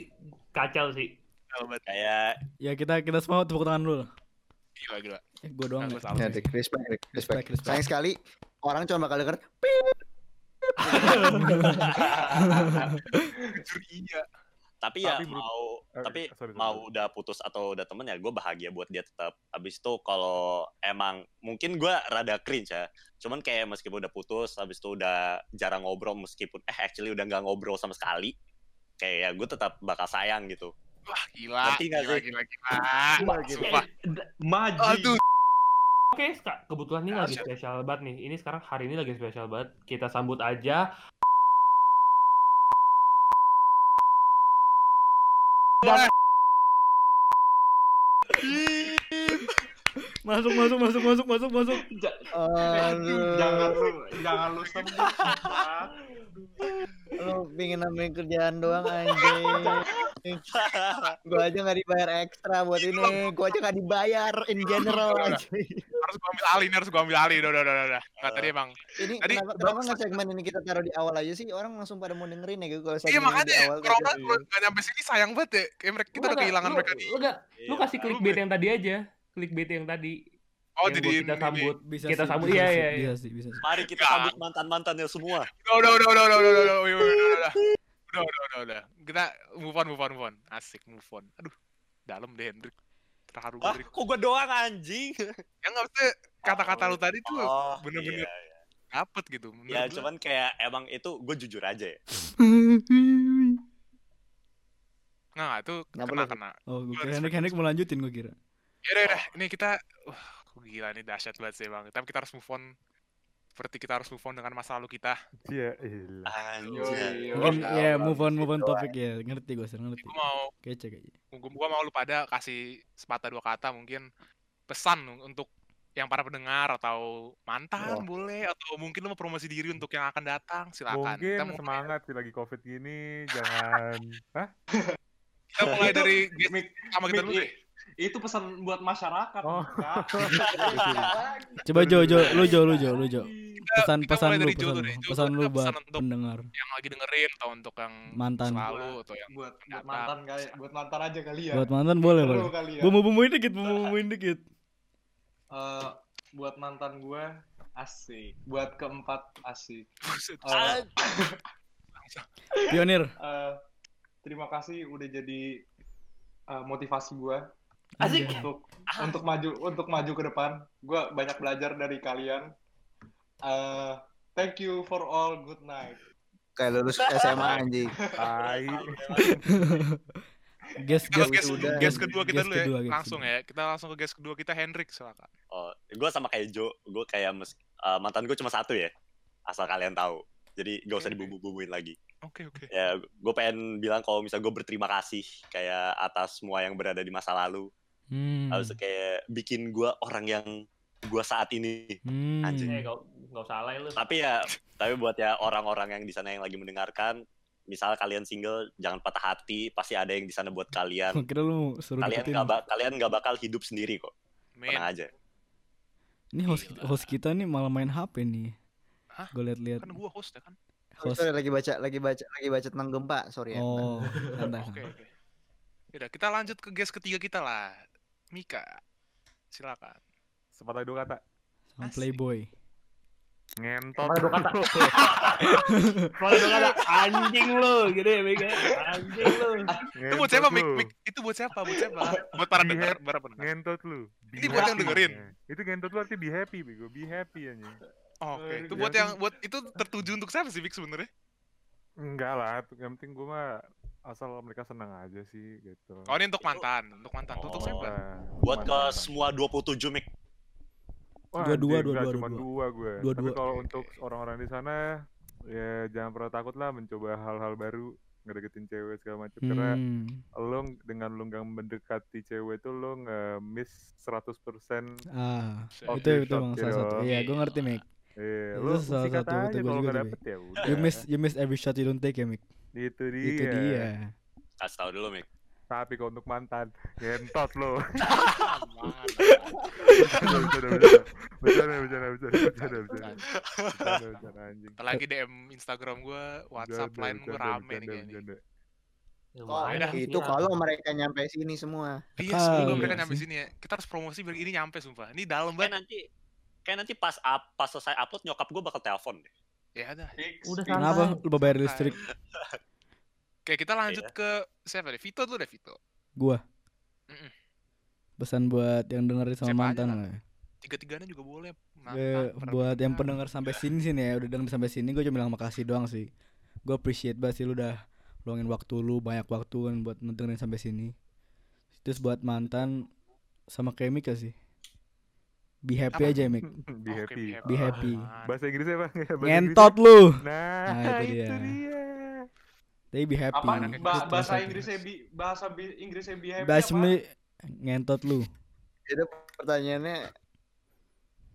S3: kacau sih.
S4: dalam banget.
S6: Kayak [LAUGHS]
S2: ya kita kita semua tepuk tangan dulu lah.
S4: Gila, gila.
S2: eh, gue doang
S4: Nah,
S2: ya.
S4: gua salah.
S5: Ya, Dik, respect, Dik, respect.
S2: Respect, respect.
S5: Sayang sekali orang cuma bakal denger
S4: Jujur, iya.
S6: tapi ya
S7: Tapi menurut-
S6: mau
S7: eh,
S6: tapi
S7: sorry, sorry,
S6: mau udah putus atau udah temen ya gue bahagia buat dia tetap. Habis itu kalau emang mungkin gue rada cringe ya. Cuman kayak meskipun udah putus, habis itu udah jarang ngobrol meskipun eh actually udah nggak ngobrol sama sekali. Kayak ya gue tetap bakal sayang gitu.
S4: Wah, gila,
S6: Ngerti nggak
S4: gila,
S6: sih?
S4: gila, gila.
S1: gitu.
S4: Sumpah.
S1: Maji.
S4: Aduh,
S3: Oke, Ska, kebetulan ini lagi
S4: Siap.
S3: spesial banget nih. Ini sekarang hari ini lagi spesial banget. Kita sambut aja.
S2: masuk masuk masuk masuk masuk masuk
S1: Ja-
S5: Aduh,
S1: jangan lu jangan lu sebut. Pak.
S5: lu pingin nambahin kerjaan doang anjing gua aja nggak dibayar ekstra buat ini gua aja nggak dibayar in general anjing
S4: harus gua ambil alih, ini harus gua ambil alih. Udah, udah, udah, udah, udah. Nggak, tadi emang
S5: ini
S4: Tadi
S5: kenapa kenapa nggak segmen ini kita taruh di awal aja sih orang langsung pada mau dengerin ya kalau segmen
S4: Iya
S5: ini di
S4: makanya
S5: awal
S4: kalau
S6: gitu
S4: orang
S5: tadi.
S4: kalau nggak nyampe sini sayang banget ya. Kayak mereka kita
S3: Lu
S4: udah
S3: ada-
S4: kehilangan
S3: lu-
S4: mereka nih.
S3: Lu, ga- lu
S6: Iya,
S3: kasih clickbait yang tadi aja. Clickbait yang tadi.
S4: Oh
S3: Yang
S4: jadi
S3: buat
S4: ini.
S3: kita sambut.
S2: bisa
S3: Kita
S2: sih,
S3: sambut.
S2: bisa
S3: Iya,
S2: sih,
S3: iya,
S2: bisa
S3: iya.
S2: sih bisa sih
S6: Mari kita
S4: Nggak.
S6: sambut mantan-mantannya semua.
S4: Udah udah udah udah udah udah udah udah udah udah udah udah udah udah udah kita move on move on move on asik move on. Aduh dalam deh Hendrik terharu
S6: Hah,
S4: gue. Hendrik.
S6: Ah, kok gue doang anjing?
S4: [LAUGHS] Ya nggak maksudnya kata-kata lu tadi tuh
S6: Oh,
S4: bener-bener
S6: iya, iya.
S4: dapet gitu. Menurut
S6: Ya,
S4: gua.
S6: cuman kayak emang itu gue jujur aja ya.
S4: nggak nggak, itu
S5: Nggak
S4: kena
S5: perlu.
S4: kena.
S2: oh gue kira Hendrik Hendrik mau lanjutin gue kira
S4: Ya udah udah ini kita wah gila ini dahsyat banget sih bang. Tapi kita harus move on. Seperti kita harus move on dengan masa lalu kita.
S7: Iya,
S4: Ah,
S7: elah.
S6: Anjir.
S1: Yoi, yoi.
S2: mungkin ya move on move on topik ya ngerti gue sih ngerti
S4: Gue mau
S2: kece kece
S4: gue gua mau lu pada kasih sepatah dua kata mungkin pesan untuk yang para pendengar atau mantan boleh atau mungkin lu mau promosi diri untuk yang akan datang silakan
S7: Mungkin
S4: kita, mu-
S7: semangat sih lagi covid gini, jangan. Hah?
S4: [LAUGHS] kita mulai dari guest
S1: [LAUGHS] Mik-
S4: pertama kita dulu
S1: Miki.
S4: deh
S1: Itu pesan buat masyarakat.
S7: Oh.
S1: Kak.
S2: Coba Jo, Jo, lu Jo, lu Jo, lu Jo. Pesan
S4: kita
S2: pesan
S4: mulai
S2: lu
S4: dari Jo
S2: pesan,
S4: dulu deh.
S2: lu,
S4: Jo,
S2: pesan lu
S4: kita pesan
S2: buat
S4: untuk-
S2: pendengar.
S4: yang lagi dengerin atau untuk yang
S2: Mantan.
S4: selalu atau yang
S1: buat buat
S4: pendatang.
S1: mantan kali, buat mantan aja kali
S4: Iya.
S1: ya.
S2: Buat mantan boleh,
S1: Seru
S2: boleh.
S1: kali ya.
S2: Bumbu-bumbuin dikit, bumbu-bumbuin dikit.
S1: Eh, buat mantan gue asik. Buat keempat asik.
S2: Oh,
S4: [LAUGHS] Buset,
S1: Eh,
S4: [LAUGHS]
S2: Pionir.
S1: eh, terima kasih udah jadi eh, motivasi gue
S3: Asik.
S1: untuk
S5: Ah.
S1: untuk maju untuk maju ke depan. Gue banyak belajar dari kalian. Eh, thank you for all. Good night.
S5: Kayak lulus SMA anjing.
S7: Tai.
S2: Guys,
S4: Terus
S2: guys,
S4: guys,
S5: udah.
S4: guys kedua kita
S2: guys
S4: dulu ya.
S2: kedua, guys
S4: langsung
S2: kedua.
S4: ya. Kita langsung ke guys kedua kita Hendrik silakan.
S6: Oh, gue sama kayak Jo, gue kayak mes- eh, mantan gue cuma satu ya, asal kalian tahu. Jadi gak usah
S4: Oke.
S6: dibubu-bubuin lagi.
S4: Oke oke.
S6: Ya, gue pengen bilang kalau misal gue berterima kasih kayak atas semua yang berada di masa lalu.
S2: Hmm.
S6: Harus kayak bikin gue orang yang gue saat ini.
S2: Hmm.
S6: Anjing.
S3: Eh, gak, gak usah alay lu.
S6: Tapi ya, tapi buat ya orang-orang yang di sana yang lagi mendengarkan, misal kalian single, jangan patah hati. Pasti ada yang di sana
S2: [LAUGHS]
S6: buat kalian.
S2: Kira lu seru
S6: kalian
S2: deketin.
S6: gak ba- kalian gak bakal hidup sendiri kok.
S4: Men.
S6: Tenang aja.
S2: Ini host
S4: Gila.
S2: host kita nih malah main HP nih.
S4: Hah?
S2: Gue lihat-lihat
S4: Kan gua host ya kan.
S5: Oh,
S2: host.
S5: sorry, lagi baca lagi baca lagi baca tentang gempa, sorry ya.
S2: Oh,
S4: [LAUGHS]
S2: santai.
S4: Oke oke. Yaudah, kita lanjut ke guys ketiga kita lah. Mika. Silakan.
S7: Sepatah dua kata.
S2: Sama Playboy.
S7: Ngentot.
S3: Sepatah dua kata. Kalau lu kata anjing lu gitu ya, Mega. Anjing lu.
S4: Oh, Itu buat siapa, Mik?
S7: Ngentot lu.
S4: Mik, itu buat siapa? Buat siapa? [LAUGHS] buat para
S7: Di
S4: dengar,
S7: head.
S4: para pendengar.
S7: Ngentot lu. Be
S4: Ini buat yang
S7: happy.
S4: dengerin.
S7: Itu ngentot lu artinya be happy, bego. Be happy anjing.
S4: Oh, Oke,
S7: Eh,
S4: itu buat
S7: jadi-
S4: yang buat itu tertuju untuk siapa sih Mik sebenarnya?
S7: Enggak lah, yang penting gue mah asal mereka senang aja sih gitu.
S4: Oh, ini untuk mantan, untuk mantan, untuk siapa?
S7: Wah,
S6: Buat ke
S7: mantap.
S6: semua 27 Mik.
S7: Wah,
S2: Dua, dua,
S7: anjing,
S2: dua,
S7: nggak
S2: dua,
S7: cuma
S2: dua.
S7: dua gue.
S2: Dua,
S7: Tapi
S2: dua.
S7: kalau
S4: Oke,
S7: untuk orang-orang di sana ya jangan pernah takut lah mencoba hal-hal baru, ngedeketin cewek segala macam karena
S2: Hmm.
S7: lo dengan lo nggak mendekati cewek itu lo nge-miss 100%
S2: Ah,
S7: Oke,
S2: itu itu
S7: shot
S2: Bang salah
S7: gitu.
S2: satu. Iya, gue ngerti, Mik.
S7: eh
S2: Itu
S7: lo
S2: salah
S7: sikat
S2: satu, betul,
S7: aja
S2: gua
S7: kalau
S2: juga
S7: nggak
S2: tuh,
S7: dapet ya udah.
S2: You
S4: Iya.
S2: miss you miss every shot you don't take ya, Mik.
S7: Itu dia.
S2: Itu dia.
S6: Kasih tau dulu Mik.
S7: Tapi kalau untuk mantan, gentot lo. [LAUGHS]
S4: Aman.
S7: Bercanda, bercanda, bercanda. Bercanda, bercanda, bercanda, bercanda, bercanda. Bercanda, bercanda, anjing.
S4: Ntar lagi DM Instagram gua, WhatsApp,
S7: Bercanda,
S4: line gua
S7: bercanda,
S4: rame nih
S7: bercanda,
S4: kayaknya.
S7: bercanda.
S4: ya
S3: Lumayan
S4: Yaudah,
S3: sih,
S5: Itu
S3: lah.
S5: kalau mereka nyampe sini semua.
S4: Iya, semoga
S2: Tahu
S4: mereka
S2: nggak
S4: nyampe
S2: sih?
S4: sini ya. Kita harus promosi biar ini nyampe sumpah. Ini dalam
S6: Kayak
S4: banget.
S6: nanti kayak nanti pas up, pas selesai upload nyokap gue bakal telepon deh.
S2: Iya.
S4: Ya udah.
S1: Fix,
S3: Udah
S1: fix.
S3: santai.
S2: Kenapa lu bayar
S4: Santai.
S2: listrik?
S4: Oke, kita lanjut
S2: Iya.
S4: ke siapa deh? Vito dulu deh, Vito.
S2: Gua.
S4: Mm-mm.
S2: Pesan buat yang dengerin sama
S4: Siapa aja
S2: mantan
S4: lah.
S2: lah.
S4: Tiga-tiganya juga boleh.
S2: Gue
S4: mantan,
S2: Iya, buat yang
S4: perempuan.
S2: pendengar sampai sini sini ya, udah denger sampai sini gue cuma bilang makasih doang sih. Gue appreciate banget sih lu udah luangin waktu lu, banyak waktu kan buat dengerin sampai sini. Terus buat mantan sama kayak Mika sih. Be happy
S4: Apa?
S2: aja Mik.
S7: Be
S4: Oke,
S7: happy.
S2: Be happy.
S4: Aman.
S7: Bahasa Inggrisnya apa? Bahasa Inggrisnya?
S2: Ngentot lu.
S7: Nah,
S2: Nah, itu
S7: itu,
S2: dia.
S7: dia.
S2: Tapi be happy.
S1: Apa
S4: Anak
S1: ba-
S2: Terus
S1: bahasa
S2: happy.
S1: Inggrisnya bi- bahasa bi- Inggrisnya be happy
S2: Bahasa
S1: apa?
S2: Inggris- ngentot lu.
S5: Itu pertanyaannya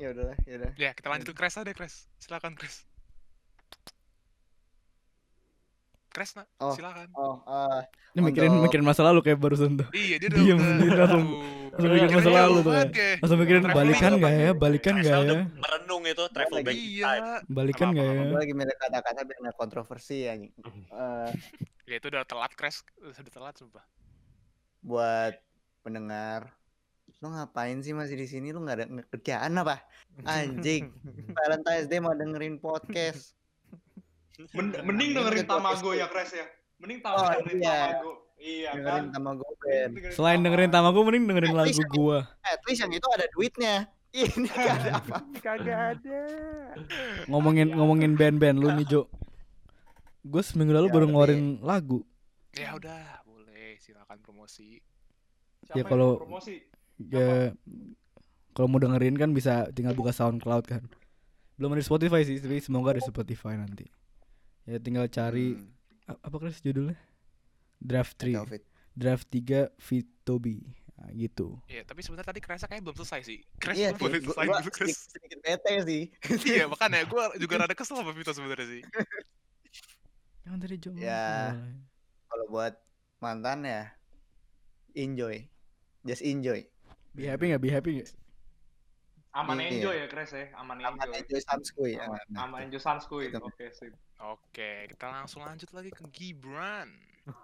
S5: ya udahlah, ya udah.
S4: Ya, kita lanjut ke Kres deh, Kres. Silakan, Kres. Kres, nak.
S5: Oh.
S4: Silakan.
S5: Oh, eh,
S2: Ini mikirin
S5: Untuk-
S2: mikirin masa lalu kayak barusan tuh.
S4: Iya, dia
S2: Diam
S4: udah-
S2: sendiri langsung.
S4: Aduh. iya,
S2: langsung mikir masa
S4: Mikirnya
S2: lalu
S4: jauh
S2: tuh ya.
S4: banget ya.
S2: Langsung mikirin
S4: Traveling
S2: balikan
S4: apa
S2: gak ya?
S4: nih?
S2: Balikan
S6: Nah,
S2: gak
S6: sekarang
S2: ya?
S6: tuh Merenung itu travel back in
S4: Iya.
S6: time.
S2: Balikan
S4: Apa-apa,
S2: gak ya?
S5: gue lagi milih kata-kata biar nggak kontroversi ya. anjing. Eh,
S4: Ya, itu udah telat, Kres. Udah telat, sumpah.
S5: buat pendengar lu ngapain sih masih di sini lu nggak ada nggak kerjaan apa anjing Valentine's Day mau dengerin podcast
S1: Men-
S6: [LAUGHS]
S1: mending dengerin Tamago ya, Kres ya. Mending tam-
S5: Oh,
S1: dengerin
S5: iya.
S1: Tamago. Iya kan?
S5: dengerin sama gue Ben
S2: Selain dengerin ya, tamaku mending dengerin
S5: Eh,
S2: lagu
S5: please.
S2: gua.
S5: at least yang itu ada duitnya [LAUGHS] ini nggak ada apa
S7: Kagak ada.
S2: Ngomongin ngomongin band-band lu nih Jo. Gue seminggu lalu
S5: Ya,
S2: baru
S5: tapi-
S2: ngeluarin lagu.
S4: Ya udah, boleh. Silakan promosi.
S1: Siapa
S2: Ya,
S1: yang
S2: kalau-
S1: promosi?
S2: Ya kalau mau dengerin kan bisa tinggal buka SoundCloud kan. Belum ada di Spotify sih, tapi semoga ada di Spotify nanti. Ya tinggal cari
S5: Hmm,
S2: a- apa Chris judulnya? Draft
S5: nggak
S2: 3.
S5: tahu, Fit.
S2: Draft 3 Vitobi. Nah, gitu.
S4: Iya, tapi sebentar tadi kerasa kayaknya belum selesai sih. Kres
S5: iya
S4: lu
S5: sih
S4: boleh
S5: gua,
S4: selesai
S5: gua
S4: dulu, Kres.
S5: sedikit, sedikit bete sih [LAUGHS]
S4: Iya, makanya gue juga rada kesel sama Vito sebenarnya sih.
S2: Yang tadi Jo.
S5: Ya. kalau buat mantan ya enjoy just enjoy
S2: Be happy nggak? Be happy
S3: [LAUGHS]
S2: nggak?
S1: Aman
S5: Iya.
S1: enjoy ya, Chris ya. Aman
S5: aman Iya,
S1: enjoy.
S5: enjoy samskuy
S1: Aman-
S5: aman
S1: Aman enjoy sunscreen.
S5: Gitu.
S1: Oke, sip.
S4: Oke, kita langsung lanjut lagi ke Gibran.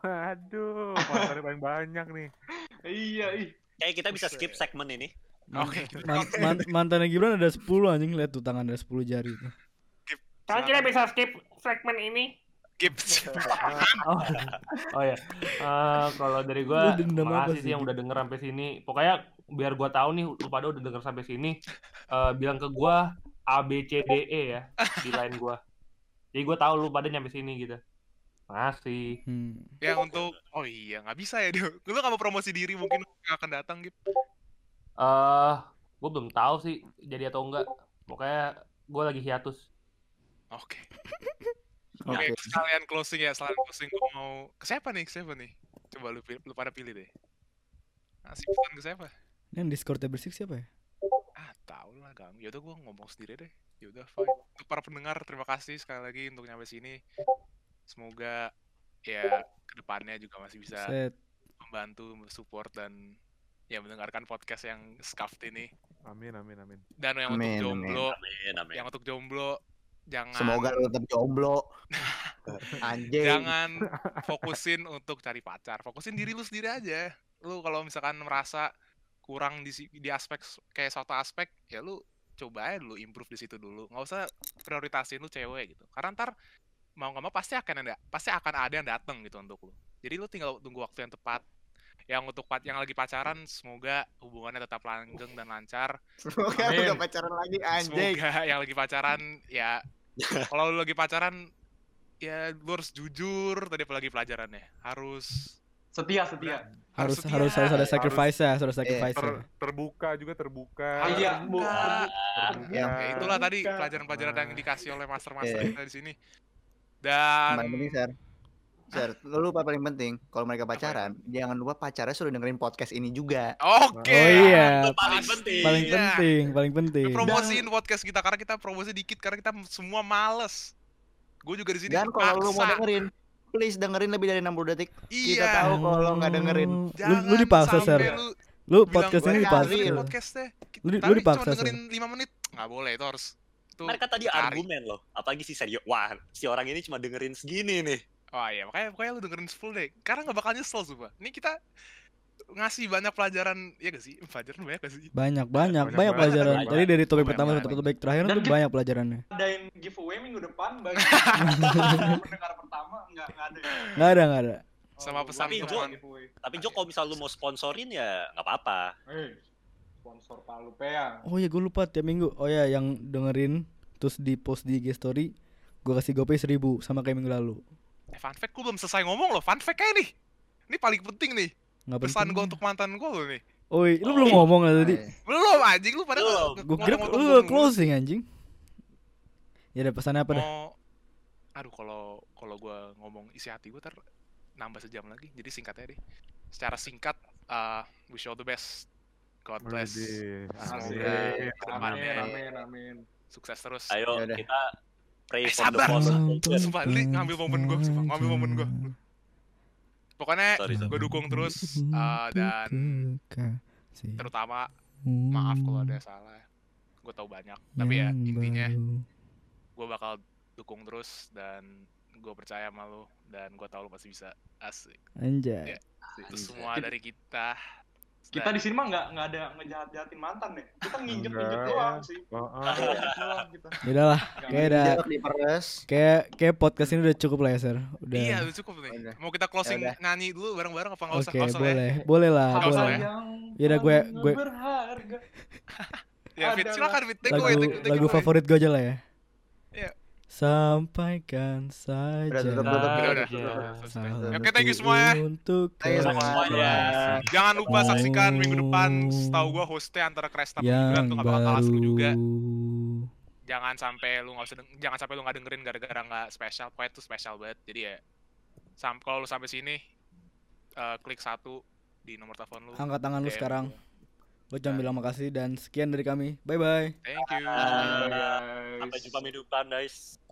S7: Aduh, pacarnya paling banyak nih.
S1: Iya, ih.
S6: Kayak kita bisa skip segmen ini.
S4: Oke,
S2: Man- man- mantannya Gibran ada 10 anjing lihat tuh tangan ada 10 jari itu.
S3: Kan kita bisa skip segmen ini.
S4: Gibbs.
S3: Oh, oh ya. Eh, kalau dari
S2: Lu
S3: gua
S2: dendam apa
S3: makasih
S2: sih,
S3: sih yang
S2: Gib?
S3: udah denger sampai sini. Pokoknya biar gua tahu nih lu pada udah denger sampai sini eh, bilang ke gua A B C D E ya di line gua. Jadi gua tahu lu pada nyampe sini gitu. Makasih.
S2: Hmm.
S4: ya untuk oh iya nggak bisa ya dia. [LAUGHS] Lu nggak mau promosi diri mungkin nggak akan datang gitu.
S3: Eh, gua belum tahu sih jadi atau enggak. Pokoknya gua lagi hiatus.
S4: Oke.
S5: oke
S4: Oke, sekalian closing ya, sekalian closing gua mau ke siapa nih? Ke siapa nih? Coba lu, pil- lu pada pilih deh. Ngasih pesan ke siapa?
S2: Ini yang Discord Table Six siapa ya?
S4: Ah, tau lah Gam. Yaudah gua ngomong sendiri deh. Yaudah, fine. Untuk para pendengar, terima kasih sekali lagi untuk nyampe sini. Semoga ya kedepannya juga masih bisa
S2: Set.
S4: membantu, support dan ya mendengarkan podcast yang scuffed ini.
S7: Amin, amin, amin.
S4: Dan yang untuk
S5: Amin, amin.
S4: jomblo,
S6: Amin, amin.
S4: Oh. yang untuk jomblo jangan
S5: semoga lu tetap jomblo anjing
S4: jangan fokusin untuk cari pacar. Fokusin diri lu sendiri aja. Lu kalau misalkan merasa kurang di si- di aspek s- kayak suatu aspek, ya lu coba aja dulu improve di situ dulu. Nggak usah prioritasin lu cewek gitu. Karena ntar mau nggak mau pasti akan ada pasti akan ada yang datang gitu untuk lu. Jadi lu tinggal tunggu waktu yang tepat. Yang untuk pa- yang lagi pacaran semoga hubungannya tetap langgeng dan lancar.
S5: semoga lu
S1: Amin.
S5: gak pacaran lagi anjing
S4: Semoga [LAUGHS] yang lagi pacaran
S5: [LAUGHS]
S4: ya kalau lu lagi pacaran ya lu harus jujur tadi apalagi pelajarannya harus
S1: Setia, setia.
S2: Harus
S4: setia.
S2: harus harus ada
S7: Harus-
S2: sacrifice ya, harus
S5: Iya.
S2: ada sacrifice.
S7: Ter- terbuka juga terbuka.
S4: Harus
S1: Iya, Bu.
S4: buka.
S7: Terbuka.
S5: Ya,
S4: Ya, itulah tadi pelajaran-pelajaran yang dikasih oleh master-master kita di sini. Dan
S5: paling penting share share lu lupa paling penting kalau mereka pacaran jangan lupa pacarnya suruh dengerin podcast ini juga
S4: oke.
S2: Oh iya,
S6: paling
S4: Pasti.
S6: penting.
S2: paling
S4: Iya.
S2: penting, paling penting.
S4: Promosiin podcast kita karena kita promosi dikit karena kita semua males. Gue juga di sini.
S5: dan kalau lu mau
S4: paksa.
S5: dengerin please dengerin lebih dari 60 detik kita
S4: iya.
S5: tahu kalau nggak dengerin
S2: Oh, Lu,
S4: Jangan
S2: lu dipaksa,
S4: sampai
S2: Ser.
S4: lu
S2: Lu
S4: bilang,
S2: podcast
S4: "Gua
S2: ini
S5: "Gua
S2: dipaksa. ya."
S5: dengerin
S4: podcastnya.
S2: Lu,
S4: Tapi
S2: lu
S4: cuma
S2: dipaksa, Ser.
S4: dengerin 5 menit. Nggak boleh itu harus. Itu
S6: Mereka tadi
S4: cari.
S6: Kan argumen loh. Apalagi si Sergio. Wah, si orang ini cuma dengerin segini nih.
S4: Oh iya, makanya pokoknya lu dengerin full deh. Karena nggak bakal nyesel, Sumpah. Ini kita ngasih banyak pelajaran, ya gak sih? [LAUGHS] Pelajaran banyak gak sih?
S2: Banyak, banyak,
S7: Banyak
S2: banyak
S7: banget.
S2: pelajaran.
S6: Banyak
S2: Tadi dari topik
S6: banget.
S2: pertama sampai topik terakhir
S1: Dan
S2: tuh
S1: kita-
S2: banyak pelajarannya.
S1: Adain giveaway minggu depan bagi pendengar pertama enggak enggak ada. ya?
S2: Nggak ada, nggak ada.
S1: Oh,
S4: Sama
S1: gua
S4: pesan
S1: belum
S6: teman.
S1: ada giveaway.
S6: Tapi Jo, kalau misal lu mau sponsorin ya nggak apa-apa.
S1: Eh, sponsor ya. Palu Peang.
S2: Oh iya, gue lupa tiap minggu. Oh iya, yang dengerin terus di post di IG story, gue kasih GoPay 1000 sama kayak minggu lalu.
S4: Eh, fun fact, gue belum selesai ngomong loh. Fun fact aja nih. Ini paling penting nih.
S2: Nggak
S4: Pesan
S2: penting.
S4: gue untuk mantan gue loh nih.
S2: Oi, lu belum ngomong lah tadi.
S4: Belum anjing, lu pada
S6: Belum.
S4: nge-
S2: Gue kira
S4: ngotong-ngotong gua
S2: lu
S4: mulu.
S2: closing anjing. Ya ada pesannya apa dah?
S4: Mau- Aduh, kalau kalau gue ngomong isi hati gue ter nambah sejam lagi. Jadi singkatnya deh. Secara singkat, uh, wish you all the best. God bless.
S7: Widih,
S4: Asik.
S7: amin.
S1: Amin,
S4: Amin.
S1: amin, amin.
S4: Sukses terus.
S6: Ayo
S5: Yaudah.
S6: kita pray
S4: Eh,
S6: for the
S4: sabar.
S6: boss.
S4: Sumpah, lu ngambil momen gua, sumpah, ngambil momen gua. Pokoknya
S6: Sorry, sorry.
S4: gue dukung terus uh, dan terutama maaf kalau ada salah gue tahu banyak tapi ya intinya gue bakal dukung terus dan gue percaya sama lu dan gue tahu lu pasti bisa asik
S2: Anjay.
S4: Ya. itu semua dari kita
S1: Kita
S4: Dan-
S1: di sini mah enggak enggak ada ngejahat-jahatin mantan ya. Kita nginjek-nginjek
S7: Enggak.
S1: doang sih.
S7: Oh, oh.
S1: Nginjek doang kita.
S2: Ya udah lah,
S1: Nggak
S4: Iya.
S2: kayak udah
S5: Jawab di peres
S2: kayak kayak podcast ini udah cukup lah ya, Ser. Udah.
S4: iya udah cukup nih
S5: Udah.
S4: mau kita closing
S5: Yaudah.
S4: nyanyi dulu bareng-bareng apa nggak usah
S2: Oke,
S4: nggak usah lah ya?
S2: boleh. Boleh lah,
S4: Nggak usah
S2: boleh.
S4: ya.
S1: Yang
S2: Ya udah, gue-
S1: paling
S2: gue-
S1: berharga.
S4: ya Fit
S1: Ada
S4: silakan Fit take
S2: Lagu
S4: away take, take
S2: lagu
S4: away.
S2: favorit gue aja lah ya.
S4: Iya.
S2: Sampaikan saja.
S5: Udah, tutup, tutup,
S3: Nah,
S4: udah, udah,
S3: ya.
S4: udah, udah.
S2: salam
S4: Oke, thank you semua ya.
S2: Untuk
S5: Thank you
S2: kalian
S6: semuanya.
S4: jangan lupa saksikan minggu depan setahu gue hostnya antara Kresta Gibran
S2: yang
S4: tuh nggak bakal kalah
S2: baru.
S4: seru juga jangan sampai lu nggak usah deng- jangan sampai lu nggak dengerin gara-gara nggak spesial pokoknya itu spesial banget jadi ya sam kalau lu sampai sini eh, klik satu di nomor telepon lu
S2: Angkat tangan lu
S4: DM
S2: sekarang.
S4: gua.
S2: Lu jangan bilang makasih dan sekian dari kami. Bye bye.
S4: thank you
S1: Bye, guys.
S6: Sampai jumpa minggu depan, guys.